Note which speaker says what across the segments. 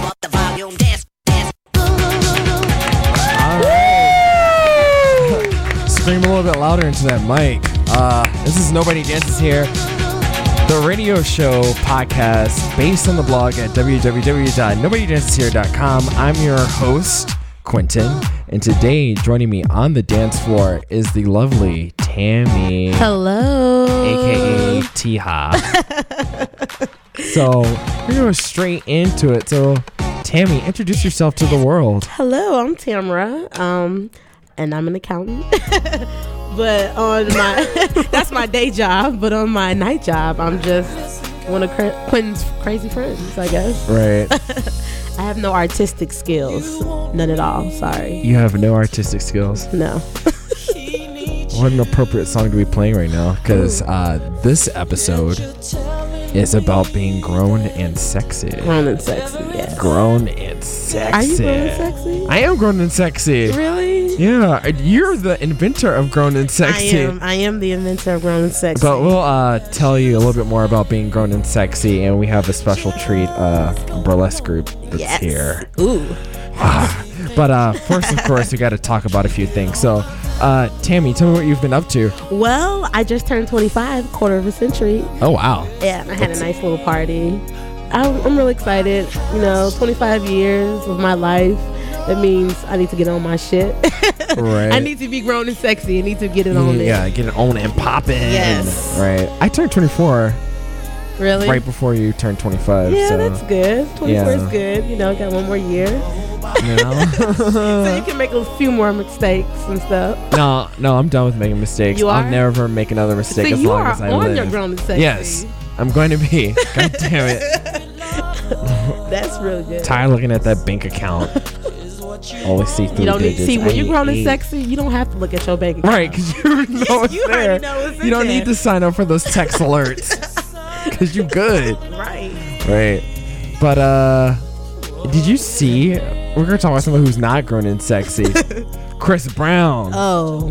Speaker 1: on dance.
Speaker 2: All right. Scream a little bit louder into that mic. Uh, this is Nobody Dances Here, the radio show podcast based on the blog at www.nobodydanceshere.com. I'm your host, Quentin, and today joining me on the dance floor is the lovely Tammy,
Speaker 3: Hello.
Speaker 2: aka T Hop. so we're going straight into it. So, Tammy, introduce yourself to the world.
Speaker 3: Hello, I'm Tamara. Um, and I'm an accountant. but on my that's my day job, but on my night job, I'm just one of Cra- Quentin's crazy friends, I guess.
Speaker 2: Right.
Speaker 3: I have no artistic skills, none at all. Sorry.
Speaker 2: You have no artistic skills.
Speaker 3: No.
Speaker 2: What an appropriate song to be playing right now because uh, this episode is about being grown and sexy.
Speaker 3: Grown and sexy. Yeah.
Speaker 2: Grown and sexy.
Speaker 3: Are you grown and sexy?
Speaker 2: I am grown and sexy.
Speaker 3: Really?
Speaker 2: Yeah, and you're the inventor of grown and
Speaker 3: I
Speaker 2: sexy.
Speaker 3: am. I am the inventor of grown and sexy.
Speaker 2: But we'll uh, tell you a little bit more about being grown and sexy, and we have a special treat uh, burlesque group that's
Speaker 3: yes.
Speaker 2: here.
Speaker 3: Ooh.
Speaker 2: But uh, first, of course, we got to talk about a few things. So, uh, Tammy, tell me what you've been up to.
Speaker 3: Well, I just turned 25, quarter of a century.
Speaker 2: Oh, wow.
Speaker 3: Yeah, and I had a nice little party. I'm, I'm really excited. You know, 25 years of my life. That means I need to get on my shit.
Speaker 2: Right.
Speaker 3: I need to be grown and sexy. I need to get it on there.
Speaker 2: Yeah, get it on and popping.
Speaker 3: Yes.
Speaker 2: Right. I turned 24
Speaker 3: Really?
Speaker 2: right before you turned 25.
Speaker 3: yeah,
Speaker 2: so,
Speaker 3: that's good. 24
Speaker 2: Yeah.
Speaker 3: is good. You know, got one more year.
Speaker 2: You know?
Speaker 3: So you can make a few more mistakes and stuff.
Speaker 2: no, no, I'm done with making mistakes.
Speaker 3: You
Speaker 2: I'll
Speaker 3: are?
Speaker 2: never make another mistake
Speaker 3: so
Speaker 2: as
Speaker 3: you
Speaker 2: long
Speaker 3: are
Speaker 2: as I
Speaker 3: on
Speaker 2: live.
Speaker 3: your grown and sexy.
Speaker 2: yes, I'm going to be. God damn it.
Speaker 3: That's really good.
Speaker 2: Tired of looking at that bank account. Only see through
Speaker 3: you don't need
Speaker 2: digits.
Speaker 3: see
Speaker 2: I
Speaker 3: when you're grown and
Speaker 2: eight.
Speaker 3: sexy, you don't have to look at your bank account.
Speaker 2: Right, because you know it's
Speaker 3: you already
Speaker 2: there.
Speaker 3: know it's in
Speaker 2: you don't
Speaker 3: there.
Speaker 2: need to sign up for those text alerts because you good.
Speaker 3: Right.
Speaker 2: Right. But uh did you see we're gonna talk about someone who's not grown and sexy. Chris Brown.
Speaker 3: Oh.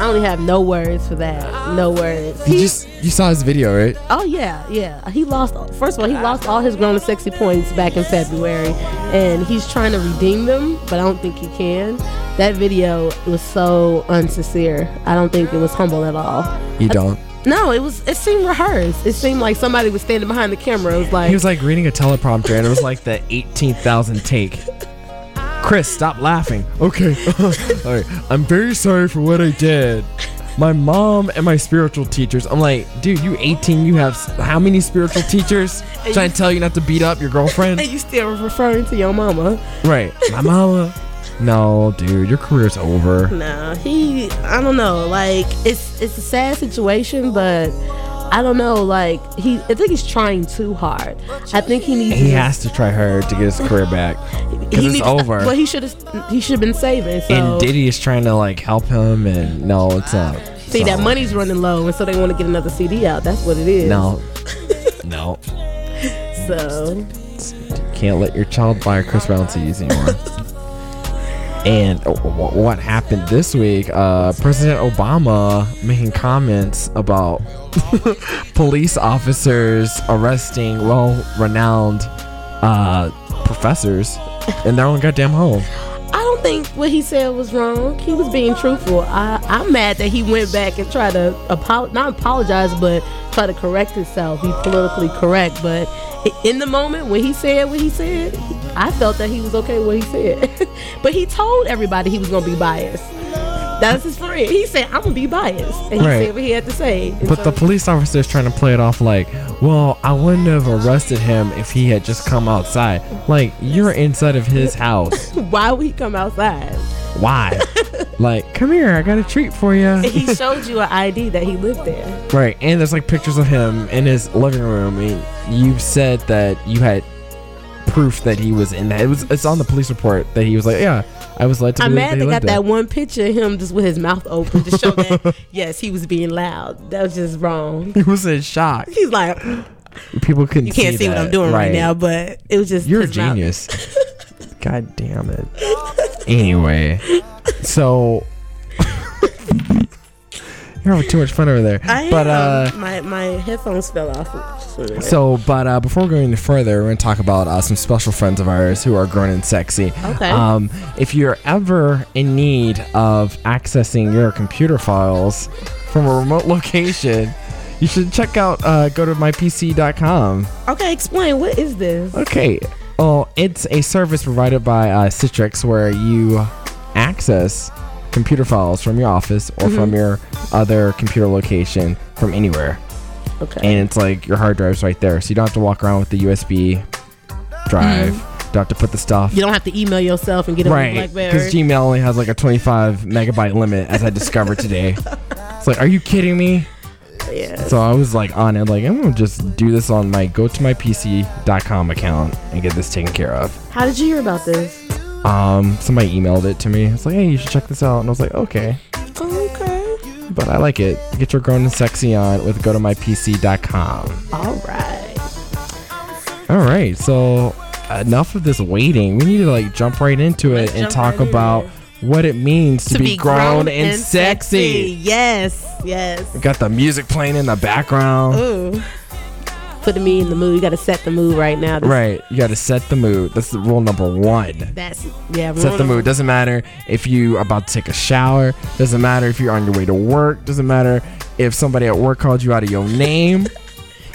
Speaker 3: I only have no words for that. No words.
Speaker 2: you just you saw his video, right?
Speaker 3: Oh yeah, yeah. He lost. First of all, he lost all his grown and sexy points back in February, and he's trying to redeem them, but I don't think he can. That video was so unsincere. I don't think it was humble at all.
Speaker 2: You don't.
Speaker 3: No, it was. It seemed rehearsed. It seemed like somebody was standing behind the camera. It was like,
Speaker 2: He was like reading a teleprompter and it was like the eighteen thousand take. Chris, stop laughing. Okay. All right. I'm very sorry for what I did. My mom and my spiritual teachers. I'm like, dude, you 18, you have s- how many spiritual teachers trying to tell you not to beat up your girlfriend?
Speaker 3: "Are you still referring to your mama?"
Speaker 2: Right. My mama. No, dude, your career's over.
Speaker 3: No, he. I don't know. Like it's it's a sad situation, but I don't know. Like he, I think he's trying too hard. I think he needs.
Speaker 2: He
Speaker 3: to-
Speaker 2: has to try hard to get his career back. Because it's
Speaker 3: needs-
Speaker 2: over.
Speaker 3: Well, he should have. He should have been saving. So
Speaker 2: and Diddy is trying to like help him, and no, it's up.
Speaker 3: see that money's running low, and so they want to get another CD out. That's what it is.
Speaker 2: No, no,
Speaker 3: So
Speaker 2: can't let your child buy a Chris Brown CDs anymore. and wh- wh- what happened this week? Uh, President Obama making comments about police officers arresting well-renowned uh, professors in their own goddamn home.
Speaker 3: I don't think what he said was wrong. He was being truthful. I, I'm mad that he went back and tried to apo- not apologize, but try to correct himself. Be politically correct, but i- in the moment when he said what he said, I felt that he was okay with what he said. but he told everybody he was gonna be biased. That's his friend. He said, "I'm gonna be biased," and he
Speaker 2: Right.
Speaker 3: said what he had to say. And
Speaker 2: But
Speaker 3: so-
Speaker 2: the police officer is trying to play it off like, well, I wouldn't have arrested him if he had just come outside. Like, you're inside of his house.
Speaker 3: why would he come outside?
Speaker 2: Why? like, come here, I got a treat for you.
Speaker 3: And he showed you an ID that he lived there.
Speaker 2: right, and there's like pictures of him in his living room. And you said that you had proof that he was in that. It was it's on the police report that he was like, yeah, I was led to
Speaker 3: I'm
Speaker 2: believe
Speaker 3: mad
Speaker 2: that
Speaker 3: they
Speaker 2: he
Speaker 3: got
Speaker 2: lived
Speaker 3: that
Speaker 2: there.
Speaker 3: one picture of him just with his mouth open to show that yes, he was being loud. That was just wrong.
Speaker 2: He was in shock.
Speaker 3: He's like,
Speaker 2: People couldn't.
Speaker 3: you can't see, what
Speaker 2: that.
Speaker 3: I'm doing right. now, but it was just
Speaker 2: You're a
Speaker 3: his mouth.
Speaker 2: genius. God damn it. Anyway, so You're having too much fun over there.
Speaker 3: I
Speaker 2: but uh,
Speaker 3: am. my my headphones fell off.
Speaker 2: So, but uh, before going further, we're going to talk about uh, some special friends of ours who are grown and sexy.
Speaker 3: Okay.
Speaker 2: Um, if you're ever in need of accessing your computer files from a remote location, you should check out uh, go to mypc.com.
Speaker 3: okay, explain what is this?
Speaker 2: Okay. Well, it's a service provided by uh, Citrix where you access computer files from your office or from your other computer location from anywhere
Speaker 3: Okay.
Speaker 2: and it's like your hard drive's right there, so you don't have to walk around with the USB drive. Don't have to put the stuff
Speaker 3: you don't have to email yourself and get it on
Speaker 2: right
Speaker 3: BlackBerry.
Speaker 2: because Gmail only has like a 25 megabyte limit, as I discovered today. It's like, are you kidding me?
Speaker 3: yeah.
Speaker 2: So I was like on it, like I'm gonna just do this on my go to my PC.com account and get this taken care of.
Speaker 3: How did you hear about this?
Speaker 2: Um, somebody emailed it to me. It's like, hey, you should check this out, and I was like, okay,
Speaker 3: Okay.
Speaker 2: but I like it. Get your grown and sexy on with go to my PC.com.
Speaker 3: All right.
Speaker 2: All right, so enough of this waiting. We need to like jump right into it
Speaker 3: Let's
Speaker 2: and
Speaker 3: jump
Speaker 2: talk
Speaker 3: right
Speaker 2: about
Speaker 3: into
Speaker 2: what it means to, be, grown, and, sexy.
Speaker 3: Yes. Yes.
Speaker 2: We Got the music playing in the background.
Speaker 3: Ooh. Putting me in the mood. You got to set the mood right now. This-
Speaker 2: Right, you got to set the mood. That's the rule number one.
Speaker 3: That's yeah.
Speaker 2: Set the
Speaker 3: mood.
Speaker 2: mood. Doesn't matter if you about to take a shower. Doesn't matter if you're on your way to work. Doesn't matter if somebody at work called you out of your name.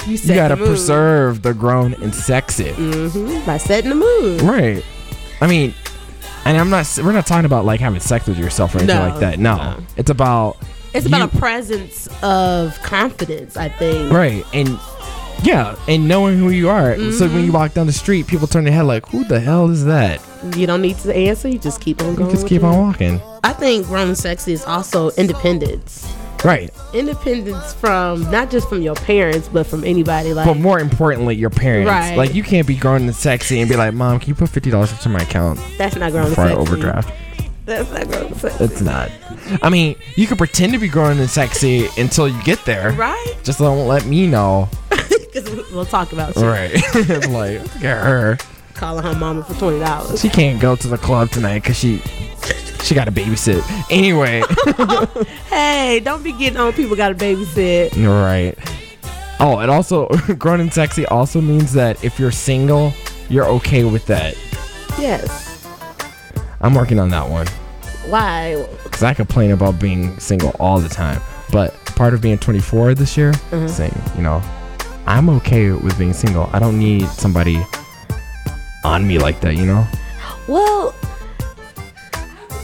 Speaker 3: You
Speaker 2: you
Speaker 3: set
Speaker 2: got to
Speaker 3: the mood Mm.
Speaker 2: preserve the grown and sexy.
Speaker 3: by setting the mood.
Speaker 2: Right. I mean, and I'm not. We're not talking about like having sex with yourself or anything
Speaker 3: No,
Speaker 2: like that. No,
Speaker 3: no.
Speaker 2: it's about.
Speaker 3: It's
Speaker 2: you-
Speaker 3: about a presence of confidence, I think.
Speaker 2: right and yeah, and knowing who you are. So
Speaker 3: Mm-hmm.
Speaker 2: when you walk down the street, people turn their head like, "Who the hell is that?"
Speaker 3: You don't need to answer. You just keep on
Speaker 2: You
Speaker 3: going.
Speaker 2: just
Speaker 3: with
Speaker 2: keep
Speaker 3: it.
Speaker 2: on walking.
Speaker 3: I think grown and sexy is also independence.
Speaker 2: Right,
Speaker 3: Independence from not just from your parents, but from anybody. Like
Speaker 2: but more importantly, your parents.
Speaker 3: Right.
Speaker 2: Like you can't be grown and sexy and be like, "Mom, can you put fifty dollars into my account
Speaker 3: that's not grown and
Speaker 2: for an
Speaker 3: sexy.
Speaker 2: overdraft?"
Speaker 3: That's not grown and sexy.
Speaker 2: It's not. I mean, you could pretend to be grown and sexy until you get there.
Speaker 3: Right?
Speaker 2: Just don't let me know.
Speaker 3: Because we'll talk about you.
Speaker 2: Right. like, look at her.
Speaker 3: Calling her mama for twenty dollars.
Speaker 2: She can't go to the club tonight because she she got to babysit. Anyway,
Speaker 3: Hey, don't be getting on. People got a babysit.
Speaker 2: you're right. Oh, and also, grown and sexy also means that if you're single, you're okay with that.
Speaker 3: Yes.
Speaker 2: I'm working on that one
Speaker 3: Why?
Speaker 2: because I complain about being single all the time. But part of being 24 this year,
Speaker 3: Mm-hmm.
Speaker 2: saying you know, I'm okay with being single. I don't need somebody on me like that. You know,
Speaker 3: Well,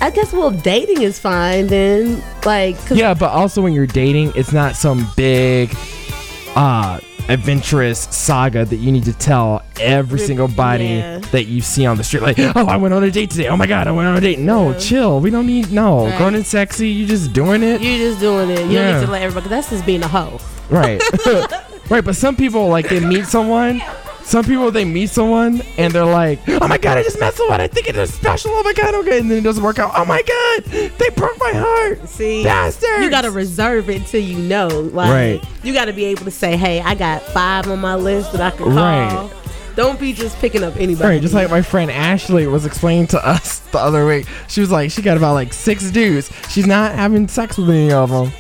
Speaker 3: I guess well dating is fine then. Like, 'cause-
Speaker 2: Yeah, but also when you're dating, it's not some big, uh, adventurous saga that you need to tell every single body
Speaker 3: yeah.
Speaker 2: that you see on the street. Like, oh, I went on a date today. Oh my god, I went on a date. No, chill. We don't need no
Speaker 3: Right.
Speaker 2: grown and sexy. You just doing it,
Speaker 3: you're just doing it. You don't
Speaker 2: Yeah.
Speaker 3: need to let everybody. 'cause That's just being a hoe.
Speaker 2: right? right. But some people like they meet someone. Some people they meet someone and they're like, "Oh my god, I just met someone. I think it's special. Oh my god, okay." And then it doesn't work out. Oh my god, they broke my heart.
Speaker 3: See,
Speaker 2: Bastards.
Speaker 3: you gotta reserve it till you know. Like,
Speaker 2: Right.
Speaker 3: You gotta be able to say, "Hey, I got five on my list that I could call."
Speaker 2: Right.
Speaker 3: Don't be just picking up anybody.
Speaker 2: Right, just like my friend Ashley was explaining to us the other week. She was like, she got about like six dudes. She's not having sex with any of them.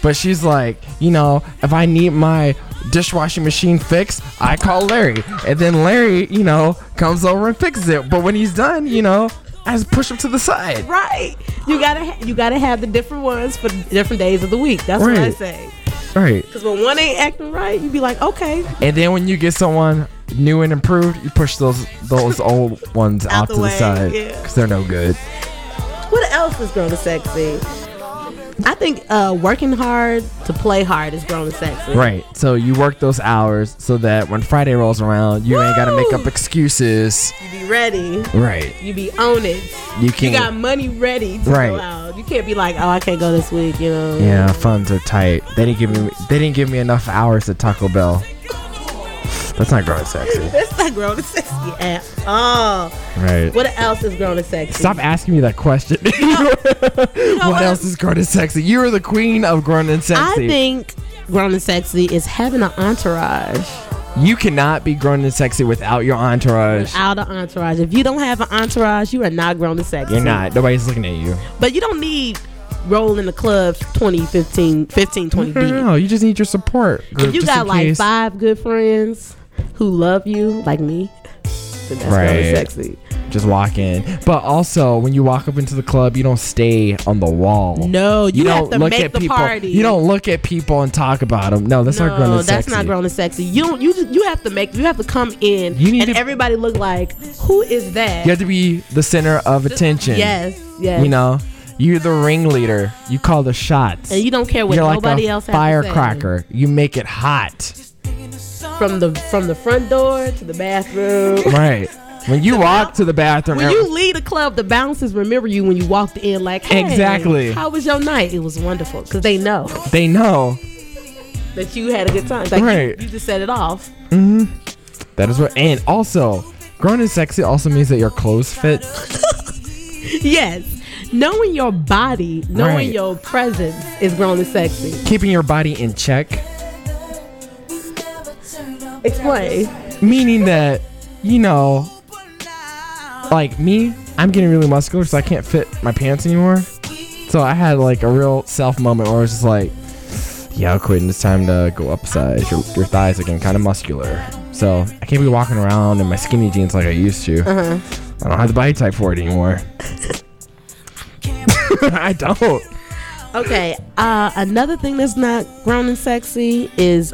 Speaker 2: But she's like, you know, if I need my dishwashing machine fixed, I call Larry. And then Larry, you know, comes over and fixes it. But when he's done, you know, I just push him to the side.
Speaker 3: right. You gotta ha- you gotta have the different ones for the different days of the week. That's what I
Speaker 2: Right.
Speaker 3: say.
Speaker 2: Right.
Speaker 3: Because when one ain't acting right, you be like, "Okay,
Speaker 2: And then when you get someone new and improved, you push those those old ones out,
Speaker 3: the
Speaker 2: to the
Speaker 3: way,
Speaker 2: side.
Speaker 3: yeah.
Speaker 2: Because they're no good.
Speaker 3: What else is grown and sexy? I think uh, working hard to play hard is grown and sexy.
Speaker 2: Right. So you work those hours so that when Friday rolls around, you ain't got to make
Speaker 3: Woo!
Speaker 2: up excuses.
Speaker 3: You be ready.
Speaker 2: Right.
Speaker 3: You be on it.
Speaker 2: You
Speaker 3: You
Speaker 2: can't.
Speaker 3: got money ready to
Speaker 2: Right.
Speaker 3: go out. You can't be like, oh, I can't go this week. You know.
Speaker 2: yeah, funds are tight. They didn't give me. They didn't give me enough hours at Taco Bell. That's not growing sexy.
Speaker 3: That's not grown and sexy at all.
Speaker 2: Right.
Speaker 3: What else is grown and sexy?
Speaker 2: Stop asking me that question. what
Speaker 3: what?
Speaker 2: else is grown and sexy? You are the queen of grown and
Speaker 3: I
Speaker 2: sexy.
Speaker 3: think grown and sexy is having an entourage.
Speaker 2: you cannot be grown and sexy without your entourage.
Speaker 3: Out of entourage. If you don't have an entourage, you are not grown and sexy.
Speaker 2: You're not. Nobody's looking at you.
Speaker 3: But you don't need roll in the club 2015, 15, 20 deep.
Speaker 2: No, you just need your support.
Speaker 3: Mm-hmm. If
Speaker 2: group,
Speaker 3: you
Speaker 2: just
Speaker 3: got
Speaker 2: in
Speaker 3: like
Speaker 2: case.
Speaker 3: five good friends who love you, like me, then that's really
Speaker 2: Right.
Speaker 3: sexy.
Speaker 2: just walk in. But also, when you walk up into the club, you don't stay on the wall.
Speaker 3: No, you, have
Speaker 2: don't
Speaker 3: to
Speaker 2: look
Speaker 3: make
Speaker 2: at
Speaker 3: the
Speaker 2: people.
Speaker 3: party.
Speaker 2: You don't look at people and talk about them. No, that's
Speaker 3: No,
Speaker 2: not grown and
Speaker 3: that's
Speaker 2: sexy.
Speaker 3: not grown and sexy. You don't. You just, you have to make. You have to come in,
Speaker 2: You need
Speaker 3: and
Speaker 2: to-
Speaker 3: everybody look like who is that?
Speaker 2: You have to be the center of attention.
Speaker 3: yes, yes.
Speaker 2: You know, you're the ringleader. You call the shots.
Speaker 3: and you don't care what
Speaker 2: are like
Speaker 3: nobody
Speaker 2: a
Speaker 3: else has to say.
Speaker 2: firecracker. You make it hot.
Speaker 3: from the from the front door to the bathroom.
Speaker 2: Right. When you walk to the bathroom,
Speaker 3: When you leave the club, the bouncers remember you when you walked in. Like, hey,
Speaker 2: Exactly.
Speaker 3: How was your night? It was wonderful because they know
Speaker 2: they know
Speaker 3: that you had a good time. Like, you-
Speaker 2: Right.
Speaker 3: you, just set it off.
Speaker 2: that is what. And also, grown and sexy also means that your clothes fit.
Speaker 3: Yes, knowing your body, knowing
Speaker 2: Right.
Speaker 3: your presence is grown and sexy.
Speaker 2: Keeping your body in check.
Speaker 3: Explain.
Speaker 2: meaning that you know like me i'm getting really muscular so i can't fit my pants anymore so i had like a real self moment where i was just like yeah i'll quit and it's time to go up a size your, your thighs are getting kind of muscular so i can't be walking around in my skinny jeans like i used to i don't have the body type for it anymore i don't
Speaker 3: Okay. Uh, another thing that's not grown and sexy is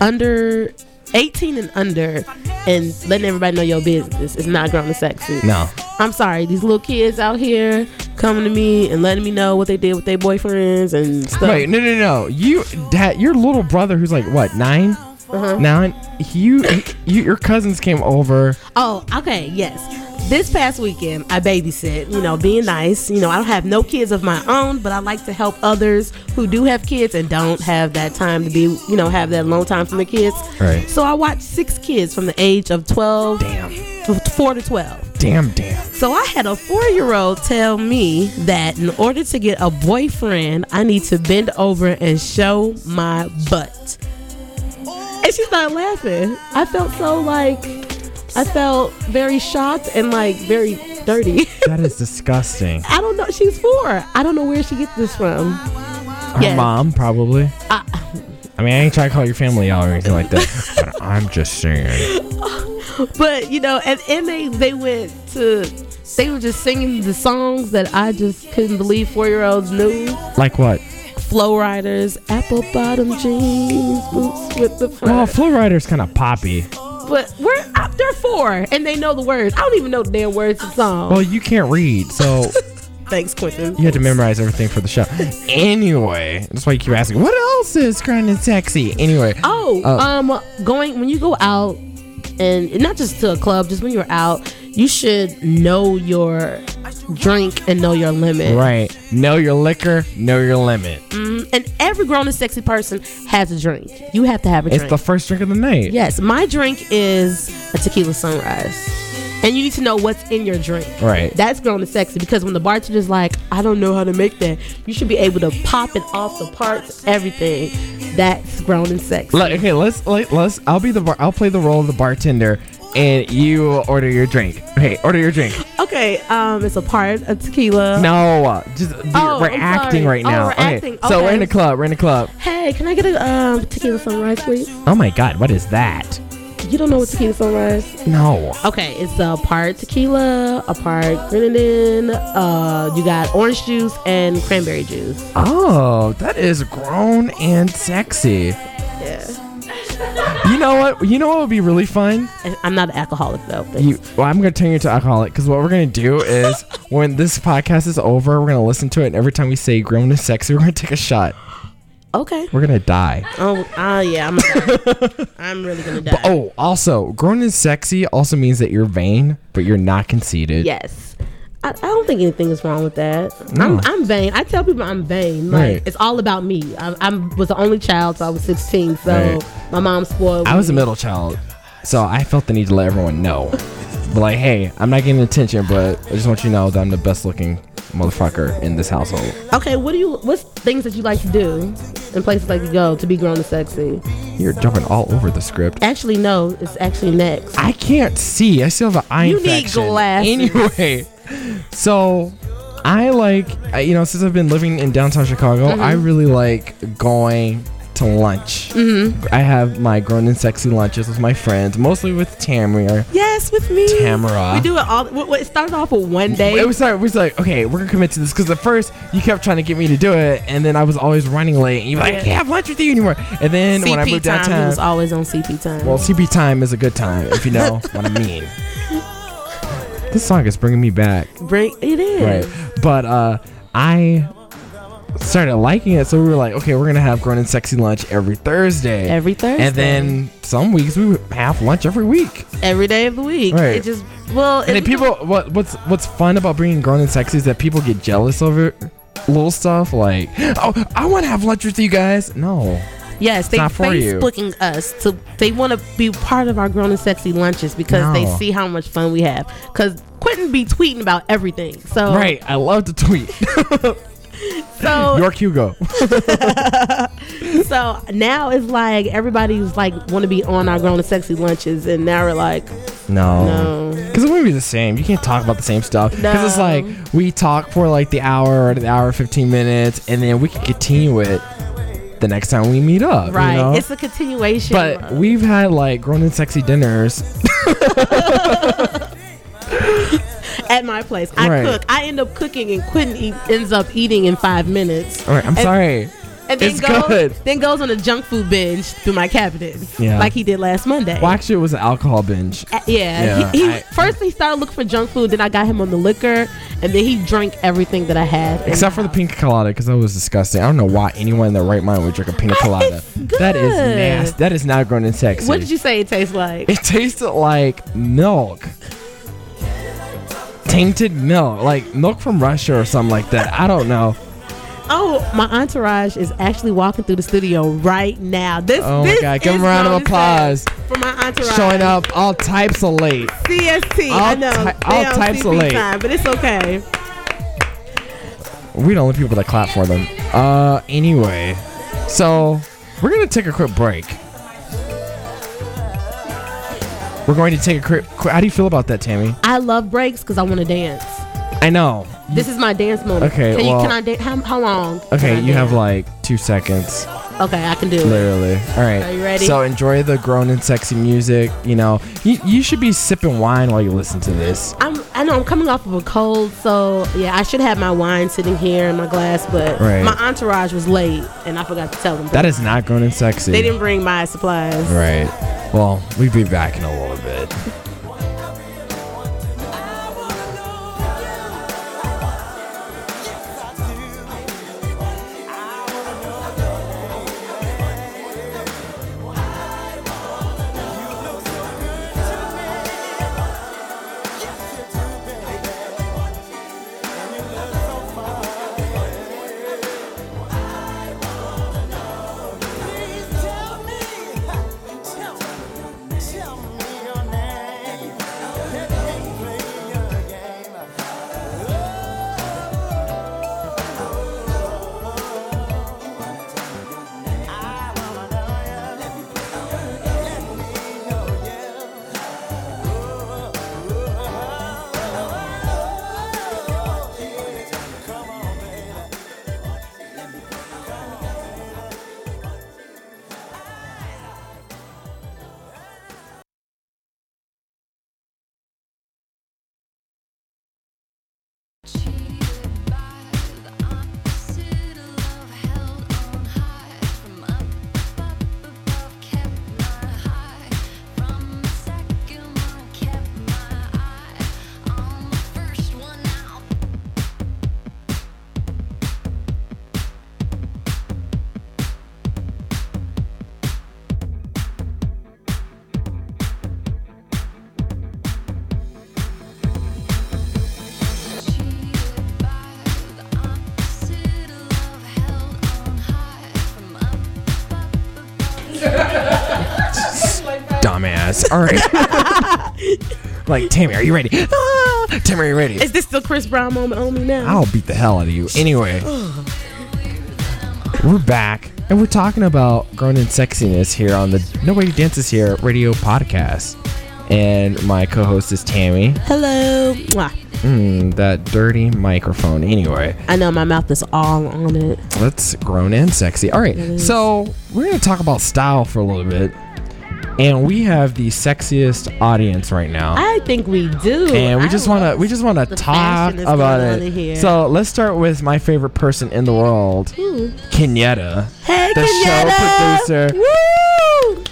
Speaker 3: under 18 and under, and letting everybody know your business is not grown and sexy.
Speaker 2: no
Speaker 3: I'm sorry, these little kids out here coming to me and letting me know what they did with their boyfriends and stuff.
Speaker 2: Wait, no, no, no. You, dad, your little brother who's like what 9
Speaker 3: Uh-huh.
Speaker 2: nine. You, you, your cousins came over.
Speaker 3: Oh, okay, yes. This past weekend, I babysit, you know, being nice. You know, I don't have no kids of my own, but I like to help others who do have kids and don't have that time to be, you know, have that alone time from the kids.
Speaker 2: Right.
Speaker 3: So I watched six kids from the age of 12
Speaker 2: Damn,
Speaker 3: to 4 to 12.
Speaker 2: damn, damn.
Speaker 3: So I had a four year old tell me that in order to get a boyfriend, I need to bend over and show my butt. And she started laughing. I felt so like, I felt very shocked and like very dirty.
Speaker 2: That is disgusting.
Speaker 3: I don't know. She's four. I don't know where she gets this from.
Speaker 2: Her
Speaker 3: Yes. Uh,
Speaker 2: mom probably.
Speaker 3: I,
Speaker 2: I mean, I ain't trying to call your family out or anything like that. but I'm just saying.
Speaker 3: but you know, and, and they they went to, they were just singing the songs that I just couldn't believe four year olds knew.
Speaker 2: Like what?
Speaker 3: Flow Riders, apple bottom jeans, boots with the
Speaker 2: Well,
Speaker 3: fur.
Speaker 2: Flow Rider's kind of poppy.
Speaker 3: But we're out there for, and they know the words. I don't even know the damn words to the song.
Speaker 2: Well, you can't read, so
Speaker 3: Thanks, Quentin.
Speaker 2: Oh, you had to memorize everything for the show. Anyway, that's why you keep asking. What else is grown and sexy? Anyway.
Speaker 3: Oh,
Speaker 2: Oh.
Speaker 3: um, going when you go out, and not just to a club, just when you're out, you should know your drink and know your limit.
Speaker 2: Right. Know your liquor. Know your limit.
Speaker 3: Mm, And every grown and sexy person has a drink. You have to have a
Speaker 2: It's
Speaker 3: drink.
Speaker 2: the first drink of the night.
Speaker 3: yes, my drink is a tequila sunrise, and you need to know what's in your drink.
Speaker 2: Right.
Speaker 3: That's grown and sexy because when the bartender's like, I don't know how to make that, you should be able to pop it off the parts, everything. That's grown and sexy.
Speaker 2: Let- okay, let's let, let's. I'll be the bar. I'll play the role of the bartender, and you order your drink. Okay, order your drink.
Speaker 3: Okay, um, it's a part of tequila.
Speaker 2: No, uh, just we-
Speaker 3: Oh,
Speaker 2: we're
Speaker 3: I'm
Speaker 2: acting
Speaker 3: sorry.
Speaker 2: right
Speaker 3: Oh,
Speaker 2: now.
Speaker 3: we're
Speaker 2: okay,
Speaker 3: acting.
Speaker 2: so we're in
Speaker 3: Okay.
Speaker 2: the club. We're in the club.
Speaker 3: Hey, can I get a um, tequila sunrise, please?
Speaker 2: Oh my god, what is that?
Speaker 3: You don't know what tequila sunrise?
Speaker 2: No.
Speaker 3: Okay, it's a part tequila, a part grenadine. Uh, you got orange juice and cranberry juice.
Speaker 2: Oh, that is grown and sexy.
Speaker 3: Yeah,
Speaker 2: You know what? You know what would be really fun?
Speaker 3: And I'm not an alcoholic though. but-
Speaker 2: You, well, I'm gonna turn you into alcoholic because what we're gonna do is when this podcast is over, we're gonna listen to it, and every time we say grown and sexy, we're gonna take a shot.
Speaker 3: okay.
Speaker 2: We're gonna die.
Speaker 3: Oh, ah, yeah, I'm. gonna die. I'm really gonna die.
Speaker 2: Oh, also, grown and sexy also means that you're vain, but you're not conceited.
Speaker 3: Yes. I, I don't think anything is wrong with that. I'm,
Speaker 2: No.
Speaker 3: I'm vain. I tell people I'm vain. Like
Speaker 2: Right.
Speaker 3: it's all about me. I, I was the only child, so I was 16. So
Speaker 2: Right.
Speaker 3: my mom spoiled.
Speaker 2: I was a
Speaker 3: me.
Speaker 2: middle child, so I felt the need to let everyone know. But like, hey, I'm not getting attention, but I just want you to know that I'm the best looking motherfucker in this household.
Speaker 3: okay. What do you? What's things that you like to do in places like you go to be grown and sexy?
Speaker 2: You're jumping all over the script.
Speaker 3: Actually, no. It's actually next.
Speaker 2: I can't see. I still have an eye
Speaker 3: You need
Speaker 2: infection.
Speaker 3: glasses.
Speaker 2: Anyway, so I like, I, you know, since I've been living in downtown Chicago,
Speaker 3: Mm-hmm.
Speaker 2: I really like going to lunch.
Speaker 3: Mm-hmm.
Speaker 2: I have my grown and sexy lunches with my friends, mostly with Tamir.
Speaker 3: Yes, with me.
Speaker 2: Tamara.
Speaker 3: We do it all. w- w- It started off with one day.
Speaker 2: It was like, we was like, okay, we're gonna commit to this because at first you kept trying to get me to do it, and then I was always running late, and you were like, I can't have lunch with you anymore. And then
Speaker 3: CP
Speaker 2: when I moved
Speaker 3: time. He
Speaker 2: downtown,
Speaker 3: was always on CP time.
Speaker 2: well, CP time is a good time if you know what I mean. This song is bringing me back.
Speaker 3: Break. It is.
Speaker 2: right but uh i started liking it so we were like okay we're gonna have grown and sexy lunch every thursday
Speaker 3: Every Thursday.
Speaker 2: and then some weeks we would have lunch every week
Speaker 3: every day of the week.
Speaker 2: Right.
Speaker 3: It just well.
Speaker 2: and then
Speaker 3: it-
Speaker 2: people what what's what's fun about being grown and sexy is that people get jealous over little stuff like oh i want to have lunch with you guys no
Speaker 3: Yes, they
Speaker 2: not for you.
Speaker 3: Facebooking us to they want to be part of our grown and sexy lunches because they
Speaker 2: No.
Speaker 3: see how much fun we have. Because Quentin be tweeting about everything. So
Speaker 2: right i love to tweet
Speaker 3: So
Speaker 2: york hugo
Speaker 3: so now it's like everybody's like want to be on our grown and sexy lunches, and now we're like,
Speaker 2: no
Speaker 3: no,
Speaker 2: because it wouldn't be the same you can't talk about the same stuff because it's
Speaker 3: No.
Speaker 2: like we talk for like the hour or the hour and 15 minutes and then we can continue it the next time we meet up
Speaker 3: right?
Speaker 2: you know?
Speaker 3: It's a continuation.
Speaker 2: but we've had like grown and sexy dinners
Speaker 3: at my place, I
Speaker 2: Right.
Speaker 3: cook. I end up cooking, and Quentin eat, ends up eating in five minutes.
Speaker 2: all right i'm
Speaker 3: And-
Speaker 2: sorry
Speaker 3: And then
Speaker 2: It's
Speaker 3: goes
Speaker 2: good.
Speaker 3: then goes on a junk food binge through my cabinet,
Speaker 2: Yeah.
Speaker 3: like he did last Monday.
Speaker 2: well actually it was an alcohol binge
Speaker 3: Uh, Yeah.
Speaker 2: Yeah,
Speaker 3: he, he,
Speaker 2: I-
Speaker 3: first he started looking for junk food, then I got him on the liquor, and then he drank everything that I had. And
Speaker 2: except for the pink colada because that was disgusting i don't know why anyone in their right mind would drink a pina colada
Speaker 3: It's
Speaker 2: that is
Speaker 3: good.
Speaker 2: nasty that is not grown and sexy
Speaker 3: What did you say it tastes like?
Speaker 2: It tasted like milk. Tainted milk, like milk from Russia or something like that. I don't know.
Speaker 3: Oh, my entourage is actually walking through the studio right now. This
Speaker 2: Oh my
Speaker 3: this
Speaker 2: God, give
Speaker 3: is
Speaker 2: him a round of
Speaker 3: what I'm
Speaker 2: applause.
Speaker 3: saying for my entourage.
Speaker 2: Showing up all types of late.
Speaker 3: CST. I
Speaker 2: All
Speaker 3: know.
Speaker 2: ty-
Speaker 3: they
Speaker 2: all
Speaker 3: on
Speaker 2: types of
Speaker 3: CP
Speaker 2: late.
Speaker 3: time, but it's okay.
Speaker 2: We the only people that clap for them. Uh, anyway, so we're gonna take a quick break. We're going to take a quick. quick how do you feel about that, Tammy?
Speaker 3: I love breaks because I want to dance.
Speaker 2: I know.
Speaker 3: This is my dance moment.
Speaker 2: Okay,
Speaker 3: Can, you,
Speaker 2: well-
Speaker 3: can I dance? How, how long? can I
Speaker 2: Okay, you have
Speaker 3: dance?
Speaker 2: like two seconds.
Speaker 3: Okay, I can do it.
Speaker 2: Literally. All right.
Speaker 3: Are you ready?
Speaker 2: So enjoy the grown and sexy music. You know, you, you should be sipping wine while you listen to this.
Speaker 3: I'm, I know I'm coming off of a cold, so yeah, I should have my wine sitting here in my glass, but
Speaker 2: Right.
Speaker 3: my entourage was late and I forgot to tell them.
Speaker 2: That is not grown and sexy.
Speaker 3: they didn't bring my supplies.
Speaker 2: Right. Well, we'll be back in a little bit. Dumbass. All right. like, Tammy, are you ready? Ah, Tammy, are you ready?
Speaker 3: Is this the Chris Brown moment on me now?
Speaker 2: I'll beat the hell out of you. Anyway, we're back and we're talking about grown and sexiness here on the Nobody Dances Here radio podcast. And my co host is Tammy.
Speaker 3: Hello. Mwah.
Speaker 2: Mm, that dirty microphone. Anyway,
Speaker 3: I know my mouth is all on it.
Speaker 2: that's grown and sexy. All right, so we're gonna talk about style for a little bit, and we have the sexiest audience right now.
Speaker 3: I think we do.
Speaker 2: and we
Speaker 3: I
Speaker 2: just want to
Speaker 3: love
Speaker 2: we just want to
Speaker 3: the
Speaker 2: talk
Speaker 3: fashion that's
Speaker 2: about
Speaker 3: going on in
Speaker 2: it.
Speaker 3: here.
Speaker 2: So let's start with my favorite person in the world, Kenyatta,
Speaker 3: Hey,
Speaker 2: the
Speaker 3: Kenyatta!
Speaker 2: show producer.
Speaker 3: Woo!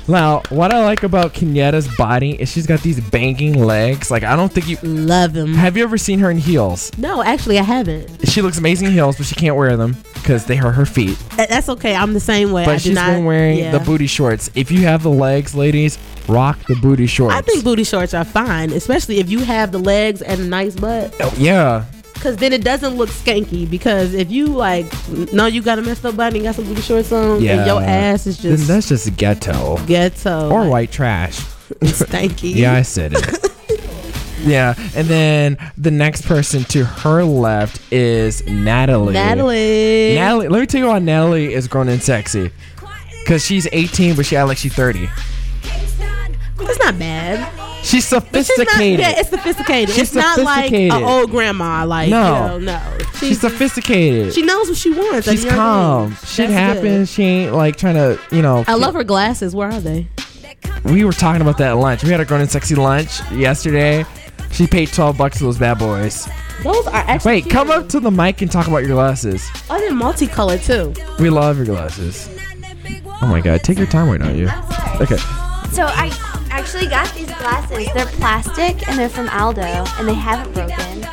Speaker 2: Now, what I like about Kenyatta's body is she's got these banging legs. Like I don't think you
Speaker 3: Love him.
Speaker 2: have you ever seen her in heels.
Speaker 3: No, actually, I haven't.
Speaker 2: She looks amazing in heels, but she can't wear them because they hurt her feet.
Speaker 3: Th- That's okay. I'm the same way. I
Speaker 2: But
Speaker 3: do
Speaker 2: she's
Speaker 3: not,
Speaker 2: been wearing
Speaker 3: yeah.
Speaker 2: the booty shorts. If you have the legs, ladies, rock the booty shorts.
Speaker 3: I think booty shorts are fine, especially if you have the legs and a nice butt.
Speaker 2: yeah.
Speaker 3: Cause then it doesn't look skanky. Because if you like, no, you got a messed up body and got some booty shorts on,
Speaker 2: Yeah.
Speaker 3: and your ass is
Speaker 2: Then
Speaker 3: just
Speaker 2: that's just ghetto
Speaker 3: ghetto
Speaker 2: or
Speaker 3: like,
Speaker 2: white trash.
Speaker 3: stanky.
Speaker 2: Yeah, I said it. yeah, and then the next person to her left is Natalie.
Speaker 3: Natalie.
Speaker 2: Natalie. Let me tell you why Natalie is grown and sexy. Cause she's 18, but she act like she's 30.
Speaker 3: It's not bad.
Speaker 2: She's
Speaker 3: She's not-
Speaker 2: sophisticated.
Speaker 3: yeah, it's sophisticated.
Speaker 2: She's
Speaker 3: it's not like
Speaker 2: sophisticated.
Speaker 3: an old grandma. Like
Speaker 2: No.
Speaker 3: no, you know, no.
Speaker 2: she's
Speaker 3: She's,
Speaker 2: sophisticated.
Speaker 3: she knows what she wants. at a
Speaker 2: she's
Speaker 3: young
Speaker 2: calm.
Speaker 3: age.
Speaker 2: Shit
Speaker 3: That's
Speaker 2: happens.
Speaker 3: good.
Speaker 2: She ain't like trying to, you know.
Speaker 3: I love her glasses. Where are they?
Speaker 2: We were talking about that at lunch. We had a grown and sexy lunch yesterday. She paid 12 bucks for those bad boys.
Speaker 3: Those are actually.
Speaker 2: Wait, come
Speaker 3: cute.
Speaker 2: up to the mic and talk about your glasses.
Speaker 3: Oh, they're multicolored too.
Speaker 2: We love your glasses. Oh my god, take your time right now, you. Okay.
Speaker 1: So I actually got these glasses. They're plastic and they're from Aldo and they haven't broken.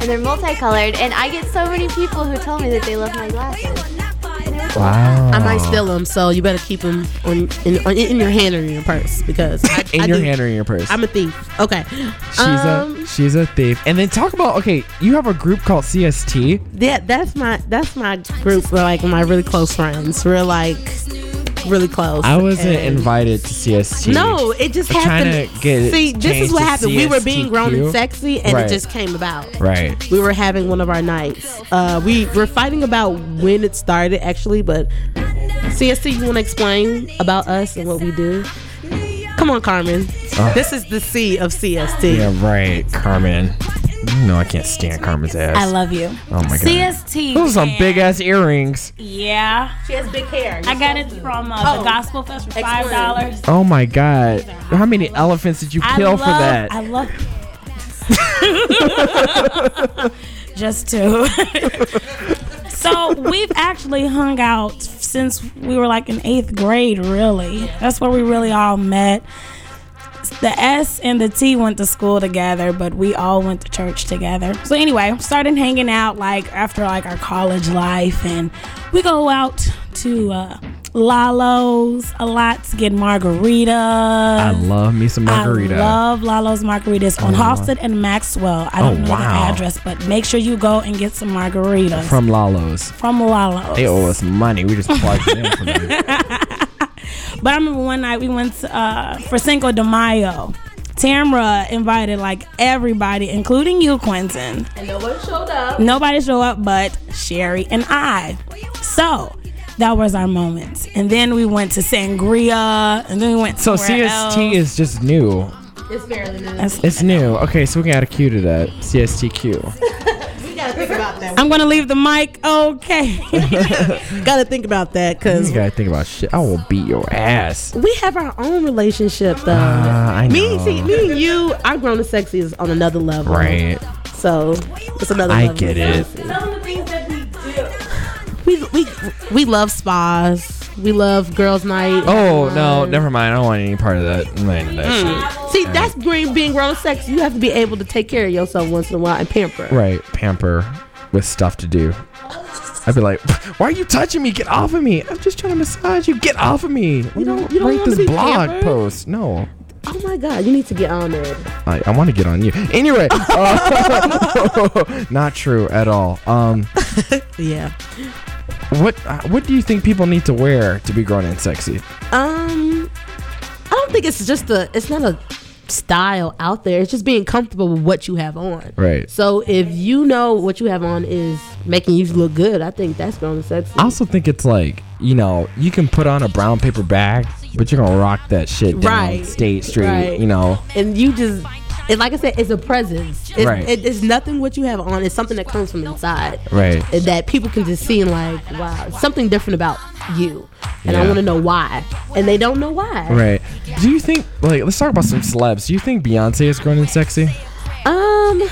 Speaker 1: And they're multicolored and I get so many people who tell me that they love my glasses.
Speaker 2: Wow.
Speaker 3: I might steal them, so you better keep them on in, on, in your hand or in your purse because I,
Speaker 2: in
Speaker 3: I
Speaker 2: your
Speaker 3: do-
Speaker 2: hand or in your purse.
Speaker 3: I'm Um, a thief. Okay.
Speaker 2: she's a she's a thief. And then talk about okay, you have a group called CST.
Speaker 3: Yeah, that's my that's my group. Like my really close friends. We're like really close.
Speaker 2: I wasn't
Speaker 3: and-
Speaker 2: invited to CST.
Speaker 3: No, it just
Speaker 2: I'm trying
Speaker 3: happened.
Speaker 2: to get it
Speaker 3: See, this
Speaker 2: changed
Speaker 3: is what
Speaker 2: to
Speaker 3: happened. We were being grown
Speaker 2: CSTQ.
Speaker 3: and sexy, and
Speaker 2: Right.
Speaker 3: it just came about.
Speaker 2: Right.
Speaker 3: we were having one of our nights. Uh, we were fighting about when it started, actually, but CST, you want to explain about us and what we do? Come on, Carmen. This is the C of CST.
Speaker 2: Uh. Yeah, right, Carmen. No, I can't stand Carmen's ass.
Speaker 4: I love you.
Speaker 2: oh my god.
Speaker 4: CST.
Speaker 2: Those are some
Speaker 4: man.
Speaker 2: big ass earrings.
Speaker 4: Yeah,
Speaker 3: She has big hair.
Speaker 4: I got it from uh,
Speaker 3: Oh.
Speaker 4: the Gospel Fest for
Speaker 3: Explain.
Speaker 4: five dollars.
Speaker 2: Oh my god. How many elephants did you
Speaker 4: I
Speaker 2: kill
Speaker 4: love.
Speaker 2: for that?
Speaker 4: I love. Just two. so we've actually hung out since we were like in eighth grade. Really, that's where we really all met. The S and the T went to school together, but we all went to church together. So anyway, started hanging out like after like our college life, and we go out to uh, Lalo's a lot to get margaritas.
Speaker 2: I love me some margarita.
Speaker 4: I love Lalo's margaritas on Halsted and Maxwell. I don't
Speaker 2: Oh,
Speaker 4: know
Speaker 2: wow.
Speaker 4: the address, but make sure you go and get some margaritas from,
Speaker 2: from Lalo's.
Speaker 4: Lalo's.
Speaker 2: They owe us money. We just plugged it in for them.
Speaker 4: But I remember one night we went to, uh, for Cinco de Mayo. Tamra invited like everybody, including you, Quentin.
Speaker 3: And no one showed up.
Speaker 4: Nobody showed up but Sherry and I. So that was our moment. And then we went to Sangria, and then we went.
Speaker 2: So
Speaker 4: somewhere
Speaker 2: CST
Speaker 4: else.
Speaker 2: is just new.
Speaker 3: It's fairly new.
Speaker 4: That's-
Speaker 2: It's new. Okay, so we can add a Q to that. CSTQ.
Speaker 3: We gotta think about that.
Speaker 4: I'm gonna leave the mic. Okay.
Speaker 3: I gotta think about that because
Speaker 2: You gotta think about shit. I will beat your ass.
Speaker 3: we have our own relationship though.
Speaker 2: Uh, I know.
Speaker 3: me, see, me and you, our grown and sexy is on another level.
Speaker 2: Right.
Speaker 3: So it's another.
Speaker 2: I
Speaker 3: level.
Speaker 2: get it.
Speaker 3: We we we love spas. We love girls' night.
Speaker 2: Oh no, never mind. I don't want any part of that. I'm not into that
Speaker 4: Hmm.
Speaker 3: See, that's green being grown sex. You have to be able to take care of yourself once in a while and pamper.
Speaker 2: shit. Right. Pamper with stuff to do. I'd be like, why are you touching me? Get off of me. I'm just trying to massage you. Get off of me. You
Speaker 3: don't- you don't
Speaker 2: write
Speaker 3: wanna
Speaker 2: this
Speaker 3: be
Speaker 2: blog
Speaker 3: pampered?
Speaker 2: post. No.
Speaker 3: Oh my God, you need to get on it.
Speaker 2: I, I want to get on you. Anyway, uh, not true at all. Um,
Speaker 3: Yeah.
Speaker 2: what uh, what do you think people need to wear to be grown and sexy?
Speaker 3: Um, I don't think it's just a. It's not a style out there. It's just being comfortable with what you have on.
Speaker 2: Right.
Speaker 3: So if you know what you have on is making you look good, I think that's grown and sexy.
Speaker 2: I also think it's like you know you can put on a brown paper bag, but you're gonna rock that shit down
Speaker 3: Right.
Speaker 2: state street.
Speaker 3: Right.
Speaker 2: You know,
Speaker 3: and you just it, like I said, it's a presence. It's,
Speaker 2: Right.
Speaker 3: it- it's nothing what you have on. It's something that comes from inside
Speaker 2: Right.
Speaker 3: that people can just see and like, wow, something different about you, and I
Speaker 2: Yeah.
Speaker 3: want to know why, and they don't know why.
Speaker 2: Right. Do you think like let's talk about some celebs? Do you think Beyonce is grown and sexy?
Speaker 3: Um,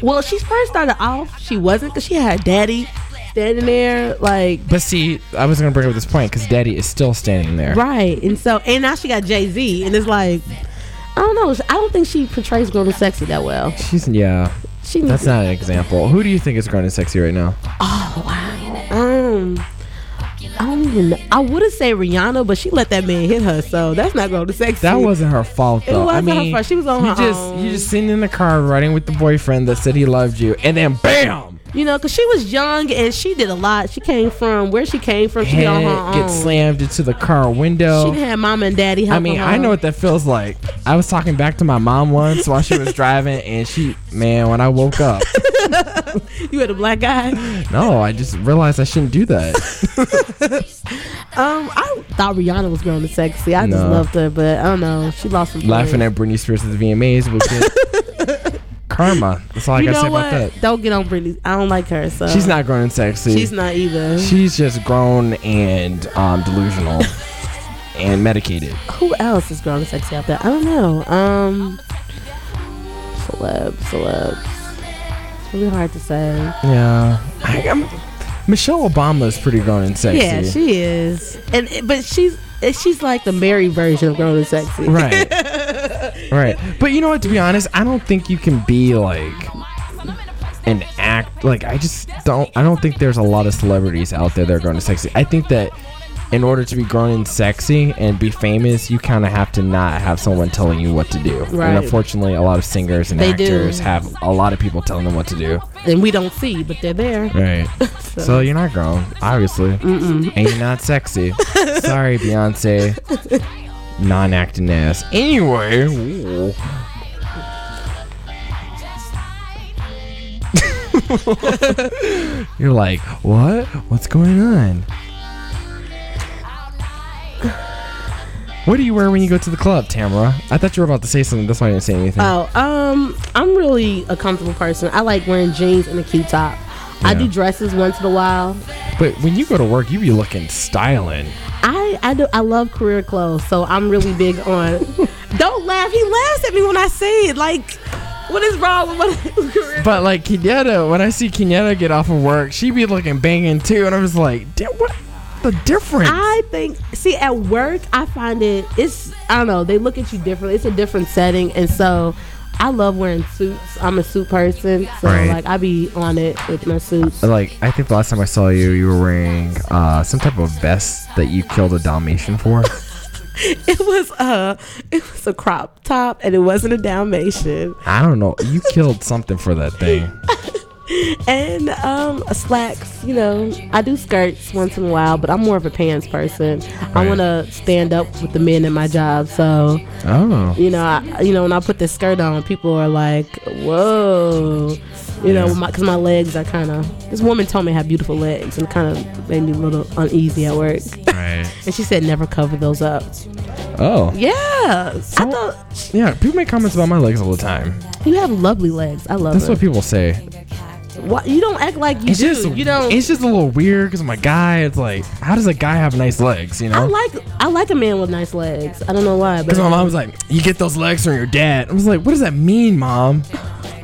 Speaker 3: well, she first started off, she wasn't because she had her daddy standing there like.
Speaker 2: But see, I was gonna bring up this point because Daddy is still standing there.
Speaker 3: Right, and so and now she got Jay Z, and it's like, I don't know. I don't think she portrays grown and sexy that well.
Speaker 2: She's yeah.
Speaker 3: She
Speaker 2: That's not an example. Who do you think is grown and sexy right now?
Speaker 3: Um, I don't even. Know. I would have said Rihanna, but she let that man hit her, so that's not going to sexy.
Speaker 2: That wasn't her fault though. I
Speaker 3: wasn't her
Speaker 2: mean,
Speaker 3: fault. She was on
Speaker 2: you
Speaker 3: her
Speaker 2: just
Speaker 3: own.
Speaker 2: you just sitting in the car riding with the boyfriend that said he loved you, and then bam,
Speaker 3: you know, because she was young and she did a lot. She came from where she came from. She on
Speaker 2: head
Speaker 3: her
Speaker 2: gets
Speaker 3: own.
Speaker 2: slammed into the car
Speaker 3: She
Speaker 2: window.
Speaker 3: didn't have mama and daddy.
Speaker 2: I
Speaker 3: helping
Speaker 2: mean,
Speaker 3: her.
Speaker 2: I know what that feels like. I was talking back to my mom once while she was driving, and she, man, when I woke up,
Speaker 3: you had a black guy.
Speaker 2: no, I just realized I shouldn't do that.
Speaker 3: Um, I thought Rihanna was grown and sexy. I just
Speaker 2: No.
Speaker 3: loved her, but I don't know. She lost some.
Speaker 2: laughing
Speaker 3: blood.
Speaker 2: at Britney Spears at the VMAs was just karma. That's all I
Speaker 3: you
Speaker 2: gotta
Speaker 3: know
Speaker 2: say
Speaker 3: what?
Speaker 2: about that.
Speaker 3: Don't get on Britney. I don't like her. So
Speaker 2: She's not grown and sexy.
Speaker 3: She's not either.
Speaker 2: She's just grown and um, delusional and medicated.
Speaker 3: Who else is grown and sexy out there? I don't know. Um, celebs, celebs. It's really hard to say.
Speaker 2: Yeah, I, am Michelle Obama is pretty grown and sexy.
Speaker 3: Yeah, she is, and it- but she's it- she's like the Mary version of grown and sexy.
Speaker 2: right, right. But you know what? To be honest, I don't think you can be like an act. Like I just don't. I don't think there's a lot of celebrities out there that are grown and sexy. I think that in order to be grown and sexy and be famous, you kind of have to not have someone telling you what to do.
Speaker 3: Right.
Speaker 2: And unfortunately, a lot of singers and
Speaker 3: They do.
Speaker 2: actors have a lot of people telling them what to do.
Speaker 3: And we don't see, but they're there.
Speaker 2: Right.
Speaker 3: So,
Speaker 2: So you're not grown, obviously, and you're not sexy. Sorry, Beyonce. Non-acting ass. Anyway, ooh. you're like, what? What's going on? What do you wear when you go to the club, Tamara? I thought you were about to say something. That's why I didn't say anything.
Speaker 3: oh, um, I'm really a comfortable person. I like wearing jeans and a cute top. I
Speaker 2: Yeah.
Speaker 3: do dresses once in a while.
Speaker 2: but when you go to work, you be looking styling.
Speaker 3: I I do I love career clothes, so I'm really big on. don't laugh. He laughs at me when I say it. Like, what is wrong with my career?
Speaker 2: But like Kenyatta, when I see Kenyatta get off of work, she be looking banging too, and I was like, "Damn, what the difference?
Speaker 3: I think see at work I find it it's I don't know they look at you differently it's a different setting and so I love wearing suits I'm a suit person so
Speaker 2: Right.
Speaker 3: like I be on it with my suits
Speaker 2: like I think the last time I saw you, you were wearing uh, some type of vest that you killed a Dalmatian for.
Speaker 3: it was a it was a crop top and it wasn't a Dalmatian
Speaker 2: I don't know. You killed something for that thing.
Speaker 3: and um slacks you know I do skirts once in a while but I'm more of a pants person I
Speaker 2: Right.
Speaker 3: want to stand up with the men in my job so
Speaker 2: Oh,
Speaker 3: you know, I, you know, when I put this skirt on, people are like, "Whoa," you know,
Speaker 2: Yeah.
Speaker 3: because my, legs are kind of. This woman told me I have beautiful legs and kind of made me a little uneasy at work.
Speaker 2: right.
Speaker 3: And she said, "Never cover those up."
Speaker 2: Oh,
Speaker 3: Yeah, I thought
Speaker 2: yeah. People make comments about my legs all the time.
Speaker 3: you have lovely legs. I love
Speaker 2: That's what
Speaker 3: it.
Speaker 2: people say.
Speaker 3: Why, you don't act like you
Speaker 2: It's
Speaker 3: do.
Speaker 2: just
Speaker 3: you don't.
Speaker 2: It's just a little weird because I'm a guy. It's like, how does a guy have nice legs? You know.
Speaker 3: I like I like a man with nice legs. I don't know why, but
Speaker 2: Because my mom was like, "You get those legs from your dad." I was like, "What does that mean, mom?"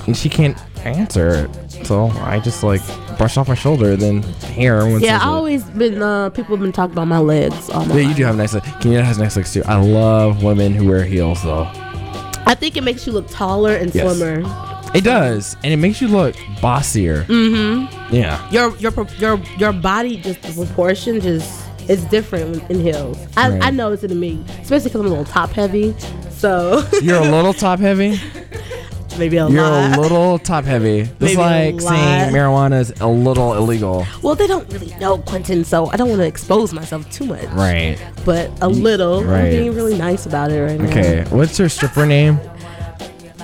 Speaker 2: And she can't answer it, so I just like brush off my shoulder. Then hair. When
Speaker 3: yeah, I always been. Uh, people have been talking about my legs all my
Speaker 2: Yeah, you
Speaker 3: life.
Speaker 2: do have nice legs. Kenyatta has nice legs too. I love women who wear heels, though.
Speaker 3: I think it makes you look taller and
Speaker 2: Yes.
Speaker 3: slimmer.
Speaker 2: It does, and it makes you look bossier. Mm-hmm. Yeah.
Speaker 3: your your pro- your your body just the proportion just it's different when- in heels. I,
Speaker 2: Right.
Speaker 3: I notice it in me, especially because I'm a little top heavy. So
Speaker 2: You're a little top heavy.
Speaker 3: maybe a
Speaker 2: You're
Speaker 3: lot.
Speaker 2: a little top heavy. That's
Speaker 3: Maybe a
Speaker 2: like saying
Speaker 3: lot.
Speaker 2: marijuana is a little illegal.
Speaker 3: well, they don't really know Quentin, so I don't want to expose myself too much.
Speaker 2: Right.
Speaker 3: But a little.
Speaker 2: right.
Speaker 3: I'm being really nice about it right now.
Speaker 2: Okay. What's your stripper name?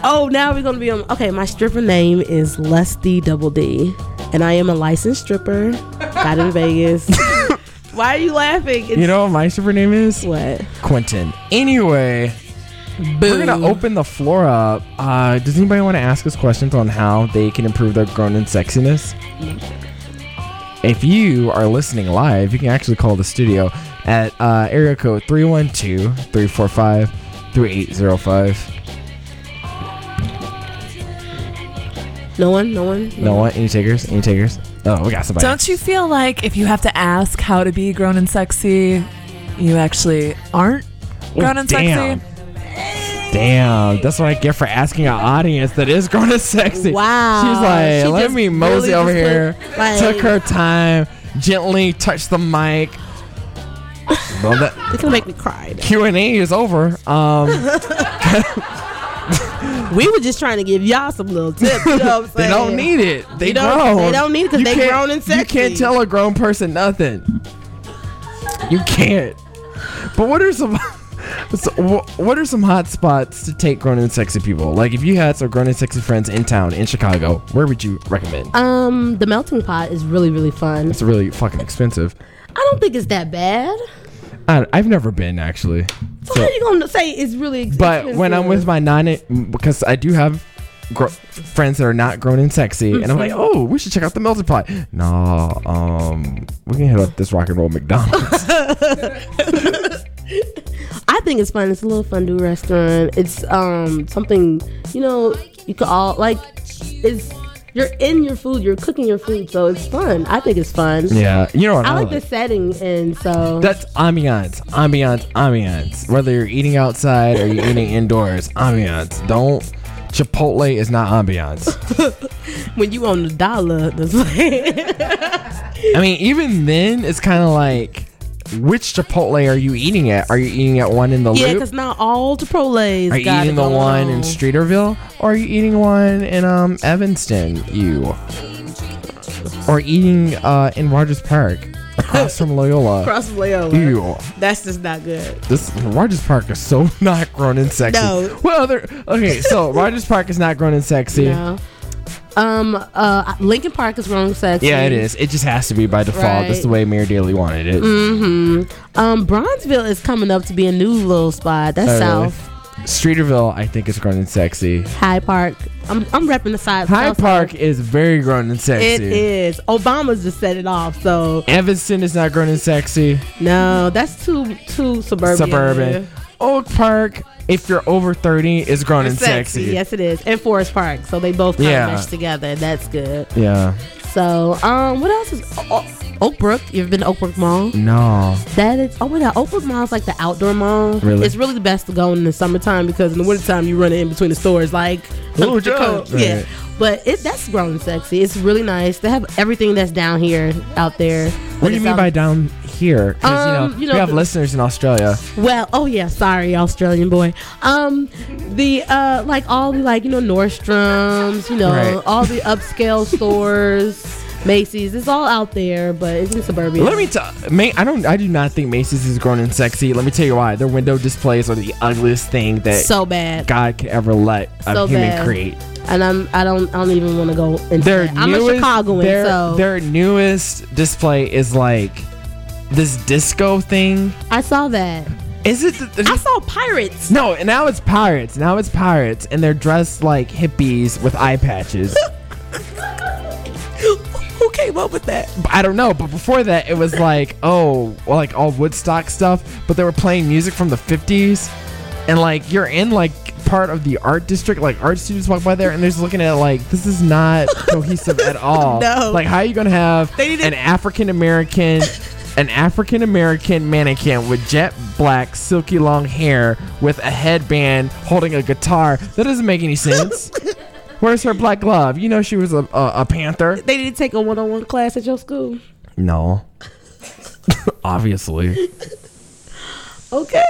Speaker 3: Oh, now we're gonna be on. Okay, my stripper name is Lusty Double D, and I am a licensed stripper. Got in Vegas. Why are you laughing? It's
Speaker 2: You know what my stripper name is?
Speaker 3: what?
Speaker 2: Quentin. Anyway, We're gonna open the floor up. Uh, does anybody want to ask us questions on how they can improve their grown-in sexiness? If you are listening live, you can actually call the studio at uh, area code 312-345-3805.
Speaker 3: No one, no one.
Speaker 2: No one? Any takers? Any takers? Oh, we got somebody.
Speaker 5: Don't you feel like if you have to ask how to be grown and sexy, you actually aren't grown and
Speaker 2: damn.
Speaker 5: sexy?
Speaker 2: Damn, that's what I get for asking an audience that is grown and sexy.
Speaker 3: Wow.
Speaker 2: She's like,
Speaker 3: She
Speaker 2: let
Speaker 3: just
Speaker 2: me mosey
Speaker 3: really
Speaker 2: over
Speaker 3: just
Speaker 2: here.
Speaker 3: went, like-
Speaker 2: took her time, gently touched the mic. well, that
Speaker 3: It's gonna make me cry.
Speaker 2: Q and A is over. Um,
Speaker 3: We were just trying to give y'all some little tips. You know what I'm
Speaker 2: they don't
Speaker 3: saying?
Speaker 2: need it. They
Speaker 3: You don't-
Speaker 2: grown.
Speaker 3: they don't need it 'cause
Speaker 2: You
Speaker 3: they
Speaker 2: can't-
Speaker 3: grown and
Speaker 2: You can't
Speaker 3: sexy.
Speaker 2: tell a grown person nothing. You can't. But what are some? so, wh- What are some hot spots to take grown and sexy people? Like, if you had some grown and sexy friends in town in Chicago, where would you recommend?
Speaker 3: Um, the melting pot is really really fun.
Speaker 2: It's really fucking expensive.
Speaker 3: I don't think it's that bad.
Speaker 2: I, I've never been actually.
Speaker 3: So how you gonna say it's really expensive?
Speaker 2: But when I'm with my non, because I do have gr- friends that are not grown and sexy, and
Speaker 3: Mm-hmm.
Speaker 2: I'm like, oh, we should check out the melted pot. Nah, um, we can hit up this rock and roll McDonald's.
Speaker 3: I think it's fun. It's a little fondue restaurant. It's um something you know you could all like. It's you're in your food. You're cooking your food, so it's fun. I think it's fun.
Speaker 2: yeah, you know what?
Speaker 3: I like the setting, and so
Speaker 2: That's ambiance, ambiance, ambiance. Whether you're eating outside or you're eating indoors, ambiance. Don't. Chipotle is not ambiance.
Speaker 3: when you on the dollar, that's like
Speaker 2: I mean, even then, it's kind of like, which Chipotle are you eating at? Are you eating at one in the
Speaker 3: yeah,
Speaker 2: loop?
Speaker 3: because not all Chipotle's
Speaker 2: Are you
Speaker 3: got it
Speaker 2: eating the
Speaker 3: going
Speaker 2: one in
Speaker 3: on.
Speaker 2: Streeterville? Or are you eating one in um Evanston, you? Or eating uh in Rogers Park across from Loyola.
Speaker 3: Cross layover.
Speaker 2: Ew.
Speaker 3: That's just not good.
Speaker 2: This Rogers Park is so not grown and sexy.
Speaker 3: No.
Speaker 2: Well there okay, so Rogers Park is not grown and sexy.
Speaker 3: No. Um. Uh. Lincoln Park is wrong sexy.
Speaker 2: Yeah, it is. It just has to be by default. That's
Speaker 3: Right. Mm,
Speaker 2: the way Mayor Daly wanted it.
Speaker 3: Um. Bronzeville is coming up to be a new little spot. That's
Speaker 2: Oh, really?
Speaker 3: south.
Speaker 2: Streeterville, I think, is grown and sexy.
Speaker 3: High Park. I'm I'm repping the side.
Speaker 2: Hyde
Speaker 3: south
Speaker 2: Park
Speaker 3: side.
Speaker 2: is very grown and
Speaker 3: It
Speaker 2: sexy.
Speaker 3: is. Obama's just set it off. So
Speaker 2: Evanston is not grown and sexy.
Speaker 3: no, that's too too suburban.
Speaker 2: suburban. Oak Park, if you're over 30, is grown and sexy.
Speaker 3: Sexy. Yes, it is. And Forest Park. So they both kind
Speaker 2: Yeah.
Speaker 3: of mesh together. and That's good.
Speaker 2: Yeah.
Speaker 3: So um, what else is o- o- Oakbrook? You've been to Oakbrook Mall?
Speaker 2: No.
Speaker 3: That is. Oh my God, Oakbrook Mall is like the outdoor mall.
Speaker 2: Really?
Speaker 3: It's really the best to go in the summertime because in the wintertime you run in between the stores like.
Speaker 2: Little
Speaker 3: the cold.
Speaker 2: John's.
Speaker 3: Yeah.
Speaker 2: Right.
Speaker 3: But it that's grown and sexy. It's really nice. They have everything that's down here out there.
Speaker 2: What do you mean by down here? 'Cause,
Speaker 3: Um,
Speaker 2: you know,
Speaker 3: you
Speaker 2: we
Speaker 3: know,
Speaker 2: have
Speaker 3: the-
Speaker 2: listeners in Australia.
Speaker 3: Well, oh yeah, sorry, Australian boy. Um, the uh, like all the like you know Nordstroms, you know
Speaker 2: Right.
Speaker 3: all the upscale stores, Macy's. It's all out there, but it's in suburbia.
Speaker 2: Let me tell. May I don't. I do not think Macy's is grown and sexy. Let me tell you why. Their window displays are the ugliest thing that
Speaker 3: so bad,
Speaker 2: God could ever let a
Speaker 3: So
Speaker 2: human
Speaker 3: bad.
Speaker 2: create.
Speaker 3: and I'm I don't I don't even want to go into.
Speaker 2: Their
Speaker 3: that. I'm
Speaker 2: newest,
Speaker 3: a Chicagoan,
Speaker 2: their,
Speaker 3: so
Speaker 2: their newest display is like this disco thing.
Speaker 3: I saw that.
Speaker 2: Is it? The,
Speaker 3: I saw pirates.
Speaker 2: No, and now it's pirates. Now it's pirates, and they're dressed like hippies with eye patches.
Speaker 3: Who came up with that?
Speaker 2: But I don't know, but before that, it was like, oh, well, like all Woodstock stuff, but they were playing music from the 50s, and like you're in like part of the art district, like art students walk by there, and they're just looking at it like, this is not cohesive at all.
Speaker 3: No.
Speaker 2: Like, how are you going to have
Speaker 3: They needed-
Speaker 2: an African American. An African American mannequin with jet black, silky long hair, with a headband, holding a guitar. That doesn't make any sense. Where's her black glove? You know she was a, a, a panther.
Speaker 3: They didn't take a one on one class at your school.
Speaker 2: No. Obviously.
Speaker 3: Okay.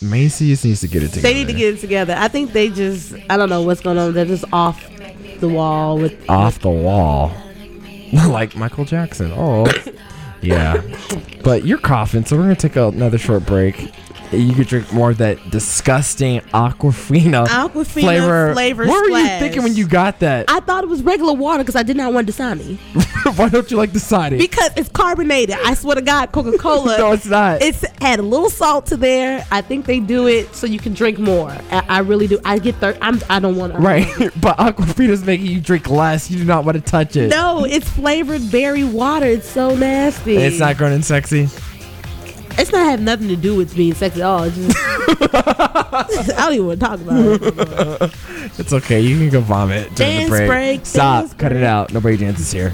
Speaker 2: Macy's needs to get it together.
Speaker 3: They need to get it together. I think they just I don't know what's going on. They're just off the wall with
Speaker 2: off the wall. like Michael Jackson. Oh. yeah. But you're coughing, so we're going to take another short break. you could drink more of that disgusting Aquafina,
Speaker 6: Aquafina flavor
Speaker 2: What were you
Speaker 6: splash.
Speaker 2: thinking when you got that?
Speaker 3: I thought it was regular water because I did not want Dasani
Speaker 2: Why don't you like Dasani?
Speaker 3: because it's carbonated. I swear to God, Coca Cola.
Speaker 2: no, it's not.
Speaker 3: It's add a little salt to there. I think they do it so you can drink more. I, I really do. I get third. I'm. I don't want to.
Speaker 2: right, but Aquafina's making you drink less. You do not want to touch it.
Speaker 3: No, it's flavored berry water. It's so nasty.
Speaker 2: It's not grown and sexy.
Speaker 3: It's not have nothing to do with being sexy at all. It's just, I don't even want to talk about it.
Speaker 2: It's okay. You can go vomit during
Speaker 3: Dance
Speaker 2: the break.
Speaker 3: break,
Speaker 2: Stop.
Speaker 3: dance
Speaker 2: Cut it out. Nobody dances here.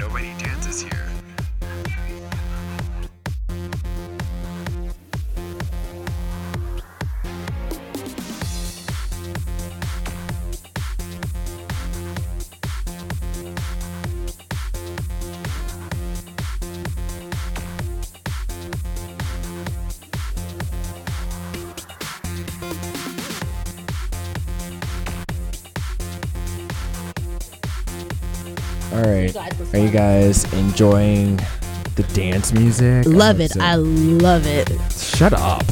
Speaker 7: Nobody dances here.
Speaker 2: All right. Are you guys enjoying the dance music?
Speaker 3: Love
Speaker 2: Uh,
Speaker 3: it.
Speaker 2: so-
Speaker 3: I love it.
Speaker 2: Shut up.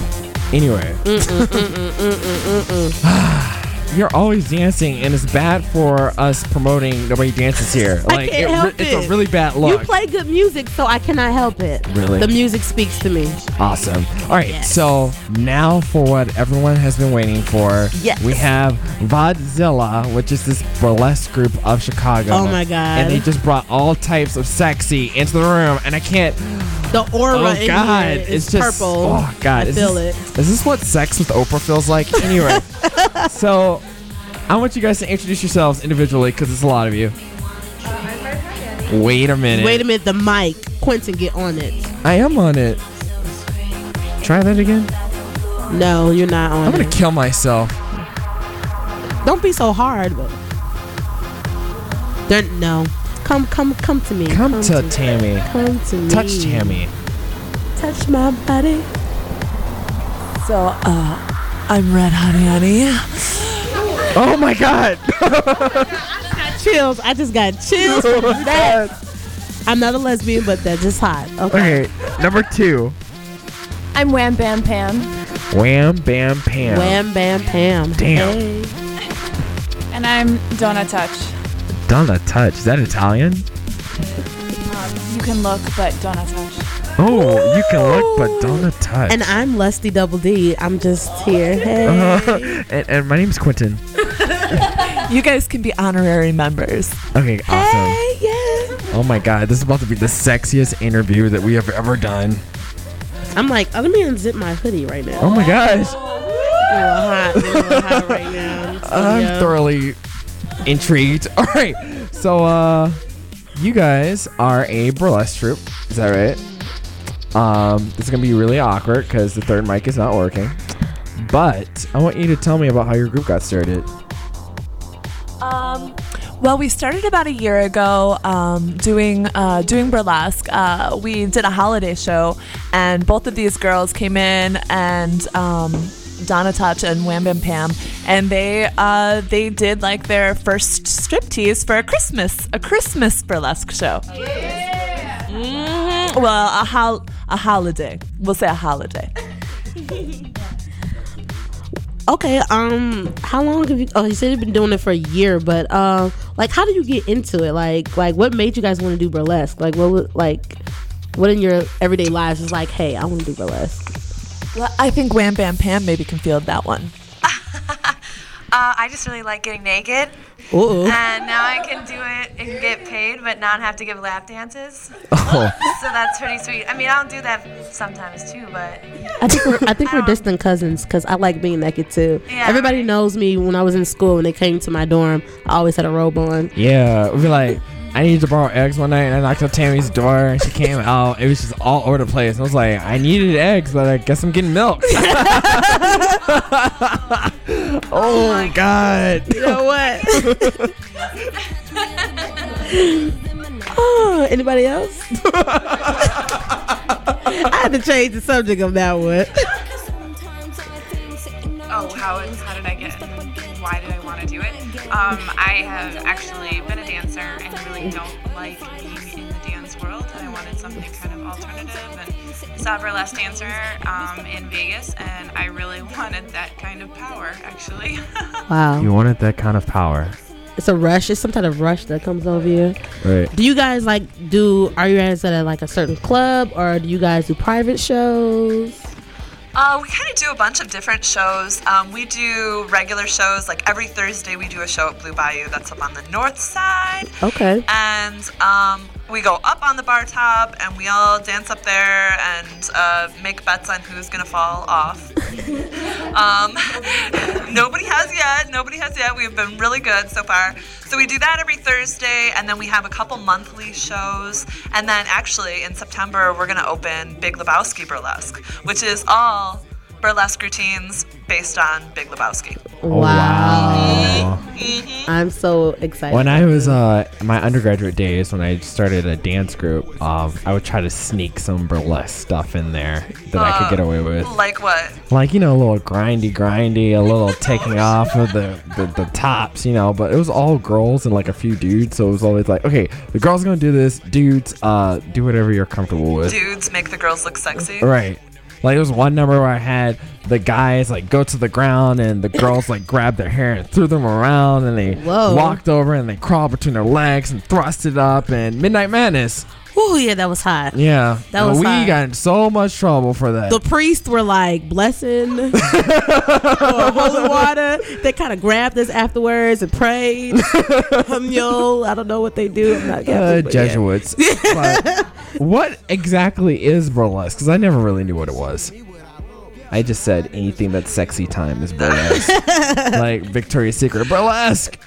Speaker 2: Anyway. You're always dancing, and it's bad for us promoting nobody dances here.
Speaker 3: I
Speaker 2: Like
Speaker 3: can't
Speaker 2: it, re-
Speaker 3: help
Speaker 2: it's a
Speaker 3: it.
Speaker 2: really bad
Speaker 3: You
Speaker 2: look.
Speaker 3: play good music, so I cannot help it.
Speaker 2: Really?
Speaker 3: The music speaks to me.
Speaker 2: awesome. All right,
Speaker 3: Yes.
Speaker 2: so now for what everyone has been waiting for.
Speaker 3: Yes.
Speaker 2: We have Vodzilla, which is this burlesque group of Chicago.
Speaker 3: Oh my God.
Speaker 2: And they just brought all types of sexy into the room, and I can't.
Speaker 3: The aura
Speaker 2: Oh
Speaker 3: in
Speaker 2: God,
Speaker 3: here is
Speaker 2: it's just
Speaker 3: purple.
Speaker 2: Oh God,
Speaker 3: I
Speaker 2: is
Speaker 3: feel
Speaker 2: this,
Speaker 3: it.
Speaker 2: Is this what sex with Oprah feels like? Anyway, so I want you guys to introduce yourselves individually because it's a lot of you. Wait a minute.
Speaker 3: Wait a minute, the mic. Quentin, get on it.
Speaker 2: I am on it. Try that again.
Speaker 3: No, you're not on.
Speaker 2: I'm gonna
Speaker 3: it.
Speaker 2: kill myself.
Speaker 3: Don't be so hard. But don't no. Come, come, come to me.
Speaker 2: Come to
Speaker 3: me.
Speaker 2: Tammy.
Speaker 3: Come to me.
Speaker 2: Touch Tammy.
Speaker 3: Touch my body.
Speaker 5: So, uh, I'm red, honey, honey.
Speaker 2: Oh my god.
Speaker 3: Chills. I just got chills. from that. I'm not a lesbian, but that's just hot. Okay.
Speaker 2: Okay, number two.
Speaker 6: I'm Wham Bam Pam,
Speaker 2: Wham bam pam.
Speaker 3: Wham, bam, pam.
Speaker 2: Damn.
Speaker 3: Hey.
Speaker 6: and I'm Donna Touch.
Speaker 2: Donna touch. Is that Italian?
Speaker 6: You can look, but Donna Touch.
Speaker 2: Oh, you can look, but Donna touch.
Speaker 3: And I'm Lusty Double D. I'm just here. Hey.
Speaker 2: Uh-huh. and, and my name's Quentin.
Speaker 5: You guys can be honorary members.
Speaker 2: Okay, awesome. Oh my god, this is about to be the sexiest interview that we have ever done.
Speaker 3: I'm like, oh, let me unzip my hoodie right now.
Speaker 2: Oh my gosh.
Speaker 3: I'm a little hot, I'm a little hot right now.
Speaker 2: Oh. I'm
Speaker 3: Yeah.
Speaker 2: thoroughly intrigued. All right. So, uh, you guys are a burlesque troupe. Is that right? Um, it's going to be really awkward because the third mic is not working. But I want you to tell me about how your group got started.
Speaker 6: Um,
Speaker 5: Well, we started about a year ago um, doing uh, doing burlesque. Uh, we did a holiday show, and both of these girls came in and. Um, Donna Touch and Wham Bam Pam, and they uh, they did like their first striptease for a Christmas a Christmas burlesque show. Mhm. Well, a hol- a holiday. We'll say a holiday.
Speaker 3: Okay, um, how long have you? Oh, you said you've been doing it for a year, but um, like, how do you get into it? Like, like, what made you guys want to do burlesque? Like, what, would- like, what in your everyday lives is like? Hey, I want to do burlesque.
Speaker 5: Well, I think Wham Bam Pam maybe can field that one.
Speaker 8: Uh, I just really like getting naked,
Speaker 3: Ooh,
Speaker 8: and now I can do it and get paid, but not have to give lap dances.
Speaker 2: Oh,
Speaker 8: So that's pretty sweet. I mean, I don't do that sometimes too, but
Speaker 3: I think we're, I think we're distant cousins because I like being naked too.
Speaker 8: Yeah,
Speaker 3: Everybody
Speaker 8: right.
Speaker 3: knows me when I was in school. When they came to my dorm, I always had a robe on.
Speaker 2: yeah. We'd be like, I needed to borrow eggs one night, and I knocked on Tammy's door, and she came out. It was just all over the place. And I was like, I needed eggs, but I guess I'm getting milk. oh my god.
Speaker 3: Oh, anybody else? I had to change the subject of that one.
Speaker 8: oh, how how did I get? Why did I want to do it? Um, I have actually been a dancer and really don't like being in the dance world, and I wanted something kind of alternative. And I saw a burlesque dancer um, in Vegas, and I really wanted that kind of power, actually.
Speaker 3: Wow,
Speaker 2: You wanted that kind of power.
Speaker 3: it's a rush. It's some type of rush that comes over you.
Speaker 2: Right.
Speaker 3: Do you guys like do? Are you guys at a, like a certain club, or do you guys do private shows?
Speaker 8: Uh, we kind of do a bunch of different shows. Um, we do regular shows, like every Thursday we do a show at Blue Bayou that's up on the north side.
Speaker 3: Okay.
Speaker 8: And um, we go up on the bar top and we all dance up there and uh, make bets on who's going to fall off. Um, nobody has yet. Nobody has yet. We've been really good so far. So we do that every Thursday, and then we have a couple monthly shows. And then actually in September, we're going to open Big Lebowski Burlesque, which is all burlesque routines based on Big Lebowski.
Speaker 3: Wow. I'm so excited.
Speaker 2: When I was uh, my undergraduate days, when I started a dance group, um, I would try to sneak some burlesque stuff in there that I could get away with.
Speaker 8: Like what?
Speaker 2: Like, you know, a little grindy, grindy, a little taking off of the, the, the tops, you know, but it was all girls and like a few dudes. So it was always like, okay, the girls going to do this, dudes, uh, do whatever you're comfortable with.
Speaker 8: Dudes make the girls look sexy.
Speaker 2: Right. Like there was one number where I had the guys like go to the ground and the girls like grabbed their hair and threw them around and they
Speaker 3: Whoa.
Speaker 2: walked over and they crawled between their legs and thrust it up and Midnight Madness.
Speaker 3: oh yeah, that was hot.
Speaker 2: Yeah.
Speaker 3: That
Speaker 2: And
Speaker 3: was
Speaker 2: we
Speaker 3: hot.
Speaker 2: got in so much trouble for that.
Speaker 3: The priests were like blessing or holy water. They kind of grabbed us afterwards and prayed. Hum yo, I don't know what they do. I'm not
Speaker 2: uh,
Speaker 3: Catholic, but yeah.
Speaker 2: Jesuits. But what exactly is burlesque? Because I never really knew what it was. I just said anything that's sexy time is burlesque. like Victoria's Secret burlesque.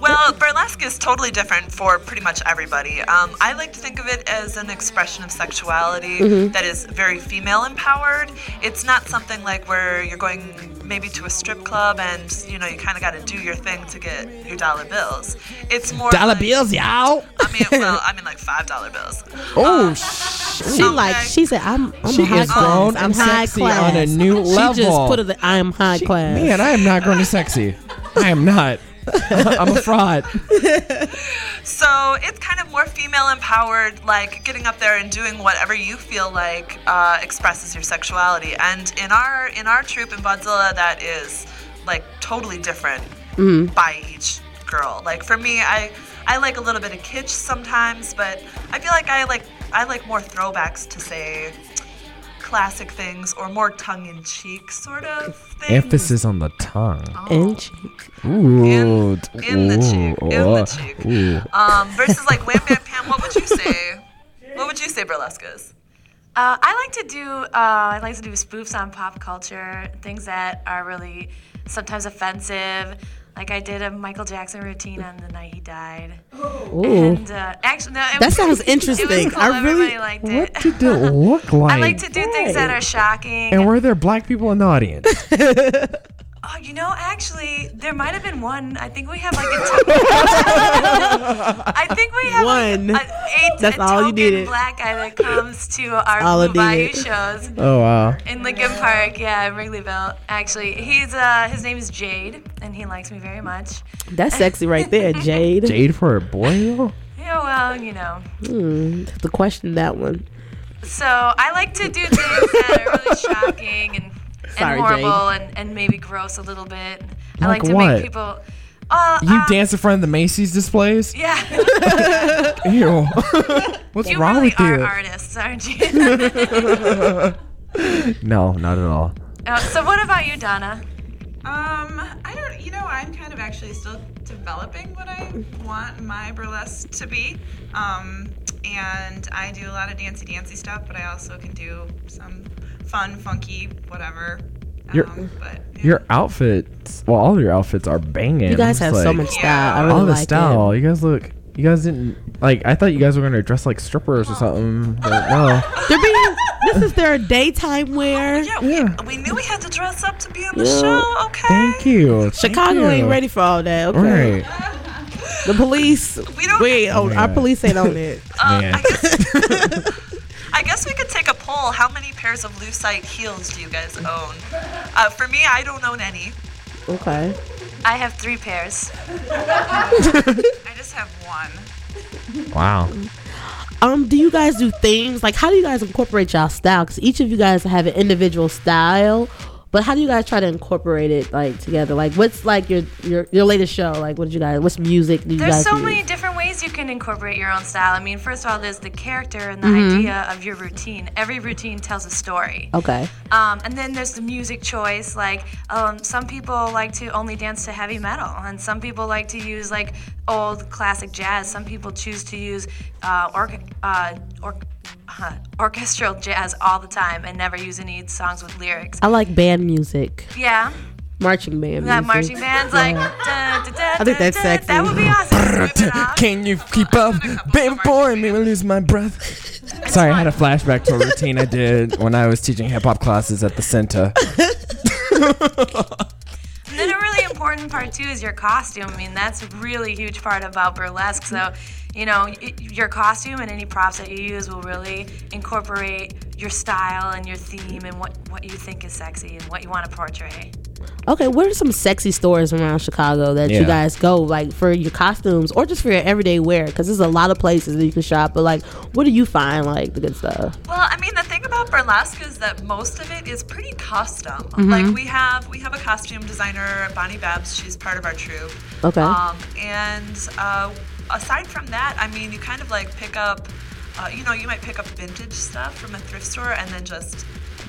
Speaker 8: Well, burlesque is totally different for pretty much everybody. Um, I like to think of it as an expression of sexuality
Speaker 2: Mm-hmm.
Speaker 8: that is very female empowered. It's not something like where you're going maybe to a strip club and you know you kind of got to do your thing to get your dollar bills. It's more
Speaker 2: Dollar
Speaker 8: like-
Speaker 2: bills, y'all.
Speaker 8: I mean, well, I mean like five dollar bills.
Speaker 2: Oh, sh-
Speaker 3: She like she said, I'm I'm
Speaker 2: She
Speaker 3: high
Speaker 2: is
Speaker 3: class.
Speaker 2: grown
Speaker 3: I'm
Speaker 2: and
Speaker 3: high
Speaker 2: sexy
Speaker 3: class.
Speaker 2: on a new
Speaker 3: she
Speaker 2: level.
Speaker 3: just put it. the I am high class.
Speaker 2: man, I am not grown and sexy. I am not. I'm a fraud.
Speaker 8: So it's kind of more female empowered, like getting up there and doing whatever you feel like uh, expresses your sexuality. And in our in our troupe in Godzilla, that is like totally different by each girl. Like for me, I I like a little bit of kitsch sometimes, but I feel like I like I like more throwbacks to say classic things or more tongue in cheek sort of things.
Speaker 2: Emphasis on the tongue.
Speaker 3: And she-
Speaker 2: Ooh,
Speaker 8: in, in the cheek,
Speaker 2: ooh,
Speaker 8: in the
Speaker 2: ooh,
Speaker 8: cheek.
Speaker 2: ooh.
Speaker 8: Um, versus like Wham Bam Pam, what would you say? What would you say burlesque is?
Speaker 6: Uh, I like to do uh, I like to do spoofs on pop culture, things that are really sometimes offensive. Like I did a Michael Jackson routine on the night he died.
Speaker 3: Ooh.
Speaker 6: And uh, actually, no, it
Speaker 3: That
Speaker 6: was-
Speaker 3: sounds
Speaker 6: It
Speaker 3: interesting.
Speaker 6: was cool.
Speaker 3: I really-
Speaker 6: Everybody liked it.
Speaker 2: What did it look like?
Speaker 6: I like to do things that are shocking.
Speaker 2: And were there black people in the audience?
Speaker 6: Oh, you know, actually, there might have been one. I think we have like a. To- I think we have
Speaker 3: One.
Speaker 6: Like a, a,
Speaker 3: That's
Speaker 6: a
Speaker 3: all you
Speaker 6: token
Speaker 3: needed.
Speaker 6: Black guy that comes to our
Speaker 3: all I
Speaker 6: Blue Bayou
Speaker 3: needed.
Speaker 6: shows
Speaker 2: Oh wow.
Speaker 6: in Lincoln Park. Yeah, in Wrigleyville. Actually, he's uh, his name is Jade, and he likes me very much.
Speaker 3: That's sexy right there, Jade.
Speaker 2: Jade for a boy?
Speaker 6: Yeah, well, you know.
Speaker 3: Have to question that one.
Speaker 6: So I like to do things that are really shocking and,
Speaker 3: Sorry,
Speaker 6: and horrible and, and maybe gross a little bit. I
Speaker 2: Like
Speaker 6: like to
Speaker 2: what?
Speaker 6: make people. Uh,
Speaker 2: You
Speaker 6: uh,
Speaker 2: dance in front of the Macy's displays?
Speaker 6: Yeah.
Speaker 2: Ew. What's
Speaker 6: You
Speaker 2: wrong
Speaker 6: really
Speaker 2: with
Speaker 6: are
Speaker 2: you?
Speaker 6: artists, aren't you?
Speaker 2: No, not at all.
Speaker 6: Uh, so what about you, Donna?
Speaker 9: Um, I don't, you know, I'm kind of actually still developing what I want my burlesque to be. Um, and I do a lot of dancey dancey stuff, but I also can do some fun, funky, whatever.
Speaker 2: You're-
Speaker 9: Um, but yeah.
Speaker 2: Your outfits, well, all of your outfits are banging.
Speaker 3: You guys
Speaker 2: It's
Speaker 3: have so
Speaker 2: like-
Speaker 3: much style. I
Speaker 2: all
Speaker 3: really
Speaker 2: the
Speaker 3: like
Speaker 2: style.
Speaker 3: it.
Speaker 2: You guys look. You guys didn't like. I thought you guys were gonna dress like strippers or something. But no.
Speaker 3: They're being. This is their daytime wear.
Speaker 8: Yeah, we,
Speaker 2: Yeah.
Speaker 8: we knew we had to dress up to be on the show. Okay.
Speaker 2: Thank you. Thank
Speaker 3: Chicago
Speaker 2: you.
Speaker 3: ain't ready for all that. Okay.
Speaker 2: All right.
Speaker 3: The police.
Speaker 8: We don't.
Speaker 3: Wait, oh,
Speaker 2: Yeah.
Speaker 3: our police ain't on it.
Speaker 8: uh,
Speaker 2: Man.
Speaker 8: I guess. I guess we could take a poll. How many pairs of lucite heels do you guys own? Uh, for me, I don't own any.
Speaker 3: Okay.
Speaker 6: I have three pairs.
Speaker 9: I just have one.
Speaker 2: Wow.
Speaker 3: Um, do you guys do things like how do you guys incorporate y'all style? Because each of you guys have an individual style, but how do you guys try to incorporate it like together? Like, what's like your your, your latest show? Like, what did you guys? What's music? Do you
Speaker 6: There's
Speaker 3: guys
Speaker 6: so
Speaker 3: use?
Speaker 6: many different ways you can incorporate your own style. I mean, first of all, there's the character and the
Speaker 2: Mm-hmm.
Speaker 6: idea of your routine. Every routine tells a story.
Speaker 3: Okay.
Speaker 6: Um, and then there's the music choice. Like um, some people like to only dance to heavy metal, and some people like to use like old classic jazz. Some people choose to use uh, orc- uh, or- huh, orchestral jazz all the time and never use any songs with lyrics.
Speaker 3: I like band music,
Speaker 6: Yeah,
Speaker 3: marching band.
Speaker 6: that
Speaker 3: music.
Speaker 6: marching band's like. Da, da, da,
Speaker 3: I think that's sexy.
Speaker 6: That would be awesome. Whip it off.
Speaker 2: Can you keep up? Been boring, me lose my breath. Sorry, I had a flashback to a routine I did when I was teaching hip hop classes at the center.
Speaker 6: And then a really important part too is your costume. I mean, that's a really huge part about burlesque. So, you know, y- your costume and any props that you use will really incorporate your style and your theme and what, what you think is sexy and what you want to portray.
Speaker 3: Okay, what are some sexy stores around Chicago that
Speaker 2: Yeah.
Speaker 3: you guys go like for your costumes or just for your everyday wear? Because there's a lot of places that you can shop, but like, what do you find like the good stuff?
Speaker 8: Well, I mean, the thing about burlesque is that most of it is pretty custom.
Speaker 3: Mm-hmm.
Speaker 8: Like we have we have a costume designer, Bonnie Babs. She's part of our troupe.
Speaker 3: Okay.
Speaker 8: Um, and uh, aside from that, I mean, you kind of like pick up. Uh, you know, you might pick up vintage stuff from a thrift store and then just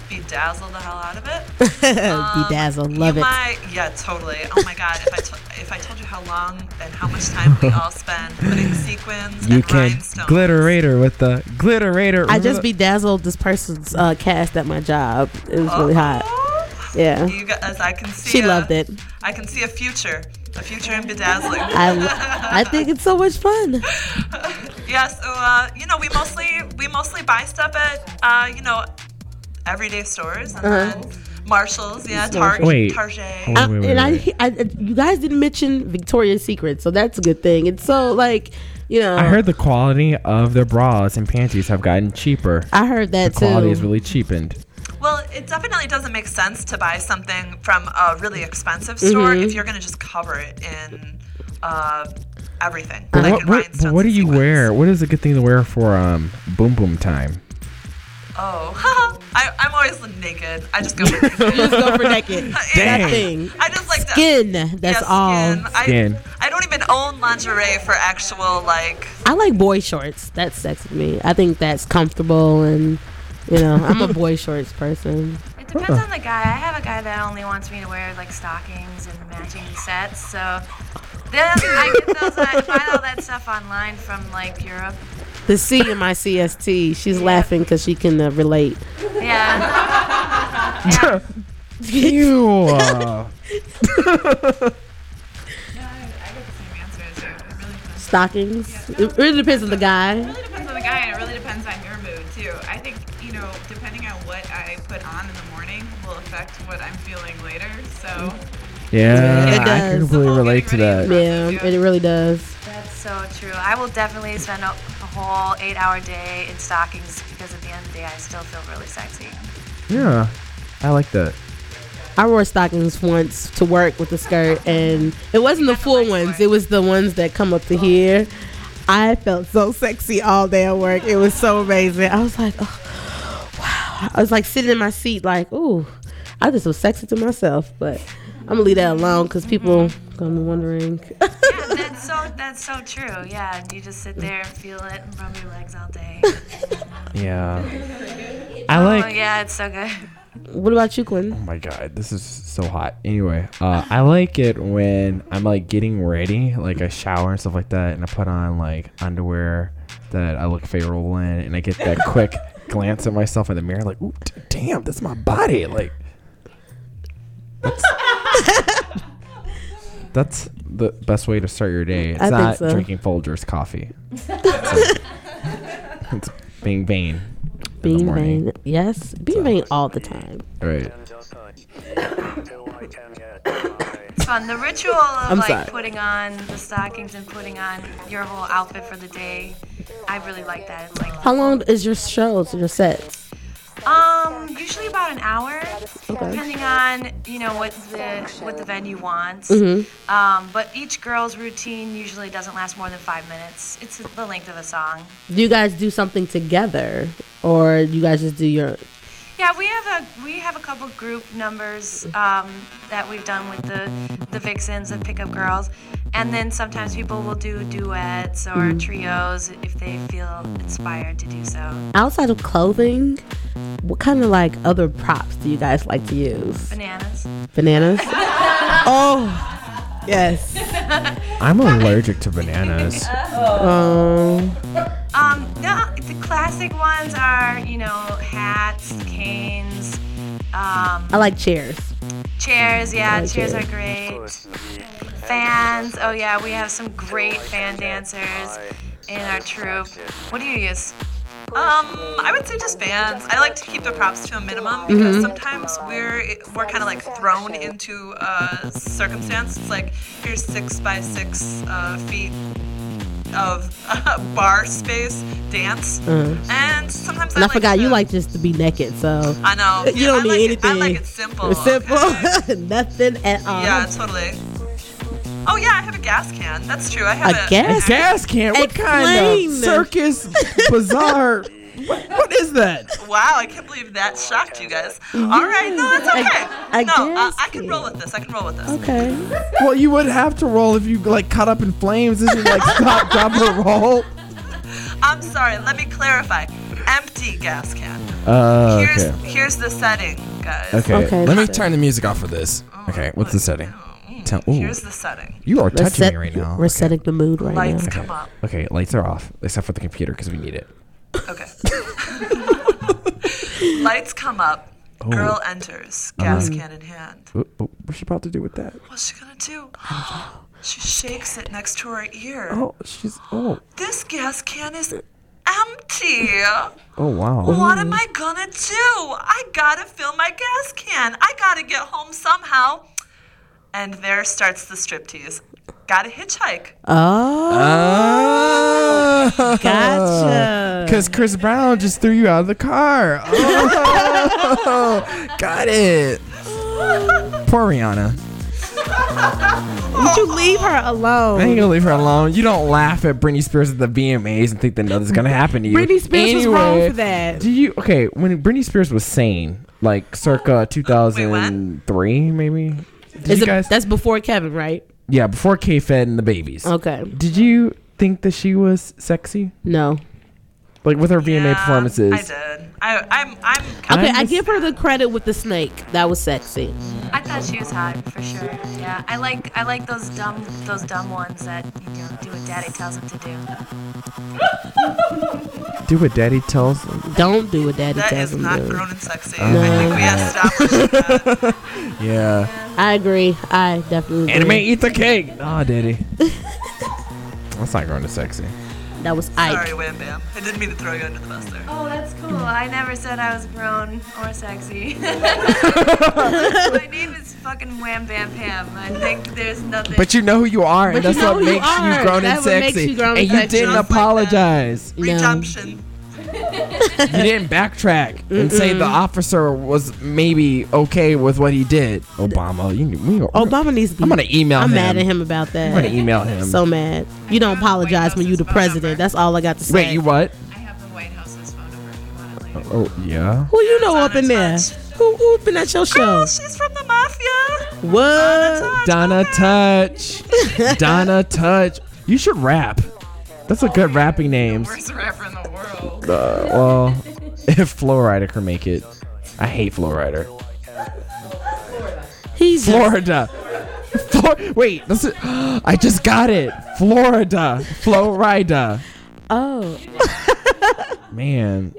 Speaker 8: bedazzle the hell out of it.
Speaker 3: Bedazzle, love
Speaker 8: Um,
Speaker 3: it.
Speaker 8: you might, yeah, totally. Oh my God, if I to- if I told you how long and how much time we all spend putting sequins
Speaker 2: You
Speaker 8: and
Speaker 2: can
Speaker 8: rhinestones.
Speaker 2: glitterator with the glitterator.
Speaker 3: I
Speaker 2: Remember
Speaker 3: just
Speaker 2: the-
Speaker 3: bedazzled this person's uh, cast at my job. It was really hot.
Speaker 8: Oh.
Speaker 3: Yeah.
Speaker 8: You guys, I can see.
Speaker 3: She
Speaker 8: a-
Speaker 3: loved it.
Speaker 8: I can see a future. The future in bedazzling.
Speaker 3: I, I think it's so much fun.
Speaker 8: Yeah, so uh, you know, we mostly we mostly buy stuff at uh, you know everyday stores and
Speaker 3: Uh-huh.
Speaker 8: then Marshalls, yeah, Target,
Speaker 2: Wait.
Speaker 8: Target.
Speaker 2: Wait, wait, wait,
Speaker 3: and I,
Speaker 2: wait.
Speaker 3: I, you guys didn't mention Victoria's Secret, so that's a good thing. It's so like, you know,
Speaker 2: I heard the quality of their bras and panties have gotten cheaper.
Speaker 3: I heard
Speaker 2: The
Speaker 3: that
Speaker 2: quality
Speaker 3: too.
Speaker 2: is really cheapened.
Speaker 8: Well, it definitely doesn't make sense to buy something from a really expensive store if
Speaker 3: Mm-hmm.
Speaker 8: you're gonna just cover it in uh, everything.
Speaker 2: But
Speaker 8: like
Speaker 2: what,
Speaker 8: in
Speaker 2: what,
Speaker 8: rhinestones
Speaker 2: but what do
Speaker 8: and
Speaker 2: you
Speaker 8: sequins.
Speaker 2: wear? What is a good thing to wear for um boom boom time?
Speaker 8: Oh, I, I'm always naked. I just go. For naked.
Speaker 3: Just go for naked.
Speaker 8: Yeah.
Speaker 2: Dang.
Speaker 3: Thing.
Speaker 8: I just like to-
Speaker 3: Skin.
Speaker 8: Yeah,
Speaker 3: That's all.
Speaker 8: skin. I-
Speaker 2: Skin.
Speaker 8: I, don't even own lingerie for actual like.
Speaker 3: I like boy shorts. That's sexy to me. I think that's comfortable and. You know, I'm a boy shorts person.
Speaker 6: It depends on the guy. I have a guy that only wants me to wear like stockings and matching sets. So then I get those. I find all that stuff online from like Europe.
Speaker 3: The C in my CST, she's laughing because she can uh, relate.
Speaker 6: Yeah.
Speaker 2: Ew. uh,
Speaker 3: Stockings. It really depends on the guy.
Speaker 8: It depends on the guy, and it really depends on your mood too. I think you know, depending on what I put on in the morning, will affect what I'm feeling later. So
Speaker 2: yeah,
Speaker 3: It
Speaker 2: I can
Speaker 3: does.
Speaker 2: completely relate to that.
Speaker 3: Yeah, it really does.
Speaker 6: That's so true. I will definitely spend a, a whole eight hour day in stockings because at the end of the day, I still feel really sexy.
Speaker 2: Yeah, I like that.
Speaker 3: I wore stockings once to work with the skirt, and it wasn't the full ones. It was the ones that come up to here. I felt so sexy all day at work. It was so amazing. I was like, oh, wow. I was like sitting in my seat, like, ooh, I just was sexy to myself. But I'm gonna leave that alone because people gonna be wondering.
Speaker 6: Yeah, that's so that's so true. Yeah, and you just sit there and feel it and rub your legs all day.
Speaker 2: Yeah, I
Speaker 6: Oh
Speaker 2: like.
Speaker 6: yeah, it's so good.
Speaker 3: what about you, Quinn?
Speaker 2: Oh my god, this is so hot. Anyway, uh, I like it when I'm like getting ready, like I shower and stuff like that, and I put on like underwear that I look favorable in, and I get that quick glance at myself in the mirror, like, ooh, d- damn, that's my body. Like, that's, that's the best way to start your day. It's
Speaker 3: I think
Speaker 2: not
Speaker 3: so.
Speaker 2: drinking Folgers coffee. it's, it's being vain. in the
Speaker 3: Being
Speaker 2: morning.
Speaker 3: vain. Yes, being vain all the time.
Speaker 2: Right.
Speaker 6: It's fun. The ritual of like
Speaker 3: sorry.
Speaker 6: putting on the stockings and putting on your whole outfit for the day. I really like that. It's like
Speaker 3: How long is your shows, your sets?
Speaker 6: Um, usually about an hour, depending on you know what the what the venue wants. Um, but each girl's routine usually doesn't last more than five minutes. It's the length of a song.
Speaker 3: Do you guys do something together, or you guys just do your
Speaker 6: Yeah, we have a we have a couple group numbers um, that we've done with the the Vixens and Pickup Girls, and then sometimes people will do duets or trios if they feel inspired to do so.
Speaker 3: outside of clothing what kind of like other props do you guys like to use
Speaker 6: Bananas.
Speaker 3: bananas oh yes
Speaker 2: I'm allergic to bananas.
Speaker 3: um
Speaker 6: Um, no, the classic ones are you know hats, canes. Um,
Speaker 3: i like chairs
Speaker 6: Chairs, yeah, chairs are great. Fans, oh yeah, we have some great fan dancers in our troupe. What do you use?
Speaker 8: Um, I would say just fans. I like to keep the props to a minimum
Speaker 3: Mm-hmm.
Speaker 8: because sometimes we're we're kind of like thrown into a circumstance. It's like here's six by six uh, feet of uh, bar space dance, and sometimes
Speaker 3: Mm. and
Speaker 8: I,
Speaker 3: i forgot you
Speaker 8: to-
Speaker 3: like just to be naked so
Speaker 8: I know
Speaker 3: you don't
Speaker 8: I like
Speaker 3: need
Speaker 8: it- I
Speaker 3: anything
Speaker 8: like it simple.
Speaker 3: It's simple nothing at all
Speaker 8: Yeah, totally. Oh yeah, I have a gas can. That's true. I have
Speaker 3: A gas?
Speaker 2: gas can? What kind
Speaker 3: Explain.
Speaker 2: of circus bazaar? what, what is that?
Speaker 8: Wow, I can't believe that shocked you guys. All right, no, that's okay.
Speaker 3: a
Speaker 8: no, uh,
Speaker 3: gas
Speaker 8: I can roll with this. I can roll with this.
Speaker 3: okay
Speaker 2: Well, you would have to roll if you like caught up in flames. This is like stop, drop, or roll.
Speaker 8: I'm sorry. Let me clarify. Empty gas can.
Speaker 2: Uh,
Speaker 8: Here's here's the setting, guys.
Speaker 3: Okay,
Speaker 2: Let me
Speaker 3: so-
Speaker 2: turn the music off for this. Okay. What's the setting? Tell. Ooh,
Speaker 8: Here's the setting.
Speaker 2: you are
Speaker 3: we're,
Speaker 2: touching
Speaker 3: set-
Speaker 2: me right now.
Speaker 3: we're
Speaker 2: Okay.
Speaker 3: setting the mood right
Speaker 8: Lights
Speaker 3: now
Speaker 8: come up.
Speaker 2: Okay. Lights are off except for the computer because we need it.
Speaker 8: Okay. Lights come up,
Speaker 2: Oh.
Speaker 8: Girl enters, gas
Speaker 2: Mm-hmm.
Speaker 8: can in hand.
Speaker 2: Wh- wh- What's she about to do with that?
Speaker 8: What's she gonna do? She shakes it next to her ear.
Speaker 2: Oh, she's oh
Speaker 8: This gas can is empty.
Speaker 2: oh wow.
Speaker 8: What am I gonna do? I gotta fill my gas can. I gotta get home somehow. And there starts the striptease. Gotta hitchhike.
Speaker 3: Oh,
Speaker 2: Ah!
Speaker 3: gotcha.
Speaker 2: Cause Chris Brown just threw you out of the car. Oh, got it. Poor Rihanna.
Speaker 3: Would you leave her alone?
Speaker 2: I ain't gonna leave her alone. You don't laugh at Britney Spears at the VMAs and think that nothing's gonna happen to you.
Speaker 3: Britney Spears was wrong for that.
Speaker 2: Do you okay? When Britney Spears was sane, like circa 2003, maybe. Did
Speaker 3: Is
Speaker 2: you
Speaker 3: it,
Speaker 2: guys?
Speaker 3: that's before Kevin, right?
Speaker 2: yeah, before K Fed and the babies.
Speaker 3: Okay.
Speaker 2: Did you think that she was sexy,
Speaker 3: No.
Speaker 2: like with her VMA
Speaker 8: Yeah,
Speaker 2: performances?
Speaker 8: I did. I, I'm. I'm.
Speaker 3: Okay,
Speaker 2: I'm
Speaker 3: I
Speaker 2: just-
Speaker 3: give her the credit with the snake. That was sexy.
Speaker 6: I thought she was hot for sure. Yeah, I like I like those dumb those dumb ones that you know do what daddy tells them to do.
Speaker 2: Do what Daddy tells.
Speaker 3: Don't do what daddy
Speaker 8: That
Speaker 3: tells
Speaker 8: is
Speaker 3: him
Speaker 8: not
Speaker 3: to. do.
Speaker 8: grown and sexy. I think we established that.
Speaker 2: Yeah.
Speaker 3: I agree. I definitely
Speaker 2: Anime
Speaker 3: agree.
Speaker 2: eat the cake. Nah, Daddy. That's not going to sexy.
Speaker 3: That was Ike.
Speaker 8: Sorry, Wham Bam. I didn't mean to throw you under the bus there.
Speaker 6: Oh, that's cool. I never said I was grown or sexy. My name is fucking Wham Bam Pam. I think there's nothing.
Speaker 2: But you know who you are, and
Speaker 3: But you
Speaker 2: that's
Speaker 3: know
Speaker 2: what
Speaker 3: who you
Speaker 2: makes
Speaker 3: are.
Speaker 2: you grown and
Speaker 3: That's what makes
Speaker 2: sexy.
Speaker 3: you grown
Speaker 2: and
Speaker 3: and
Speaker 2: you
Speaker 3: sexy.
Speaker 2: didn't
Speaker 8: Just like
Speaker 2: apologize.
Speaker 3: No.
Speaker 8: Redemption.
Speaker 2: you didn't backtrack and say the officer was maybe okay with what he did. Obama, you knew. We,
Speaker 3: Oh, Obama needs to be.
Speaker 2: I'm gonna email
Speaker 3: I'm
Speaker 2: him.
Speaker 3: mad at him about that.
Speaker 2: I'm gonna email him.
Speaker 3: So mad. You don't apologize when you the president. That's all I got to say.
Speaker 2: Wait, you what?
Speaker 9: I have the White House's phone number if you want it later.
Speaker 2: Oh yeah.
Speaker 3: who you know
Speaker 8: Donna
Speaker 3: up in there?
Speaker 8: Touch.
Speaker 3: Who, who been at your show?
Speaker 8: Girl, she's from the mafia.
Speaker 3: What?
Speaker 2: Donna Touch. Donna Touch. You should rap. That's a good rapping name.
Speaker 9: Worst rapper in the world.
Speaker 2: Uh, well, if Flowrider can make it, I hate Flowrider.
Speaker 3: He's just,
Speaker 2: Florida. Flor- Wait, this is- I just got it. Florida. Florida.
Speaker 3: oh.
Speaker 2: Man,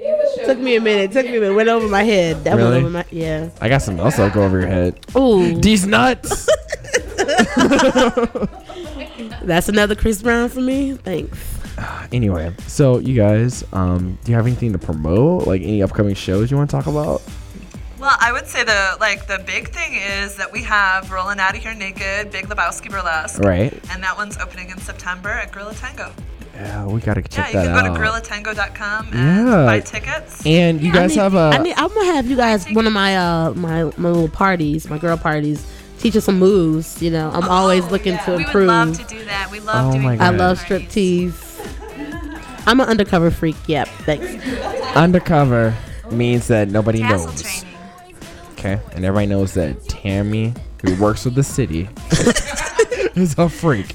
Speaker 3: Took me a minute. Took me a minute. Went over my head. That
Speaker 2: Really?
Speaker 3: went over my yeah.
Speaker 2: I got something else that'll go over your head.
Speaker 3: Ooh,
Speaker 2: These nuts.
Speaker 3: that's another Chris Brown for me. Thanks.
Speaker 2: anyway, so you guys, um, do you have anything to promote? Like any upcoming shows you want to talk about?
Speaker 8: Well, I would say the like the big thing is that we have Rolling Out of Here Naked, Big Lebowski Burlesque.
Speaker 2: Right.
Speaker 8: And that one's opening in September at Gorilla Tango.
Speaker 2: Yeah, we gotta check
Speaker 8: yeah, you
Speaker 2: that
Speaker 8: can go
Speaker 2: out.
Speaker 8: to gorillatango.com and
Speaker 2: Yeah.
Speaker 8: buy tickets.
Speaker 2: and you guys
Speaker 3: I need-
Speaker 2: have a.
Speaker 3: I need, I'm gonna have you guys one of my uh my my little parties, my girl parties. Teach us some moves. You know, I'm always looking to
Speaker 6: Oh, we would
Speaker 3: improve.
Speaker 6: love to do that. We love
Speaker 2: Oh
Speaker 6: doing
Speaker 2: my
Speaker 6: that.
Speaker 3: I
Speaker 2: Yeah.
Speaker 3: love strip tease. I'm an undercover freak. Yep, thanks.
Speaker 2: undercover means that nobody
Speaker 6: Castle
Speaker 2: knows.
Speaker 6: training.
Speaker 2: Okay, and everybody knows that Tammy, who works with the city, is a freak.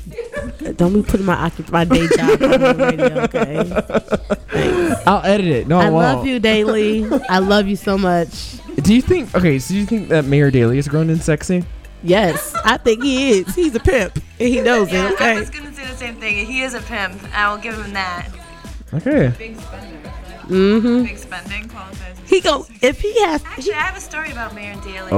Speaker 3: Don't be putting my occup- my day job on the radio.
Speaker 2: Oh,
Speaker 3: Okay.
Speaker 2: I'll edit it. No, I,
Speaker 3: I
Speaker 2: won't.
Speaker 3: love you, Daily. I love you so much.
Speaker 2: Do you think? Okay, so you think that Mayor Daley is grown and sexy?
Speaker 3: Yes, I think he is. He's a pimp, and he knows
Speaker 6: Yeah,
Speaker 3: it.
Speaker 6: I
Speaker 3: Okay.
Speaker 6: was gonna say the same thing. He is a pimp. I will give him that.
Speaker 2: Okay.
Speaker 9: Big spender.
Speaker 3: Mm-hmm.
Speaker 9: Big spending qualifies.
Speaker 3: He go if he has.
Speaker 6: Actually, I have a story about Mayor Daly.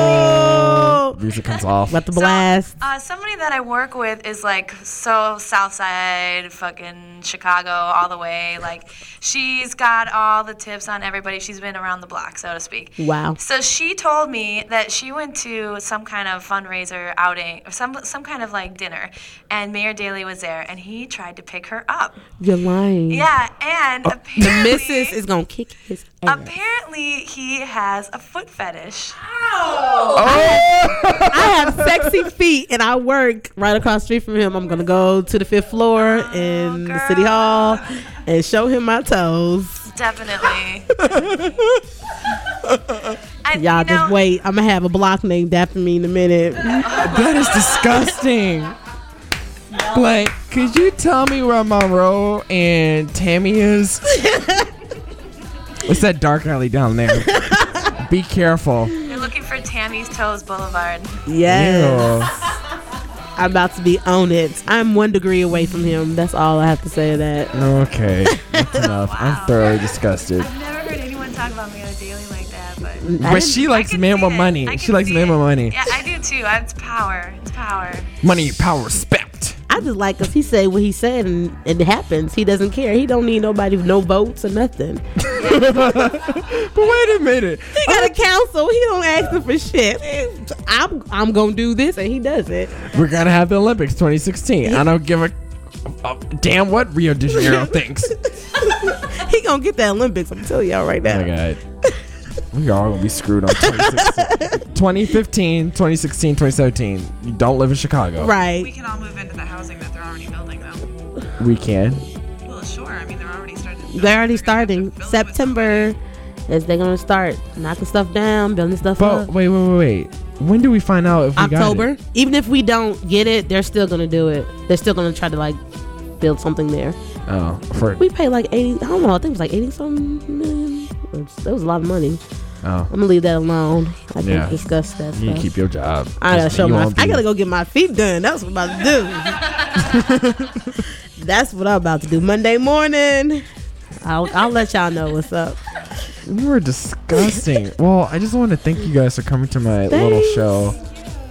Speaker 2: Oh. Music Oh. comes off.
Speaker 3: Let the blast.
Speaker 6: Uh, somebody that I work with is like so South Side, fucking Chicago, all the way. Like, she's got all the tips on everybody. She's been around the block, so to speak.
Speaker 3: Wow.
Speaker 6: So she told me that she went to some kind of fundraiser outing, or some some kind of like dinner, and Mayor Daley was there, and he tried to pick her up.
Speaker 3: You're lying.
Speaker 6: Yeah, and
Speaker 3: Oh, The
Speaker 6: apparently,
Speaker 3: missus is gonna kick his ass.
Speaker 6: apparently he has a foot fetish.
Speaker 2: Ah!
Speaker 3: I have sexy feet and I work right across the street from him. I'm gonna go to the fifth floor
Speaker 6: Oh,
Speaker 3: in the city hall and show him my toes.
Speaker 6: Definitely. and,
Speaker 3: Y'all
Speaker 6: you know,
Speaker 3: just wait. I'm gonna have a block named after me in a minute.
Speaker 2: That is disgusting. Like, could you tell me where Monroe and Tammy is? What's that dark alley down there? Be careful.
Speaker 6: You're looking for Tammy's Toes Boulevard.
Speaker 3: Yes.
Speaker 2: Ew.
Speaker 3: I'm about to be on it. I'm one degree away from him. That's all I have to say to that.
Speaker 2: Okay, that's enough. I'm thoroughly disgusted.
Speaker 6: Never heard anyone talk about me on a daily like that, but
Speaker 2: But she likes
Speaker 6: can
Speaker 2: man
Speaker 6: see
Speaker 2: with
Speaker 6: it. I
Speaker 2: money. She
Speaker 6: can
Speaker 2: likes
Speaker 6: see
Speaker 2: man
Speaker 6: it.
Speaker 2: with money.
Speaker 6: yeah, I do too. It's power. It's power.
Speaker 2: Money, power, respect.
Speaker 3: I just like us. He said what he said, and it happens. He doesn't care. He don't need nobody, with no votes or nothing.
Speaker 2: But wait a minute.
Speaker 3: He got a council. He don't ask him for shit. I'm I'm gonna do this, and he does it.
Speaker 2: We're gonna have the Olympics 2016. I don't give a, a damn what Rio de Janeiro thinks.
Speaker 3: He gonna get that Olympics. I'm telling y'all right now.
Speaker 2: Oh my god. We are all gonna be screwed on 2016. 2015, 2016, 2017. You don't live in Chicago.
Speaker 3: Right.
Speaker 9: We can all move into the housing that they're already building, though.
Speaker 2: We can.
Speaker 9: Well, sure. I mean, they're already starting. to build
Speaker 3: They're
Speaker 9: it.
Speaker 3: already
Speaker 9: gonna have to fill
Speaker 3: starting
Speaker 9: it with
Speaker 3: September. Is they gonna start knocking stuff down, building stuff
Speaker 2: But
Speaker 3: up?
Speaker 2: wait, wait, wait, wait. When do we find out if we
Speaker 3: Uh, October.
Speaker 2: got
Speaker 3: Even if we don't get it, they're still gonna do it. They're still gonna try to like build something there.
Speaker 2: it? Oh, for
Speaker 3: We paid like eighty. I don't know. I think it was like eighty something million. It was a lot of money.
Speaker 2: oh,
Speaker 3: I'm gonna leave that alone. I
Speaker 2: Yeah.
Speaker 3: can't discuss that
Speaker 2: you
Speaker 3: stuff.
Speaker 2: keep your job.
Speaker 3: I gotta show
Speaker 2: You
Speaker 3: my.
Speaker 2: won't be-
Speaker 3: I gotta go get my feet done. That's what I'm about to do. That's what I'm about to do Monday morning. I'll, I'll let y'all know what's up.
Speaker 2: We were disgusting. well, I just want to thank you guys for coming to my little
Speaker 3: Thanks.
Speaker 2: show.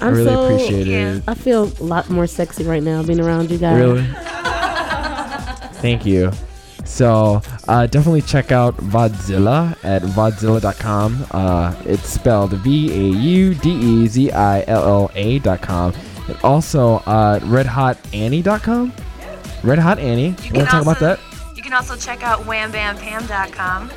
Speaker 2: i
Speaker 3: I'm
Speaker 2: really
Speaker 3: so,
Speaker 2: appreciate it.
Speaker 3: I feel a lot more sexy right now being around you guys.
Speaker 2: Really? Thank you. So uh, definitely check out Vodzilla at vodzilla.com. Uh, it's spelled V A U D E Z I L L A dot com. And also uh, redhotannie.com. Red Hot Annie. You
Speaker 6: can
Speaker 2: want to talk about
Speaker 6: also-
Speaker 2: that?
Speaker 6: You can also check out whambampam.com.
Speaker 9: money.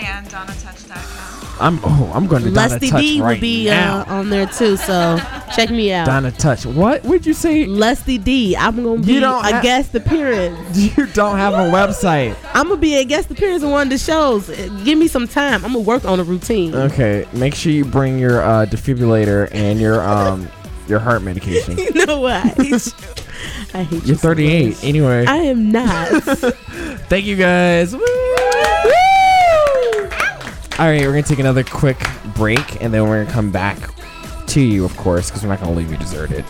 Speaker 9: And DonnaTouch.com.
Speaker 2: I'm oh, I'm going to Donna
Speaker 3: Lusty
Speaker 2: Touch
Speaker 3: D
Speaker 2: right
Speaker 3: will be
Speaker 2: now.
Speaker 3: uh, on there too, so check me out.
Speaker 2: Donna Touch. What would you say?
Speaker 3: Lusty D, I'm gonna
Speaker 2: You
Speaker 3: be
Speaker 2: don't
Speaker 3: a
Speaker 2: have-
Speaker 3: guest appearance.
Speaker 2: You don't have a website.
Speaker 3: I'm gonna be a guest appearance on one of the shows. Uh, Give me some time. I'm gonna work on a routine.
Speaker 2: Okay, make sure you bring your uh, defibrillator and your um your heart medication.
Speaker 3: you know what? I hate you. I hate you.
Speaker 2: You're 38. Anyway,
Speaker 3: I am not.
Speaker 2: thank you guys. Woo! All right, we're gonna take another quick break, and then we're gonna come back to you, of course, because we're not gonna leave you deserted.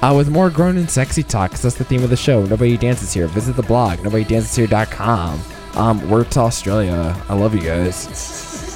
Speaker 2: Uh, with more grown and sexy talk, 'cause that's the theme of the show. Nobody dances here. Visit the blog, nobodydanceshere.com. Um, word to Australia. I love you guys.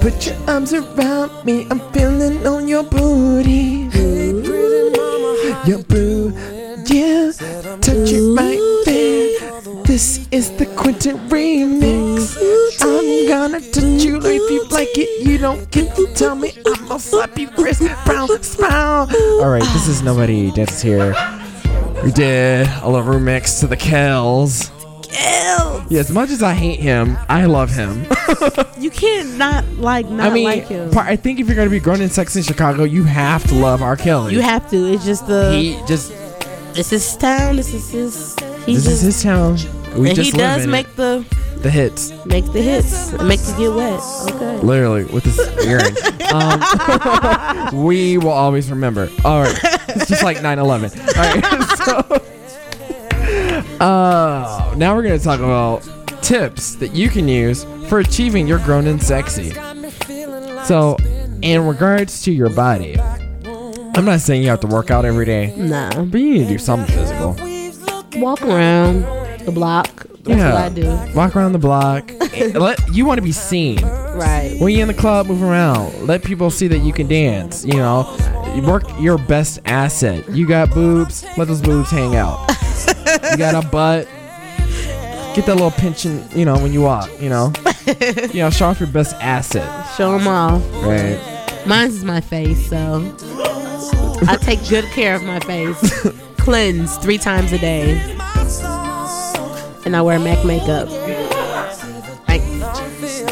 Speaker 2: Put your arms around me, I'm feeling on your booty. Your boo, yeah, touch it right there. This is the Quentin remix. I'm gonna touch you if you like it. You don't get to tell me I'm a sloppy wrist, brown smile. All right, this is nobody dances here. We did a little remix to the Kells. Kells. Yeah, as much as I hate him, I love him.
Speaker 3: you can't not like not
Speaker 2: I mean,
Speaker 3: like him.
Speaker 2: par- I think if you're gonna be grown and sexy in Chicago, you have to love R. Kelly.
Speaker 3: you have to. It's just the
Speaker 2: he just
Speaker 3: This is town. This is his. He
Speaker 2: This
Speaker 3: just,
Speaker 2: is his town. We
Speaker 3: and
Speaker 2: just
Speaker 3: he
Speaker 2: live
Speaker 3: does
Speaker 2: in
Speaker 3: make
Speaker 2: it.
Speaker 3: the
Speaker 2: the hits,
Speaker 3: make the hits. Make the get wet. Okay.
Speaker 2: literally with his earring. Um, we will always remember. All right, it's just like 9/11. All right, so uh, now we're gonna talk about tips that you can use for achieving your grown and sexy. So, in regards to your body, I'm not saying you have to work out every day,
Speaker 3: Nah.
Speaker 2: but you need to do something physical.
Speaker 3: Walk around the block. That's what I do.
Speaker 2: Walk around the block. Let you want to be seen.
Speaker 3: Right.
Speaker 2: When you're in the club, move around. Let people see that you can dance. You know, work your best asset. You got boobs. Let those boobs hang out. you got a butt. Get that little pinching. You know, when you walk. You know. you know, show off your best asset.
Speaker 3: Show them off.
Speaker 2: Right.
Speaker 3: Mine's is my face, so I take good care of my face. Cleanse three times a day, and I wear Mac makeup. Like,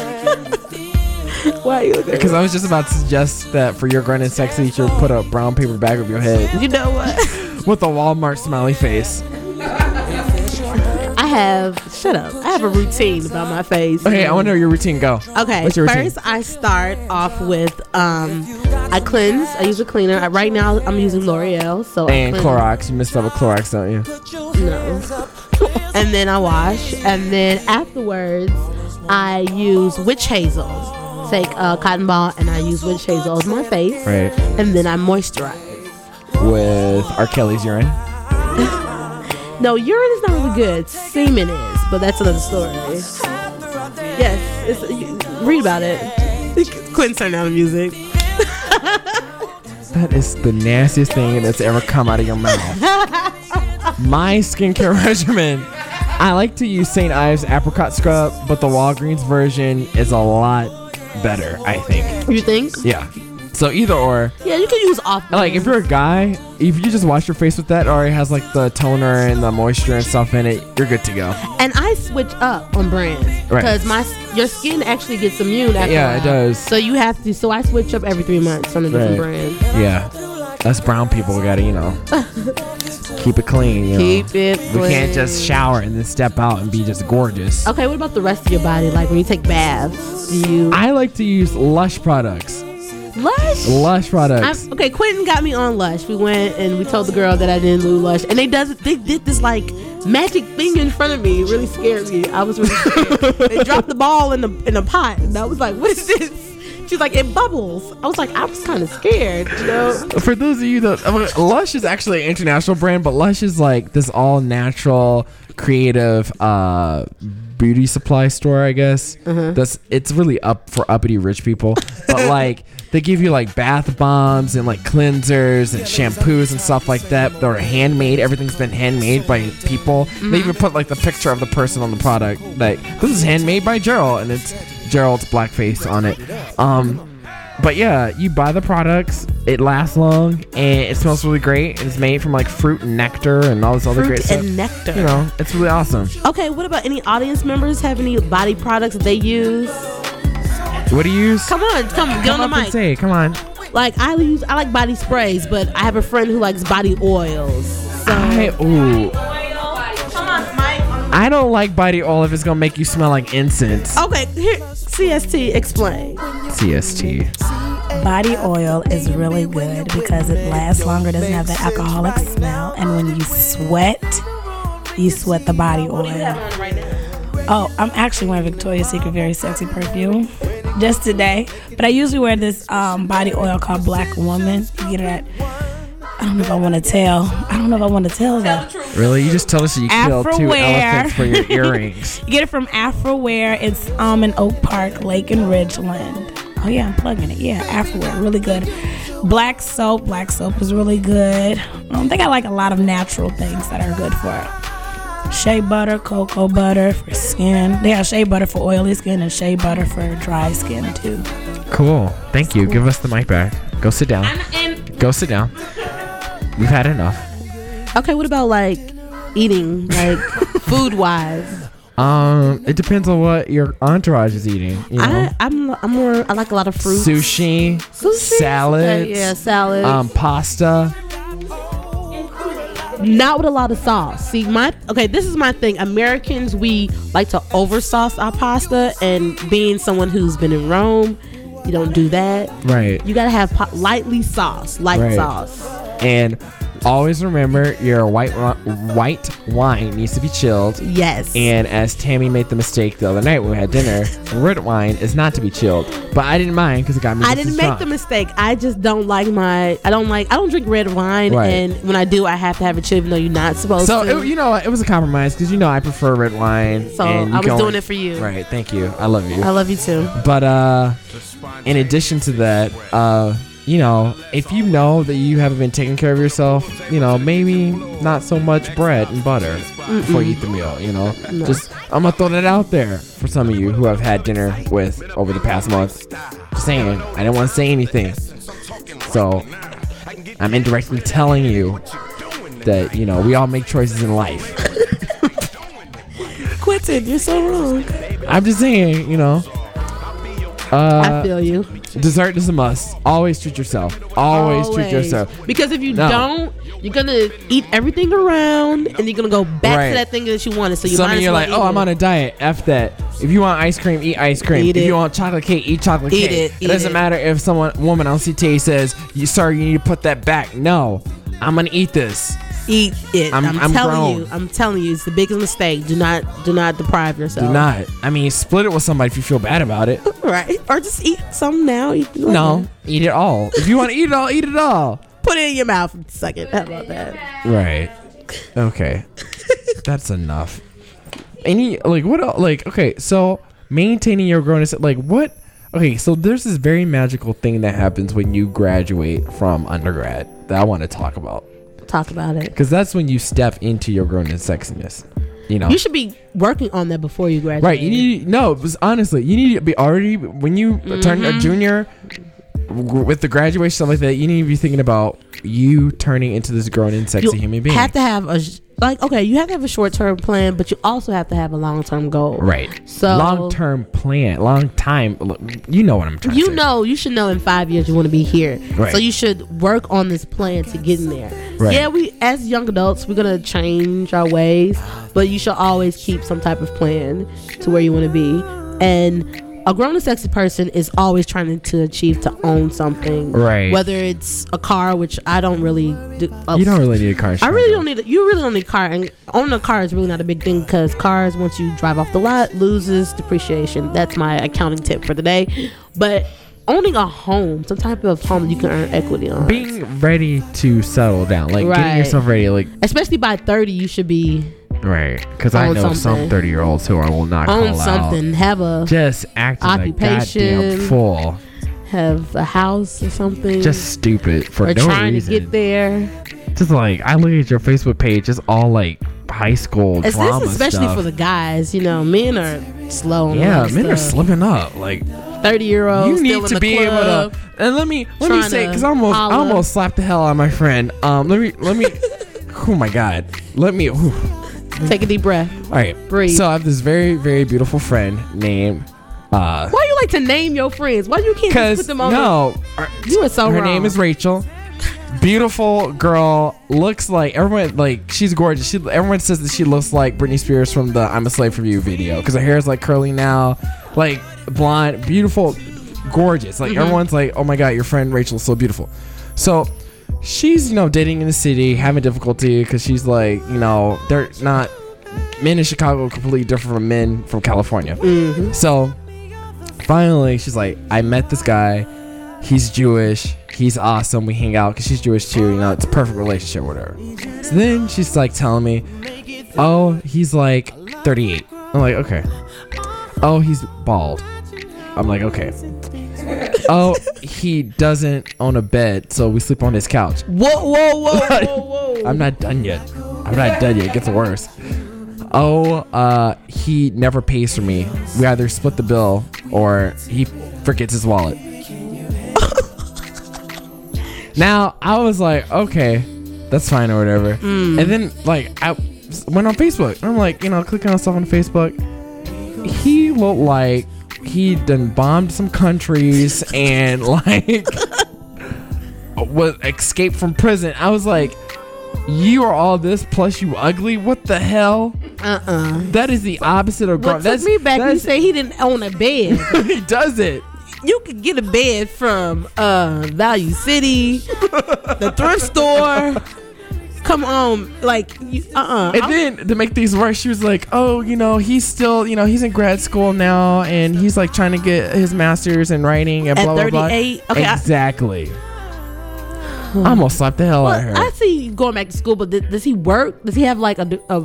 Speaker 3: why are you looking?
Speaker 2: Because I was just about to suggest that for your grown and sexy, you should put a brown paper bag over your head
Speaker 3: You know what?
Speaker 2: with a Walmart smiley face.
Speaker 3: I have shut up. I have a routine about my face.
Speaker 2: Okay, I want to know your routine. Go.
Speaker 3: Okay,
Speaker 2: What's your routine?
Speaker 3: first I start off with um, I cleanse. I use a cleaner. I, right now I'm using L'Oreal, so
Speaker 2: And
Speaker 3: I cleanse.
Speaker 2: Clorox. You missed up with Clorox, don't you?
Speaker 3: No. and then I wash, and then afterwards, I use witch hazel. Take a cotton ball, and I use witch hazel on my face,
Speaker 2: Right.
Speaker 3: and then I moisturize.
Speaker 2: With R. Kelly's urine.
Speaker 3: No, urine is not really good. Semen is, but that's another story. Yes, it's, you- read about it. Quentin turned down the music.
Speaker 2: That is the nastiest thing that's ever come out of your mouth. My skincare regimen. I like to use St. Ives apricot scrub, but the Walgreens version is a lot better, I think.
Speaker 3: You think?
Speaker 2: Yeah. So either or,
Speaker 3: Yeah, you can use off.
Speaker 2: like if you're a guy, if you just wash your face with that, it already has like the toner and the moisture and stuff in it, you're good to go.
Speaker 3: and I switch up on brands
Speaker 2: Right.
Speaker 3: because my s- your skin actually gets immune. After a
Speaker 2: Yeah, it
Speaker 3: while.
Speaker 2: does.
Speaker 3: So you have to. So I switch up every three months on a different
Speaker 2: Right.
Speaker 3: brand.
Speaker 2: Yeah. Us brown people gotta, you know, keep it clean. You know.
Speaker 3: Keep it.
Speaker 2: We can't just shower and then step out and be just gorgeous.
Speaker 3: Okay, what about the rest of your body? Like when you take baths, do you
Speaker 2: I like to use Lush products.
Speaker 3: lush?
Speaker 2: Lush
Speaker 3: I'm,
Speaker 2: products.
Speaker 3: okay, Quentin got me on Lush. We went and we told the girl that I didn't do Lush, and they does they did this like magic thing in front of me. It really scared me. I was really scared. they dropped the ball in the in the pot, and I was like, "What is this?" She's like, "It bubbles." I was like, "I was kind of scared," you know.
Speaker 2: For those of you that I mean, Lush is actually an international brand, but Lush is like this all natural, creative uh, beauty supply store, I guess. That's it's really up for uppity rich people, but like they give you like bath bombs and like cleansers and shampoos and stuff like that. They're handmade. Everything's been handmade by people. They even put like the picture of the person on the product. Like this is handmade by Gerald, and it's Gerald's blackface on it. Um, But yeah, you buy the products, it lasts long, and it smells really great. And it's made from like fruit and nectar and all this other great
Speaker 3: Fruit
Speaker 2: stuff.
Speaker 3: and nectar.
Speaker 2: you know, it's really awesome.
Speaker 3: Okay, what about any audience members have any body products that they use?
Speaker 2: What do you use?
Speaker 3: Come on, come, get on
Speaker 2: Up
Speaker 3: the
Speaker 2: and
Speaker 3: mic.
Speaker 2: say, come on.
Speaker 3: Like I use, I like body sprays, but I have a friend who likes body oils. So
Speaker 2: I ooh. I don't like body oil if it's gonna make you smell like incense.
Speaker 3: okay, here CST explain.
Speaker 2: CST.
Speaker 4: Body oil is really good because it lasts longer, doesn't have that alcoholic smell, and when you sweat, you sweat the body oil. Oh, I'm actually wearing Victoria's Secret Very Sexy perfume just today, but I usually wear this um, body oil called Black Woman. You get it at. I don't know if I want to tell. I don't know if I want to tell though.
Speaker 2: Really? You just tell us that you killed two
Speaker 4: Afrowear.
Speaker 2: elephants for your earrings.
Speaker 4: You get it from Afrowear. It's um in Oak Park, Lake and Ridgeland. Oh yeah, I'm plugging it. Yeah, Afrowear, really good. Black soap, black soap is really good. Um, they got like a lot of natural things that are good for it. Shea butter, cocoa butter for skin. They have shea butter for oily skin and shea butter for dry skin too.
Speaker 2: Cool. Thank you. Give us the mic back. Go sit down. Go sit down. We've had enough.
Speaker 3: Okay, what about like eating, like food wise?
Speaker 2: Um, it depends on what your entourage is eating. You know,
Speaker 3: I I'm I'm more I like a lot of fruits.
Speaker 2: sushi,
Speaker 3: Sushi? uh,
Speaker 2: salads,
Speaker 3: Okay, yeah, salads.
Speaker 2: um, pasta,
Speaker 3: not with a lot of sauce. See, my okay, this is my thing. Americans, we like to oversauce our pasta, and being someone who's been in Rome, you don't do that.
Speaker 2: Right.
Speaker 3: You gotta have po- lightly sauce, light
Speaker 2: Right.
Speaker 3: sauce.
Speaker 2: And always remember your white wa- white wine needs to be chilled.
Speaker 3: Yes.
Speaker 2: And as Tammy made the mistake the other night when we had dinner, red wine is not to be chilled. But I didn't mind because it got me.
Speaker 3: I
Speaker 2: just
Speaker 3: didn't
Speaker 2: as
Speaker 3: make the
Speaker 2: drunk.
Speaker 3: mistake. I just don't like my. I don't like. I don't drink red wine,
Speaker 2: Right.
Speaker 3: and when I do, I have to have it chilled. Even though you're not supposed
Speaker 2: So
Speaker 3: to.
Speaker 2: it, you know what? it was a compromise because you know I prefer red wine.
Speaker 3: So,
Speaker 2: and you
Speaker 3: I was
Speaker 2: can
Speaker 3: doing
Speaker 2: only-
Speaker 3: it for you.
Speaker 2: Right. Thank you. I love you.
Speaker 3: I love you too.
Speaker 2: But uh, in addition to that, uh, you know, if you know that you haven't been taking care of yourself, you know, maybe not so much bread and butter before you eat the meal. You know, just I'm gonna throw that out there for some of you who I've had dinner with over the past month. Just saying, I didn't want to say anything, so I'm indirectly telling you that you know we all make choices in life.
Speaker 3: Quentin, you're so wrong.
Speaker 2: I'm just saying, you know. Uh,
Speaker 3: I feel you.
Speaker 2: Dessert is a must. Always treat yourself. Always, treat yourself.
Speaker 3: Because if you
Speaker 2: No.
Speaker 3: don't, you're gonna eat everything around, and you're gonna go back
Speaker 2: Right.
Speaker 3: to that thing that you wanted. So you
Speaker 2: Some
Speaker 3: might
Speaker 2: of
Speaker 3: as
Speaker 2: you are
Speaker 3: well
Speaker 2: like,
Speaker 3: eat
Speaker 2: oh, I'm
Speaker 3: it."
Speaker 2: on a diet. F that. If you want ice cream, eat ice cream.
Speaker 3: Eat
Speaker 2: if
Speaker 3: it.
Speaker 2: you want chocolate cake, eat chocolate
Speaker 3: Eat
Speaker 2: cake.
Speaker 3: it, eat
Speaker 2: doesn't
Speaker 3: it.
Speaker 2: matter if someone woman on CTA says, you, "Sorry, you need to put that back." No, I'm gonna eat this.
Speaker 3: eat it.
Speaker 2: I'm-
Speaker 3: I'm,
Speaker 2: I'm
Speaker 3: telling
Speaker 2: grown.
Speaker 3: you. I'm telling you. It's the biggest mistake. Do not, do not deprive yourself.
Speaker 2: Do not. I mean, split it with somebody if you feel bad about it.
Speaker 3: Right. Or just eat some now. Eat later.
Speaker 2: No, eat it all. If you want to eat it all, eat it all.
Speaker 3: Put it in your mouth and suck it. How about that?
Speaker 2: Right. Okay. That's enough. Any like what el- like okay, so maintaining your grownness like what okay, so there's this very magical thing that happens when you graduate from undergrad that I want to talk about.
Speaker 3: Talk about it.
Speaker 2: Cause that's when you step into your grownness sexiness. You know.
Speaker 3: You should be working on that before you graduate.
Speaker 2: Right. You need no. It was honestly, you need to be already when you
Speaker 3: Mm-hmm.
Speaker 2: turn a junior w- with the graduation stuff like that. You need to be thinking about you turning into this grown and sexy
Speaker 3: you
Speaker 2: human being.
Speaker 3: have to have a sh- like. Okay, you have to have a short term plan, but you also have to have a long term goal.
Speaker 2: Right.
Speaker 3: So-
Speaker 2: long term plan, long time. look, You know what I'm trying to
Speaker 3: You
Speaker 2: say.
Speaker 3: know, you should know in five years you want to be here.
Speaker 2: Right.
Speaker 3: So you should work on this plan to get in there.
Speaker 2: Right.
Speaker 3: Yeah, we as young adults we're gonna change our ways, but you should always keep some type of plan to where you want to be. And a grown and sexy person is always trying to achieve to own something.
Speaker 2: Right.
Speaker 3: Whether it's a car, which I don't really do. uh,
Speaker 2: You don't really need a car.
Speaker 3: I really don't need. A, you really don't need a car, and owning a car is really not a big thing because cars, once you drive off the lot, loses depreciation. That's my accounting tip for the day. But owning a home, some type of home that you can earn equity on,
Speaker 2: being ready to settle down, like getting
Speaker 3: Right.
Speaker 2: yourself ready, like
Speaker 3: especially by thirty, you should be
Speaker 2: right. Because I
Speaker 3: Own
Speaker 2: know some
Speaker 3: something.
Speaker 2: thirty year olds who I will not
Speaker 3: own
Speaker 2: call out.
Speaker 3: something, have a
Speaker 2: Just acting like
Speaker 3: Occupation.
Speaker 2: goddamn fool.
Speaker 3: have a house or something,
Speaker 2: Just stupid for
Speaker 3: or
Speaker 2: no
Speaker 3: trying
Speaker 2: reason.
Speaker 3: to get there.
Speaker 2: Just like I look at your Facebook page, it's all like high school
Speaker 3: It's
Speaker 2: drama
Speaker 3: this especially
Speaker 2: stuff.
Speaker 3: for the guys. You know, men are slow. on
Speaker 2: yeah,
Speaker 3: a lot of
Speaker 2: men are
Speaker 3: stuff.
Speaker 2: slipping up. Like
Speaker 3: Thirty year
Speaker 2: you
Speaker 3: olds.
Speaker 2: need to be able to. And let me let me
Speaker 3: trying
Speaker 2: say
Speaker 3: to
Speaker 2: because I almost I
Speaker 3: holla.
Speaker 2: almost slapped the hell out of my friend. Um, let me let me. oh my god, let me. whew.
Speaker 3: to take a deep breath.
Speaker 2: All right,
Speaker 3: Breathe.
Speaker 2: So I have this very very beautiful friend named. Uh,
Speaker 3: Why you like to name your friends? Why you can't
Speaker 2: because
Speaker 3: just put them on?
Speaker 2: no, uh, her-
Speaker 3: the- you are so
Speaker 2: her
Speaker 3: wrong.
Speaker 2: name is Rachel. Beautiful girl, looks like everyone like she's gorgeous. She everyone says that she looks like Britney Spears from the "I'm a Slave for You" video because her hair is like curly now, like blonde, beautiful, gorgeous.
Speaker 3: Mm-hmm.
Speaker 2: Like everyone's like, oh my god, your friend Rachel is so beautiful. So she's you know dating in the city, having difficulty because she's like you know they're not men in Chicago are completely different from men from California.
Speaker 3: Mm-hmm.
Speaker 2: So finally, she's like, I met this guy. He's Jewish. He's awesome. We hang out because she's Jewish too. You know, it's a perfect relationship, whatever. So then she's like telling me, Oh, he's like 38. I'm like, Okay. Oh, he's bald. I'm like, Okay. Oh, he doesn't own a bed, so we sleep on his couch.
Speaker 3: Whoa, whoa, whoa, whoa, whoa.
Speaker 2: I'm not done yet. I'm not done yet. It gets worse. Oh, uh, he never pays for me. We either split the bill or he forgets his wallet. now I was like, okay, that's fine or whatever.
Speaker 3: Mm.
Speaker 2: And then like I s- went on Facebook. And I'm like, you know, clicking on stuff on Facebook. He looked like he done bombed some countries and like was escaped from prison. I was like, You are all this plus you ugly. What the hell?
Speaker 3: Uh uh
Speaker 2: That is the opposite of
Speaker 3: What
Speaker 2: grown.
Speaker 3: took
Speaker 2: That's
Speaker 3: me back? He
Speaker 2: that's-
Speaker 3: said he didn't own a bed.
Speaker 2: he does it.
Speaker 3: you could get a bed from uh Value City, the thrift store. Come on, like you, uh-uh.
Speaker 2: And
Speaker 3: I'm-
Speaker 2: then to make things worse, she was like, "Oh, you know, he's still, you know, he's in grad school now, and he's like trying to get his master's in writing and
Speaker 3: At
Speaker 2: blah blah blah."
Speaker 3: 38? Okay, I- Hmm.
Speaker 2: exactly. I almost slapped the hell out of her.
Speaker 3: Well, I see you going back to school, but th- does he work? Does he have like a, d- a-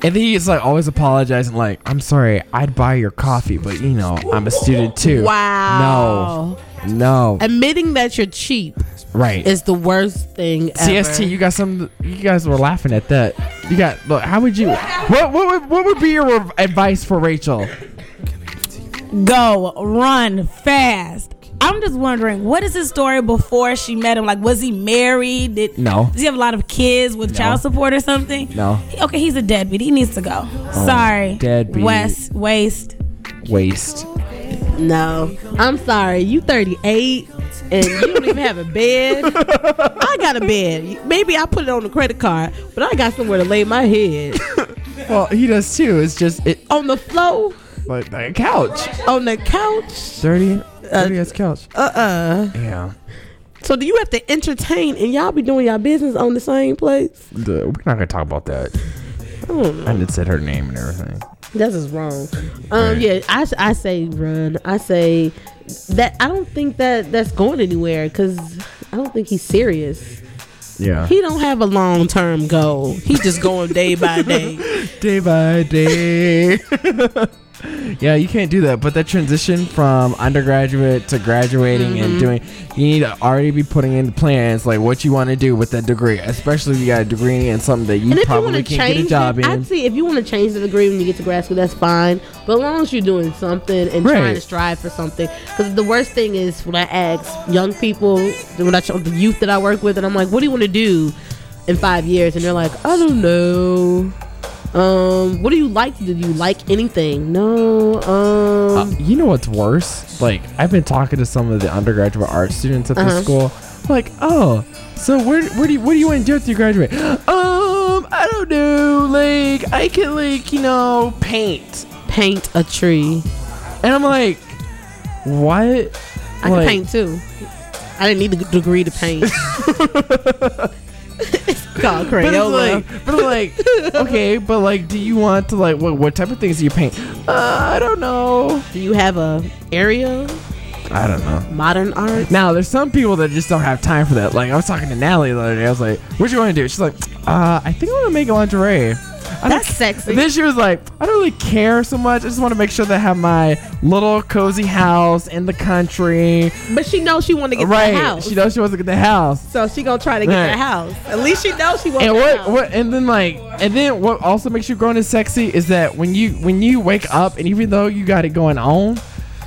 Speaker 2: And then he's like always apologizing, like, I'm sorry, I'd buy your coffee, but you know, I'm a student too.
Speaker 3: wow?
Speaker 2: No. No.
Speaker 3: Admitting that you're cheap
Speaker 2: right.
Speaker 3: is the worst thing. Ever.
Speaker 2: CST, you got some you guys were laughing at that. You got look, how would you what what would what would be your rev- advice for Rachel?
Speaker 4: go run fast i'm just wondering what is his story before she met him like was he married did
Speaker 2: No.
Speaker 4: does he have a lot of kids with child support or something
Speaker 2: No.
Speaker 4: He- okay he's a deadbeat he needs to go sorry
Speaker 2: Oh, deadbeat.
Speaker 4: west waste
Speaker 2: Waste.
Speaker 3: No, I'm sorry. You 38 and you don't even have a bed. I got a bed. Maybe I put it on the credit card, but I got somewhere to lay my head
Speaker 2: Well, he does too. It's just it
Speaker 3: on the floor,
Speaker 2: like the couch.
Speaker 3: on the couch.
Speaker 2: Dirty dirty ass couch.
Speaker 3: Uh uh
Speaker 2: Yeah.
Speaker 3: So do you have to entertain and y'all be doing y'all business on the same place?
Speaker 2: The- we're not gonna talk about that.
Speaker 3: I don't know.
Speaker 2: I did said her name and everything.
Speaker 3: This is wrong. Um, yeah, I, s- I say run. I say that I don't think that that's going anywhere because I don't think he's serious.
Speaker 2: Yeah.
Speaker 3: He don't have a long term goal. He just going day by day.
Speaker 2: day by day. yeah, you can't do that. But that transition from undergraduate to graduating
Speaker 3: Mm-hmm.
Speaker 2: and doing, you need to already be putting in plans like what you want to do with that degree, especially if you got a degree in something that you
Speaker 3: And if you want
Speaker 2: probably
Speaker 3: to
Speaker 2: can't get a
Speaker 3: change,
Speaker 2: job
Speaker 3: it,
Speaker 2: in.
Speaker 3: I'd say if you want to change the degree when you get to grad school, that's fine. But as long as you're doing something and
Speaker 2: Right.
Speaker 3: trying to strive for something, because the worst thing is when I ask young people, when I tell the youth that I work with, and I'm like, "What do you want to do in five years?" and they're like, "I don't know." Um, what do you like? to do? Do you like anything? No. Um,
Speaker 2: Uh, you know what's worse? Like I've been talking to some of the undergraduate art students at this
Speaker 3: Uh-huh.
Speaker 2: school. Like, oh, so where, where do you, what do you want to do after you graduate? Um, I don't know. Like, I can like you know paint.
Speaker 3: paint a tree.
Speaker 2: And I'm like, what?
Speaker 3: I
Speaker 2: Like,
Speaker 3: can paint too. I didn't need the degree to paint. it's called
Speaker 2: But
Speaker 3: Crayola.
Speaker 2: it's like, but I'm like, okay, but like, do you want to like what? What type of things do you paint? Uh, I don't know.
Speaker 3: Do you have a area?
Speaker 2: I don't know.
Speaker 3: Modern art?
Speaker 2: Now there's some people that just don't have time for that. Like I was talking to Natalie the other day. I was like, "What you want to do?" She's like, "Uh, I think I want to make lingerie." I don't
Speaker 3: That's sexy.
Speaker 2: And then she was like, I don't really care so much. I just want to make sure that I have my little cozy house in the country.
Speaker 3: But she knows she want to get
Speaker 2: right.
Speaker 3: that house.
Speaker 2: She knows she wants to get the house.
Speaker 3: so she gonna try to get
Speaker 2: Right.
Speaker 3: that house. At least she knows she wants
Speaker 2: and
Speaker 3: that
Speaker 2: what
Speaker 3: house.
Speaker 2: what and then like and then what also makes you grown and sexy is that when you when you wake up and even though you got it going on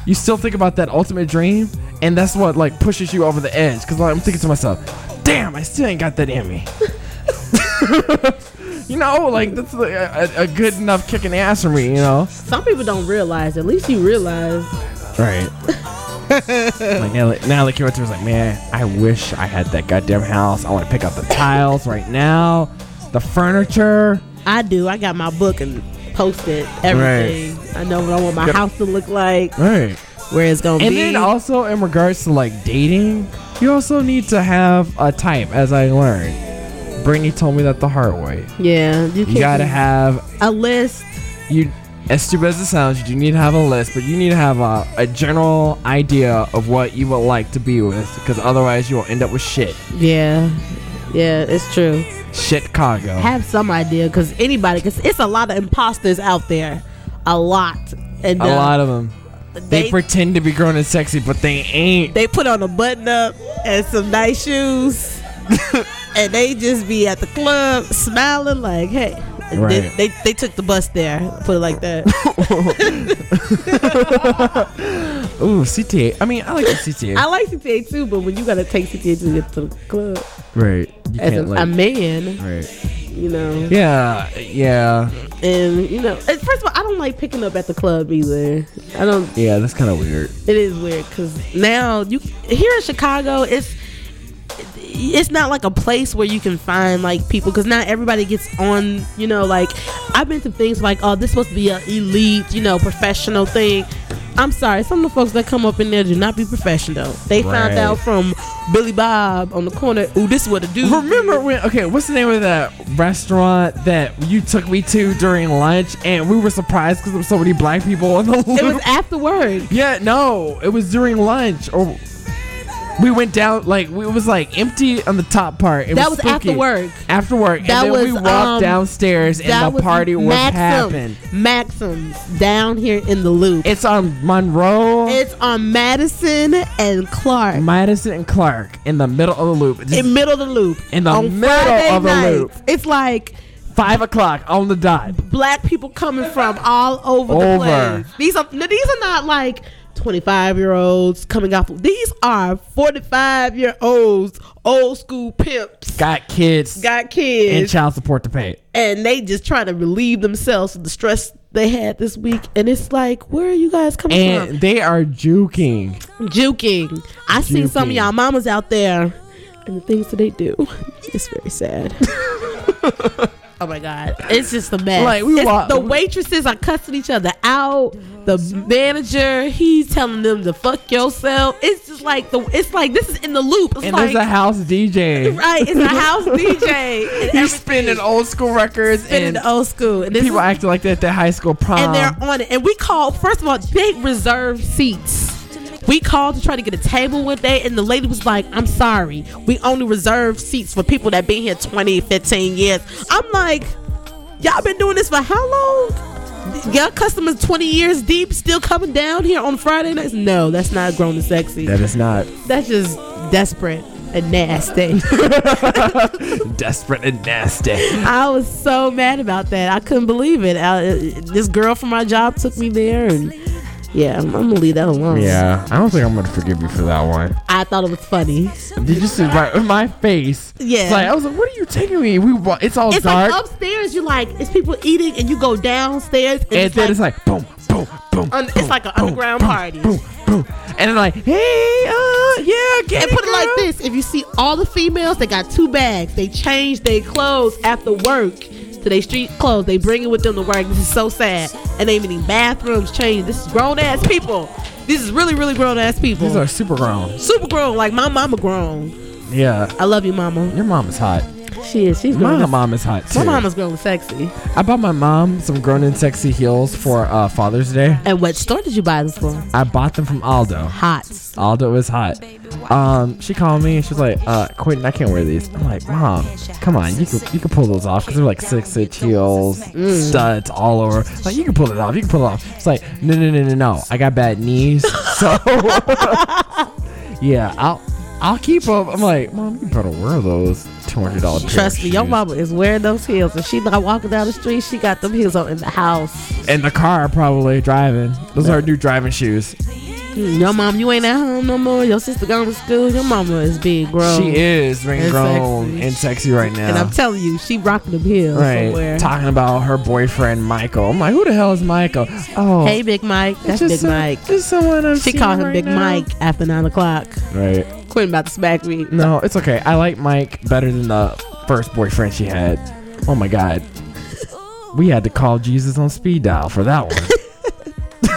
Speaker 2: you still think about that ultimate dream and that's what like pushes you over the edge because like, i'm thinking to myself damn i still ain't got that in me you know like that's like, a, a a good enough kicking ass for me you know
Speaker 3: Some people don't realize. At least you realize.
Speaker 2: right like now, like, now like your was like man i wish i had that goddamn house i want to pick up the tiles right now the furniture
Speaker 3: I do. I got my book and posted everything. I know what I want my house to look like,
Speaker 2: right
Speaker 3: where it's gonna
Speaker 2: And
Speaker 3: be.
Speaker 2: then also in regards to like dating, you also need to have a type, as I learned. Brittany told me that the hard way.
Speaker 3: yeah, you,
Speaker 2: You gotta
Speaker 3: be-
Speaker 2: have
Speaker 3: a list.
Speaker 2: you. As stupid as it sounds, you do need to have a list, but you need to have a, a general idea of what you would like to be with, because otherwise you will end up with shit.
Speaker 3: Yeah, yeah, it's true.
Speaker 2: Shit, Chicago.
Speaker 3: have some idea because anybody because it's a lot of imposters out there a lot and uh,
Speaker 2: A lot of them. They,
Speaker 3: they,
Speaker 2: pretend to be grown and sexy, but they ain't.
Speaker 3: they put on a button up and some nice shoes and they just be at the club smiling like hey And they-
Speaker 2: Right.
Speaker 3: they, they, took the bus there put it like that
Speaker 2: Ooh, CTA. I mean, I like the CTA.
Speaker 3: i like cta too but when you gotta take cta to get to the club
Speaker 2: right. You
Speaker 3: as a,
Speaker 2: can't like.
Speaker 3: a man
Speaker 2: right.
Speaker 3: you know
Speaker 2: Yeah. Yeah.
Speaker 3: and you know and first of all i don't like picking up at the club either i don't
Speaker 2: Yeah. That's kind of weird.
Speaker 3: It is weird because now you here in Chicago, it's it's not like a place where you can find like people because not everybody gets on you know like i've been to things like oh this must be an elite you know professional thing i'm sorry some of the folks that come up in there do not be professional they
Speaker 2: Right.
Speaker 3: found out from billy bob on the corner ooh this what a dude
Speaker 2: Remember when? Okay, what's the name of that restaurant that you took me to during lunch, and we were surprised because there were so many black people in the
Speaker 3: it was
Speaker 2: loop?
Speaker 3: afterward
Speaker 2: yeah, no, it was during lunch, or we went down like we- it was like empty on the top part. It
Speaker 3: That
Speaker 2: was
Speaker 3: was after
Speaker 2: spooky.
Speaker 3: work.
Speaker 2: After work, and
Speaker 3: That
Speaker 2: then we
Speaker 3: was,
Speaker 2: walked
Speaker 3: um,
Speaker 2: downstairs,
Speaker 3: That
Speaker 2: and the party was happening.
Speaker 3: maxims down here in the loop
Speaker 2: It's on Monroe.
Speaker 3: it's on madison and clark
Speaker 2: Madison and Clark in the middle of the loop. This is
Speaker 3: in middle of the loop.
Speaker 2: In the middle of the loop.
Speaker 3: It's like
Speaker 2: five o'clock on the dot.
Speaker 3: black people coming from all over,
Speaker 2: Over.
Speaker 3: the place. These are no, these are not like twenty five year olds coming off. These are forty five year olds, old school pimps.
Speaker 2: Got kids
Speaker 3: Got
Speaker 2: and
Speaker 3: kids
Speaker 2: child support to pay.
Speaker 3: and they just trying to relieve themselves of the stress they had this week. And it's like, where are you guys coming
Speaker 2: And they are juking.
Speaker 3: from? Juking. I seen some
Speaker 2: Juking.
Speaker 3: of y'all mamas out there, and the things that they do. It's very sad. Oh my god, it's just a mess.
Speaker 2: Like, we
Speaker 3: It's-
Speaker 2: wa-
Speaker 3: the waitresses are cussing each other out. The manager, he's telling them to fuck yourself. It's just like the. It's like this is in the loop. It's
Speaker 2: And
Speaker 3: like
Speaker 2: there's a house DJ.
Speaker 3: right. It's a house DJ. and
Speaker 2: He's
Speaker 3: everything.
Speaker 2: spinning old school records
Speaker 3: Spinning
Speaker 2: and
Speaker 3: the old school, and this
Speaker 2: people
Speaker 3: is-
Speaker 2: acting like that at their high school prom.
Speaker 3: and they're on it. And we called. First of all, they reserved seats. We called to try to get a table one day, and the lady was like, I'm sorry. We only reserve seats for people that been here 20, 15 years. I'm like, y'all been doing this for how long? Y'all customers 20 years deep still coming down here on Friday nights? No, that's not grown and sexy.
Speaker 2: that is not
Speaker 3: That's just desperate and nasty.
Speaker 2: desperate and nasty.
Speaker 3: I was so mad about that. I couldn't believe it. I, this girl from my job took me there, and yeah, I'm, I'm gonna leave that alone.
Speaker 2: Yeah, I don't think I'm gonna forgive you for that one.
Speaker 3: I thought it was funny.
Speaker 2: Did you see my, my face?
Speaker 3: Yeah.
Speaker 2: It's like I was like, "What are you taking me? We wa- it's all
Speaker 3: It's
Speaker 2: dark."
Speaker 3: like upstairs, you're like, it's people eating, and you go downstairs, and,
Speaker 2: and
Speaker 3: it's,
Speaker 2: then
Speaker 3: like,
Speaker 2: it's like boom, boom, boom.
Speaker 3: un- it's like an underground party.
Speaker 2: boom, boom. And I'm like, hey, uh, yeah, get
Speaker 3: And put it like this: if you see all the females, they got two bags. They change their clothes after work to their street clothes. They bring it with them to work. This is so sad. And they even in bathrooms change. This is grown ass people. This is really, really grown ass people.
Speaker 2: These are super grown.
Speaker 3: super grown. Like my mama grown.
Speaker 2: Yeah,
Speaker 3: I love you, mama.
Speaker 2: your mom is hot.
Speaker 3: She is. She's
Speaker 2: My
Speaker 3: grown.
Speaker 2: mom is hot too.
Speaker 3: My mama's grown and sexy.
Speaker 2: I bought my mom some grown and sexy heels for uh, Father's Day.
Speaker 3: And what store did you buy this for?
Speaker 2: I bought them from Aldo.
Speaker 3: Hot.
Speaker 2: Aldo was hot. Um, she called me and she was like, uh, Quentin, I can't wear these. I'm like, Mom, come on, you can you can pull those off because they're like six inch heels, studs all over. Like you can pull it off, you can pull it off. It's like, no, no, no, no, no. I got bad knees, so yeah, I'll I'll keep them. I'm like, Mom, you better wear those two hundred dollars.
Speaker 3: Trust me, your mama is wearing those heels, and she not walking down the street. She got them heels on in the house.
Speaker 2: in the car probably driving. Those are new driving shoes.
Speaker 3: Mm, Your mom, you ain't at home no more. Your sister gone to school. Your mama is big, bro.
Speaker 2: She is being
Speaker 3: And
Speaker 2: grown
Speaker 3: sexy.
Speaker 2: and sexy right now.
Speaker 3: And I'm telling you, she rocking them heels
Speaker 2: right,
Speaker 3: somewhere.
Speaker 2: talking about her boyfriend Michael. I'm like, who the hell is Michael? Oh,
Speaker 3: Hey, Big Mike.
Speaker 2: it's
Speaker 3: That's
Speaker 2: just
Speaker 3: Big
Speaker 2: some-
Speaker 3: Mike.
Speaker 2: Just someone I'm
Speaker 3: She
Speaker 2: seeing
Speaker 3: called him
Speaker 2: right
Speaker 3: Big
Speaker 2: now.
Speaker 3: Mike after nine o'clock.
Speaker 2: Right.
Speaker 3: Quentin about to smack me.
Speaker 2: No, it's okay. I like Mike better than the first boyfriend she had. Oh my God, we had to call Jesus on speed dial for that one.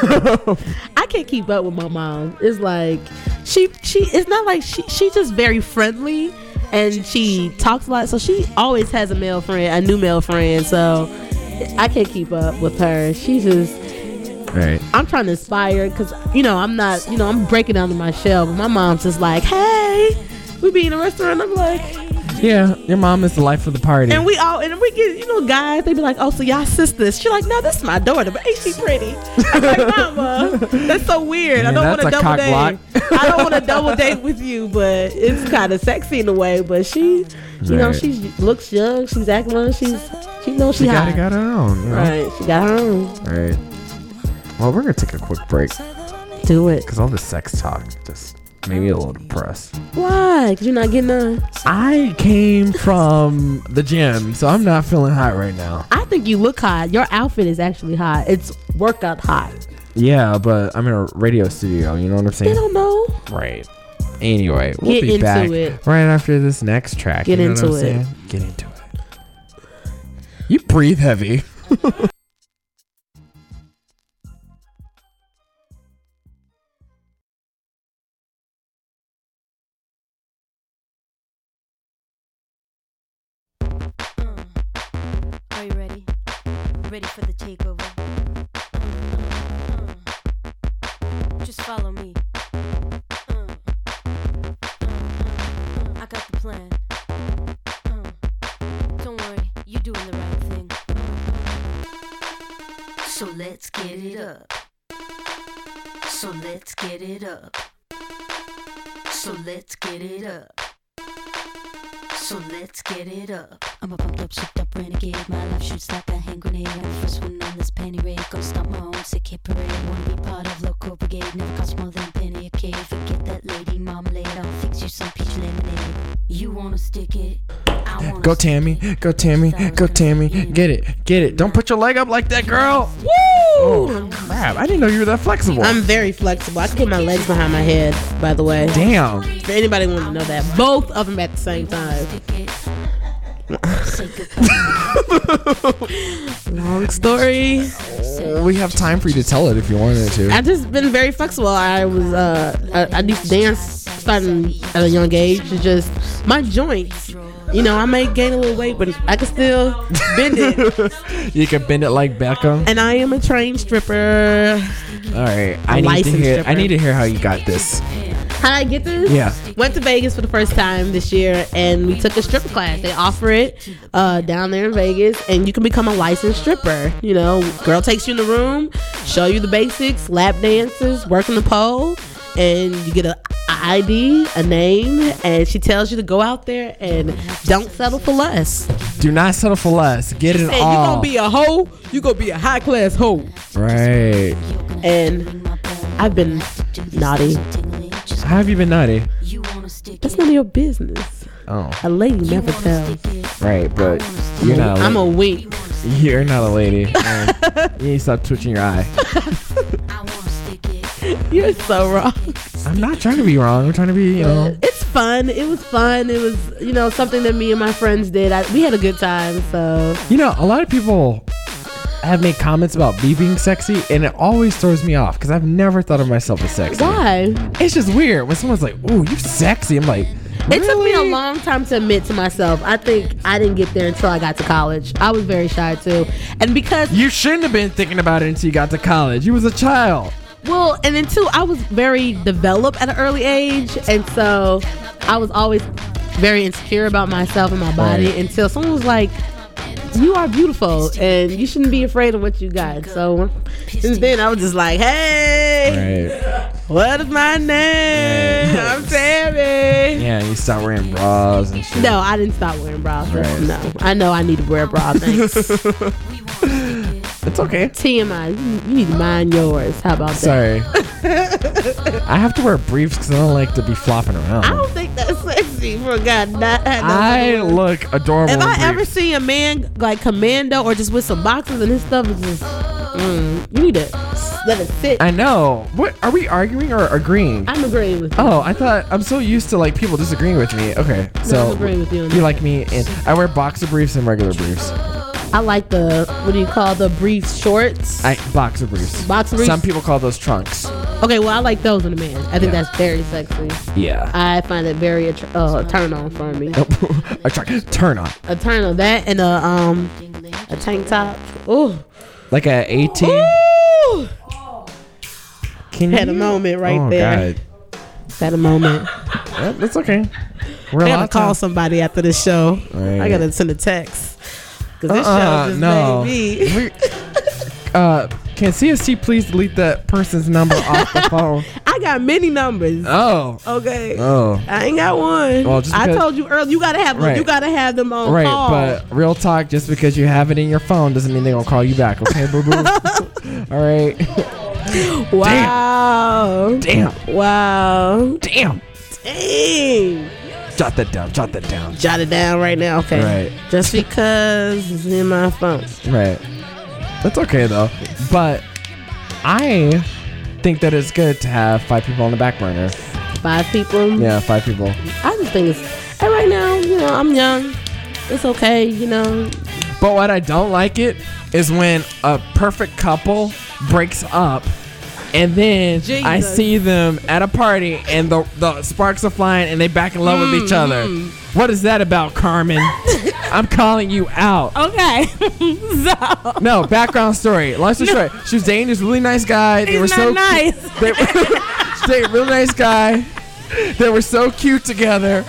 Speaker 3: I can't keep up with my mom. It's like she she it's not like she she just very friendly and she talks a lot. So she always has a male friend, a new male friend. So I can't keep up with her. She just
Speaker 2: right.
Speaker 3: I'm trying to inspire because you know I'm not you know I'm breaking under my shell. But my mom's just like, hey, we be in a restaurant. I'm like,
Speaker 2: Yeah, your mom is the life of the party.
Speaker 3: and we all and we get you know guys. They be like, oh, so y'all sisters. She like, no, this is my daughter, but ain't she pretty? I'm like, mama, that's so weird. I
Speaker 2: Man,
Speaker 3: don't want
Speaker 2: that's
Speaker 3: to
Speaker 2: a
Speaker 3: double
Speaker 2: cock
Speaker 3: date.
Speaker 2: block.
Speaker 3: I don't want to double date with you, but it's kind of sexy in a way. But she, you know,
Speaker 2: Right.
Speaker 3: she looks young. She's acting. young, She's she knows she,
Speaker 2: she
Speaker 3: hot.
Speaker 2: gotta got her own. You know?
Speaker 3: Right, she got her own.
Speaker 2: All right. Well, we're gonna take a quick break
Speaker 3: Do it.
Speaker 2: because all this sex talk just made me a little depressed.
Speaker 3: Why? Cause you're not getting none.
Speaker 2: I came from the gym, so I'm not feeling hot right now.
Speaker 3: I think you look hot. Your outfit is actually hot. It's workout hot.
Speaker 2: Yeah, but I'm in a radio studio. You know what I'm
Speaker 3: They
Speaker 2: saying?
Speaker 3: don't know.
Speaker 2: Right. Anyway, we'll
Speaker 3: Get
Speaker 2: be
Speaker 3: into
Speaker 2: back
Speaker 3: it.
Speaker 2: right after this next track.
Speaker 3: Get
Speaker 2: You know what
Speaker 3: into
Speaker 2: I'm
Speaker 3: it.
Speaker 2: saying? Get into it. You breathe heavy.
Speaker 1: Are you ready? Ready for the takeover? Just follow me. I got the plan. Uh, Don't worry, you're doing the right thing. So let's get it up. So let's get it up. So let's get it up. So let's get it up. I'm a pumped up, shipped up renegade. My life shoots like a hand grenade. I'm the first one on this panty raid. Gonna stop my own sick hit parade. Wanna be part of local brigade. Never cost more than a penny a cave. Forget that lady marmalade. I'll fix you some peach lemonade. You wanna stick it? I wanna
Speaker 2: Go
Speaker 1: stick
Speaker 2: Tammy,
Speaker 1: it.
Speaker 2: go Tammy, go Tammy. Get it, get it. Don't put your leg up like that, girl. Woo! Oh crap! I didn't know you were that flexible.
Speaker 3: I'm very flexible. I can get my legs behind my head, by the way.
Speaker 2: Damn.
Speaker 3: If anybody wanted to know that, both of them at the same time. Long story.
Speaker 2: We have time for you to tell it if you wanted to.
Speaker 3: I just been very flexible. I was uh I, I used to dance starting at a young age. It's just my joints. You know, I may gain a little weight, but I can still bend it.
Speaker 2: You can bend it like Beckham.
Speaker 3: And I am a trained stripper.
Speaker 2: All right, I need to
Speaker 3: licensed
Speaker 2: hear. I
Speaker 3: stripper.
Speaker 2: need to hear how you got this.
Speaker 3: How did I get this?
Speaker 2: Yeah.
Speaker 3: Went to Vegas for the first time this year and we took a stripper class. They offer it uh, down there in Vegas and you can become a licensed stripper. You know, girl takes you in the room, show you the basics, lap dances, working the pole, and you get a a ID, a name, and she tells you to go out there and don't settle for less.
Speaker 2: Do not settle for less. Get it
Speaker 3: Said, you
Speaker 2: all.
Speaker 3: gonna be a hoe, you gonna be a high class hoe.
Speaker 2: right.
Speaker 3: And I've been naughty.
Speaker 2: How have you been naughty?
Speaker 3: That's none of your business.
Speaker 2: Oh,
Speaker 3: A lady never tells.
Speaker 2: right, but you're not. A
Speaker 3: I'm a
Speaker 2: lady.
Speaker 3: wink.
Speaker 2: You're not a lady. man. you need to stop twitching your eye.
Speaker 3: You're so wrong.
Speaker 2: I'm not trying to be wrong. I'm trying to be, you know.
Speaker 3: It's fun. It was fun. It was, you know, something that me and my friends did. I, we had a good time. So
Speaker 2: You know, a lot of people have made comments about me being sexy, and it always throws me off because I've never thought of myself as sexy.
Speaker 3: why?
Speaker 2: It's just weird when someone's like, "Ooh, you're sexy." I'm like,
Speaker 3: It took me a
Speaker 2: "Really?"
Speaker 3: long time to admit to myself. I think I didn't get there until I got to college. I was very shy too, and because
Speaker 2: You shouldn't have been thinking about it until you got to college. You was a child.
Speaker 3: well, and then too, I was very developed at an early age, and so I was always very insecure about myself and my body
Speaker 2: Right.
Speaker 3: until someone was like. You are beautiful, and you shouldn't be afraid of what you got. So, since then, I was just like, "Hey,
Speaker 2: Right.
Speaker 3: What is my name?
Speaker 2: Right.
Speaker 3: I'm Tammy.
Speaker 2: Yeah, you start wearing bras and shit.
Speaker 3: No, I didn't stop wearing bras.
Speaker 2: Right.
Speaker 3: No, I know I need to wear a bra. Thanks.
Speaker 2: It's okay.
Speaker 3: TMI, you- you need to mind yours. How about that?
Speaker 2: Sorry. I have to wear briefs because I don't like to be flopping
Speaker 3: I
Speaker 2: around.
Speaker 3: don't think that's sexy for a guy. Not,
Speaker 2: I look adorable.
Speaker 3: if
Speaker 2: in
Speaker 3: I ever
Speaker 2: briefs.
Speaker 3: see a man like commando or just with some boxes and his stuff is just, mm, you need to let it sit.
Speaker 2: I know. What are we arguing or agreeing?
Speaker 3: I'm agreeing with you.
Speaker 2: Oh, I thought I'm so used to like people disagreeing with me. Okay, so
Speaker 3: I'm agreeing with you on
Speaker 2: You
Speaker 3: that.
Speaker 2: like me, and I wear boxer briefs and regular briefs.
Speaker 3: I like the what do you call the brief shorts?
Speaker 2: I boxer briefs.
Speaker 3: Boxer briefs?
Speaker 2: Some people call those trunks.
Speaker 3: okay, well I like those in a man. I think
Speaker 2: Yeah.
Speaker 3: that's very sexy.
Speaker 2: Yeah.
Speaker 3: I find it very attr- uh, turn on for me.
Speaker 2: a trunk. Turn on.
Speaker 3: A turn on that and a um a tank top. Ooh,
Speaker 2: Like a 18.
Speaker 3: Ooh.
Speaker 2: Can
Speaker 3: had a
Speaker 2: you-
Speaker 3: moment right
Speaker 2: oh,
Speaker 3: there.
Speaker 2: God.
Speaker 3: Had a moment.
Speaker 2: Yeah, that's okay. We're
Speaker 3: I
Speaker 2: allowed
Speaker 3: gotta call somebody after the show.
Speaker 2: Right.
Speaker 3: I gotta send a text because this
Speaker 2: Uh-uh,
Speaker 3: show just
Speaker 2: no.
Speaker 3: made me.
Speaker 2: We- uh, can CST please delete that person's number off the phone?
Speaker 3: I got many numbers.
Speaker 2: Oh.
Speaker 3: Okay.
Speaker 2: Oh.
Speaker 3: I ain't got one.
Speaker 2: Well, oh, just
Speaker 3: I
Speaker 2: because-
Speaker 3: told you earlier. You gotta have them.
Speaker 2: Right.
Speaker 3: You gotta have them on
Speaker 2: Right,
Speaker 3: call.
Speaker 2: but real talk, just because you have it in your phone doesn't mean they're gonna call you back, okay, boo boo? All right.
Speaker 3: wow.
Speaker 2: Damn,
Speaker 3: Wow.
Speaker 2: damn.
Speaker 3: Dang.
Speaker 2: Jot that down, jot that down.
Speaker 3: Jot it down right now. Okay.
Speaker 2: Right.
Speaker 3: Just because it's in my phone.
Speaker 2: Right. That's okay though. But I think that it's good to have five people on the back burner.
Speaker 3: five people.
Speaker 2: Yeah, five people.
Speaker 3: I just think it's and right now, you know, I'm young. It's okay, you know.
Speaker 2: But what I don't like it is when a perfect couple breaks up and then I
Speaker 3: Jesus.
Speaker 2: see them at a party and the, the sparks are flying and they back in love with each
Speaker 4: Hmm.
Speaker 2: other. What is that about, Carmen? I'm calling you out.
Speaker 4: Okay. so
Speaker 2: No, background story. Long story short, she was dating this really nice guy. They
Speaker 4: He's
Speaker 2: were
Speaker 4: not
Speaker 2: so
Speaker 4: nice.
Speaker 2: Cute. They were she dated a really nice guy. They were so cute together.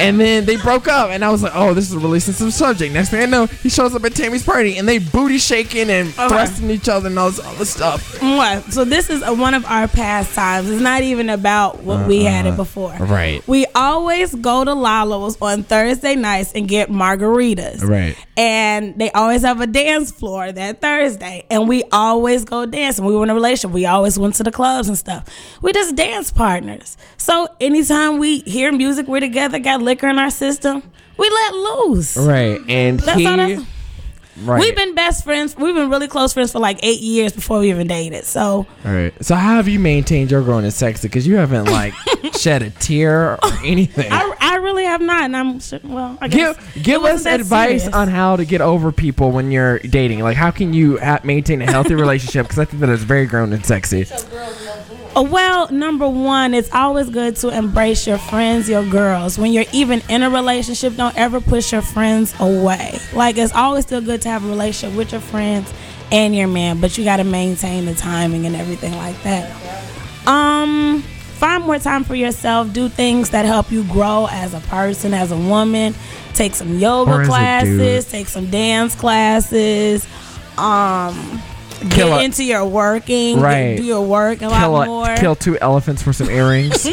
Speaker 2: And then they broke up, and I was like, "Oh, this is a really sensitive subject." Next thing I know, he shows up at Tammy's party, and they booty shaking and
Speaker 4: Oh
Speaker 2: thrusting each other and all this other stuff.
Speaker 4: what? So this is a, one of our pastimes. It's not even about what we had it before.
Speaker 2: Uh-uh. Right.
Speaker 4: We always go to Lalo's on Thursday nights and get margaritas.
Speaker 2: Right.
Speaker 4: And they always have a dance floor that Thursday. And we always go dancing. We were in a relationship. We always went to the clubs and stuff. We just dance partners. So anytime we hear music, we're together, got liquor in our system, we let loose.
Speaker 2: Right, and
Speaker 4: That's
Speaker 2: he.
Speaker 4: all that's-
Speaker 2: right.
Speaker 4: We've been best friends. We've been really close friends for like eight years before we even dated. So
Speaker 2: all right. So how have you maintained your growing in sex? Because you haven't like shed a tear or anything.
Speaker 4: I, I really have not, and I'm sure- well. I guess
Speaker 2: give
Speaker 4: it
Speaker 2: give
Speaker 4: wasn't
Speaker 2: us
Speaker 4: that
Speaker 2: advice
Speaker 4: serious.
Speaker 2: on how to get over people when you're dating. Like, how can you ha- maintain a healthy relationship? Because I think that is very grown and sexy.
Speaker 4: Uh, Well, number one, it's always good to embrace your friends, your girls. When you're even in a relationship, don't ever push your friends away. Like it's always still good to have a relationship with your friends and your man, but you got to maintain the timing and everything like that. Um, find more time for yourself. Do things that help you grow as a person, as a woman. Take some
Speaker 2: Or as
Speaker 4: yoga
Speaker 2: a
Speaker 4: classes.
Speaker 2: dude.
Speaker 4: Take some dance classes. Um,
Speaker 2: Kill
Speaker 4: get
Speaker 2: a-
Speaker 4: into your working.
Speaker 2: Right.
Speaker 4: Do your work a
Speaker 2: Kill,
Speaker 4: lot
Speaker 2: a-
Speaker 4: more.
Speaker 2: kill two elephants for some earrings.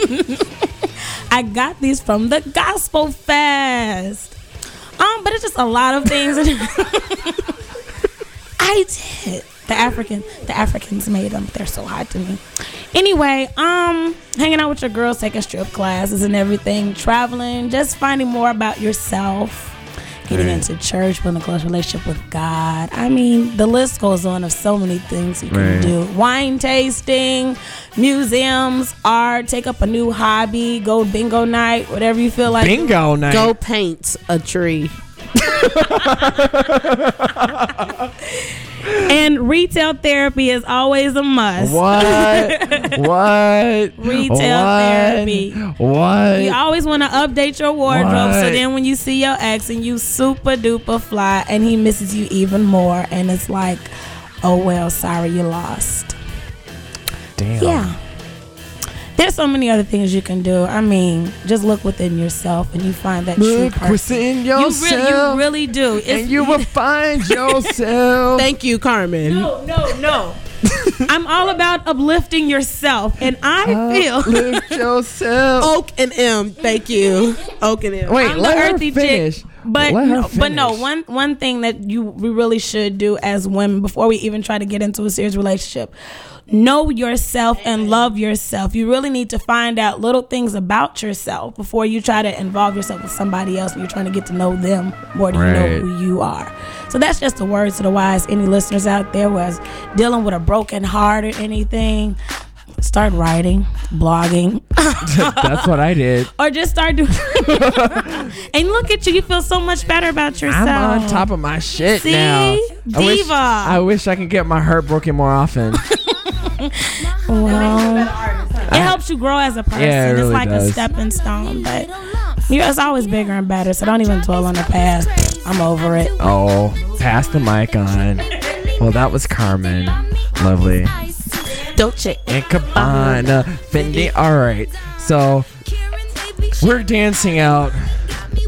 Speaker 4: I got these from the Gospel Fest. Um, but it's just a lot of things. I did. The African, the Africans made them. They're so hot to me. Anyway, um, hanging out with your girls, taking strip classes and everything, traveling, just finding more about yourself, getting into church, building a close relationship with God. I mean, the list goes on of so many things you can
Speaker 2: Right.
Speaker 4: do: wine tasting, museums, art. Take up a new hobby. Go bingo night, whatever you feel like.
Speaker 2: Bingo night.
Speaker 3: Go paint a tree.
Speaker 4: And retail therapy is always a must.
Speaker 2: What? what?
Speaker 4: Retail
Speaker 2: what?
Speaker 4: therapy.
Speaker 2: What?
Speaker 4: You always want to update your wardrobe so
Speaker 2: Right.
Speaker 4: then when you see your ex and you super duper fly and he misses you even more and it's like, oh well, sorry you lost.
Speaker 2: Damn.
Speaker 4: Yeah. There's so many other things you can do. I mean, just look within yourself and you find that true
Speaker 2: Look
Speaker 4: person.
Speaker 2: within
Speaker 4: You
Speaker 2: yourself,
Speaker 4: really, you really do. It's-
Speaker 2: and you will find yourself.
Speaker 3: Thank you, Carmen.
Speaker 4: no, no, no. I'm all about uplifting yourself, and I feel
Speaker 2: Lift yourself.
Speaker 3: Oak and M. Thank you. Oak and M.
Speaker 2: Wait,
Speaker 4: Oh, I'm
Speaker 2: let
Speaker 4: the
Speaker 2: her
Speaker 4: earthy
Speaker 2: finish.
Speaker 4: chick. But
Speaker 2: Let her
Speaker 4: no, but no,
Speaker 2: finish.
Speaker 4: one one thing that you we really should do as women before we even try to get into a serious relationship, know yourself and love yourself. You really need to find out little things about yourself before you try to involve yourself with somebody else and you're trying to get to know them more than
Speaker 2: Right.
Speaker 4: you know who you are. So that's just the words to the wise. Any listeners out there was dealing with a broken heart or anything, start writing, blogging,
Speaker 2: That's what I did.
Speaker 4: or just start doing. and look at you, you feel so much better about yourself.
Speaker 2: I'm on top of my shit
Speaker 4: See?
Speaker 2: now. I wish,
Speaker 4: Diva.
Speaker 2: I wish I could get my heart broken more often.
Speaker 4: It helps you grow as a person.
Speaker 2: Yeah, it
Speaker 4: it's
Speaker 2: really
Speaker 4: like
Speaker 2: does.
Speaker 4: a stepping stone, but you it's always bigger and better. So don't even dwell on the past. I'm over it.
Speaker 2: oh, pass the mic on. Well, that was Carmen. Lovely.
Speaker 3: Dolce.
Speaker 2: And Cabana. Fendi. All right. So we're dancing out.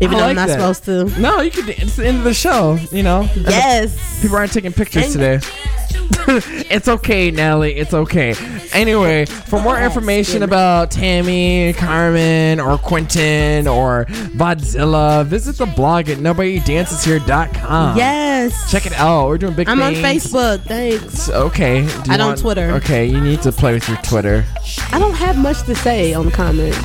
Speaker 3: Even
Speaker 2: I
Speaker 3: though
Speaker 2: like
Speaker 3: I'm not
Speaker 2: that.
Speaker 3: supposed to.
Speaker 2: No, you could. It's the end of the show. You know,
Speaker 3: Yes.
Speaker 2: people aren't taking pictures today. it's okay, Nelly. It's okay. Anyway, for more information about Tammy, Carmen, or Quentin, or Vodzilla, visit the blog at nobodydanceshere.com.
Speaker 3: Yes.
Speaker 2: Check it out. We're doing big
Speaker 3: I'm on
Speaker 2: things.
Speaker 3: Facebook. Thanks.
Speaker 2: Okay. Do you
Speaker 3: I don't Twitter.
Speaker 2: Okay, you need to play with your Twitter.
Speaker 3: I don't have much to say on the comments.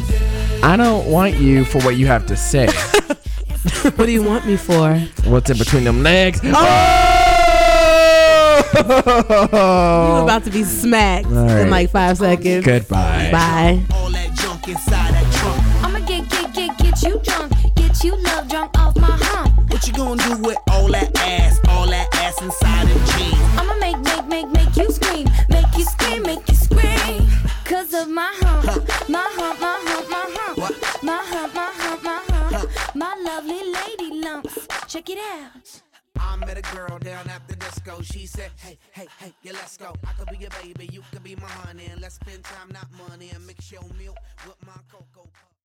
Speaker 2: I don't want you for what you have to say.
Speaker 3: What do you want me for?
Speaker 2: What's in between them legs? Oh!
Speaker 3: I'm about to be smacked
Speaker 2: right. Oh.
Speaker 3: in like five seconds.
Speaker 2: Goodbye.
Speaker 3: Bye.
Speaker 10: all that junk back inside that trunk.
Speaker 1: I'ma get, get, get, get you drunk. Get you love drunk off my hump.
Speaker 10: What you gonna do with all that ass, all that ass inside them jeans?
Speaker 1: I'ma make, make, make, make you scream. Make you scream, make you scream. Cause of my hump, my hump, my hump, my hump. My hump, my hump, my hump. My lovely lady lumps. Check it out.
Speaker 10: I met a girl down at the disco. She said, Hey, hey, hey, yeah, let's go. I could be your baby, you could be my honey. And let's spend time, not money, and mix your milk with my cocoa. puff."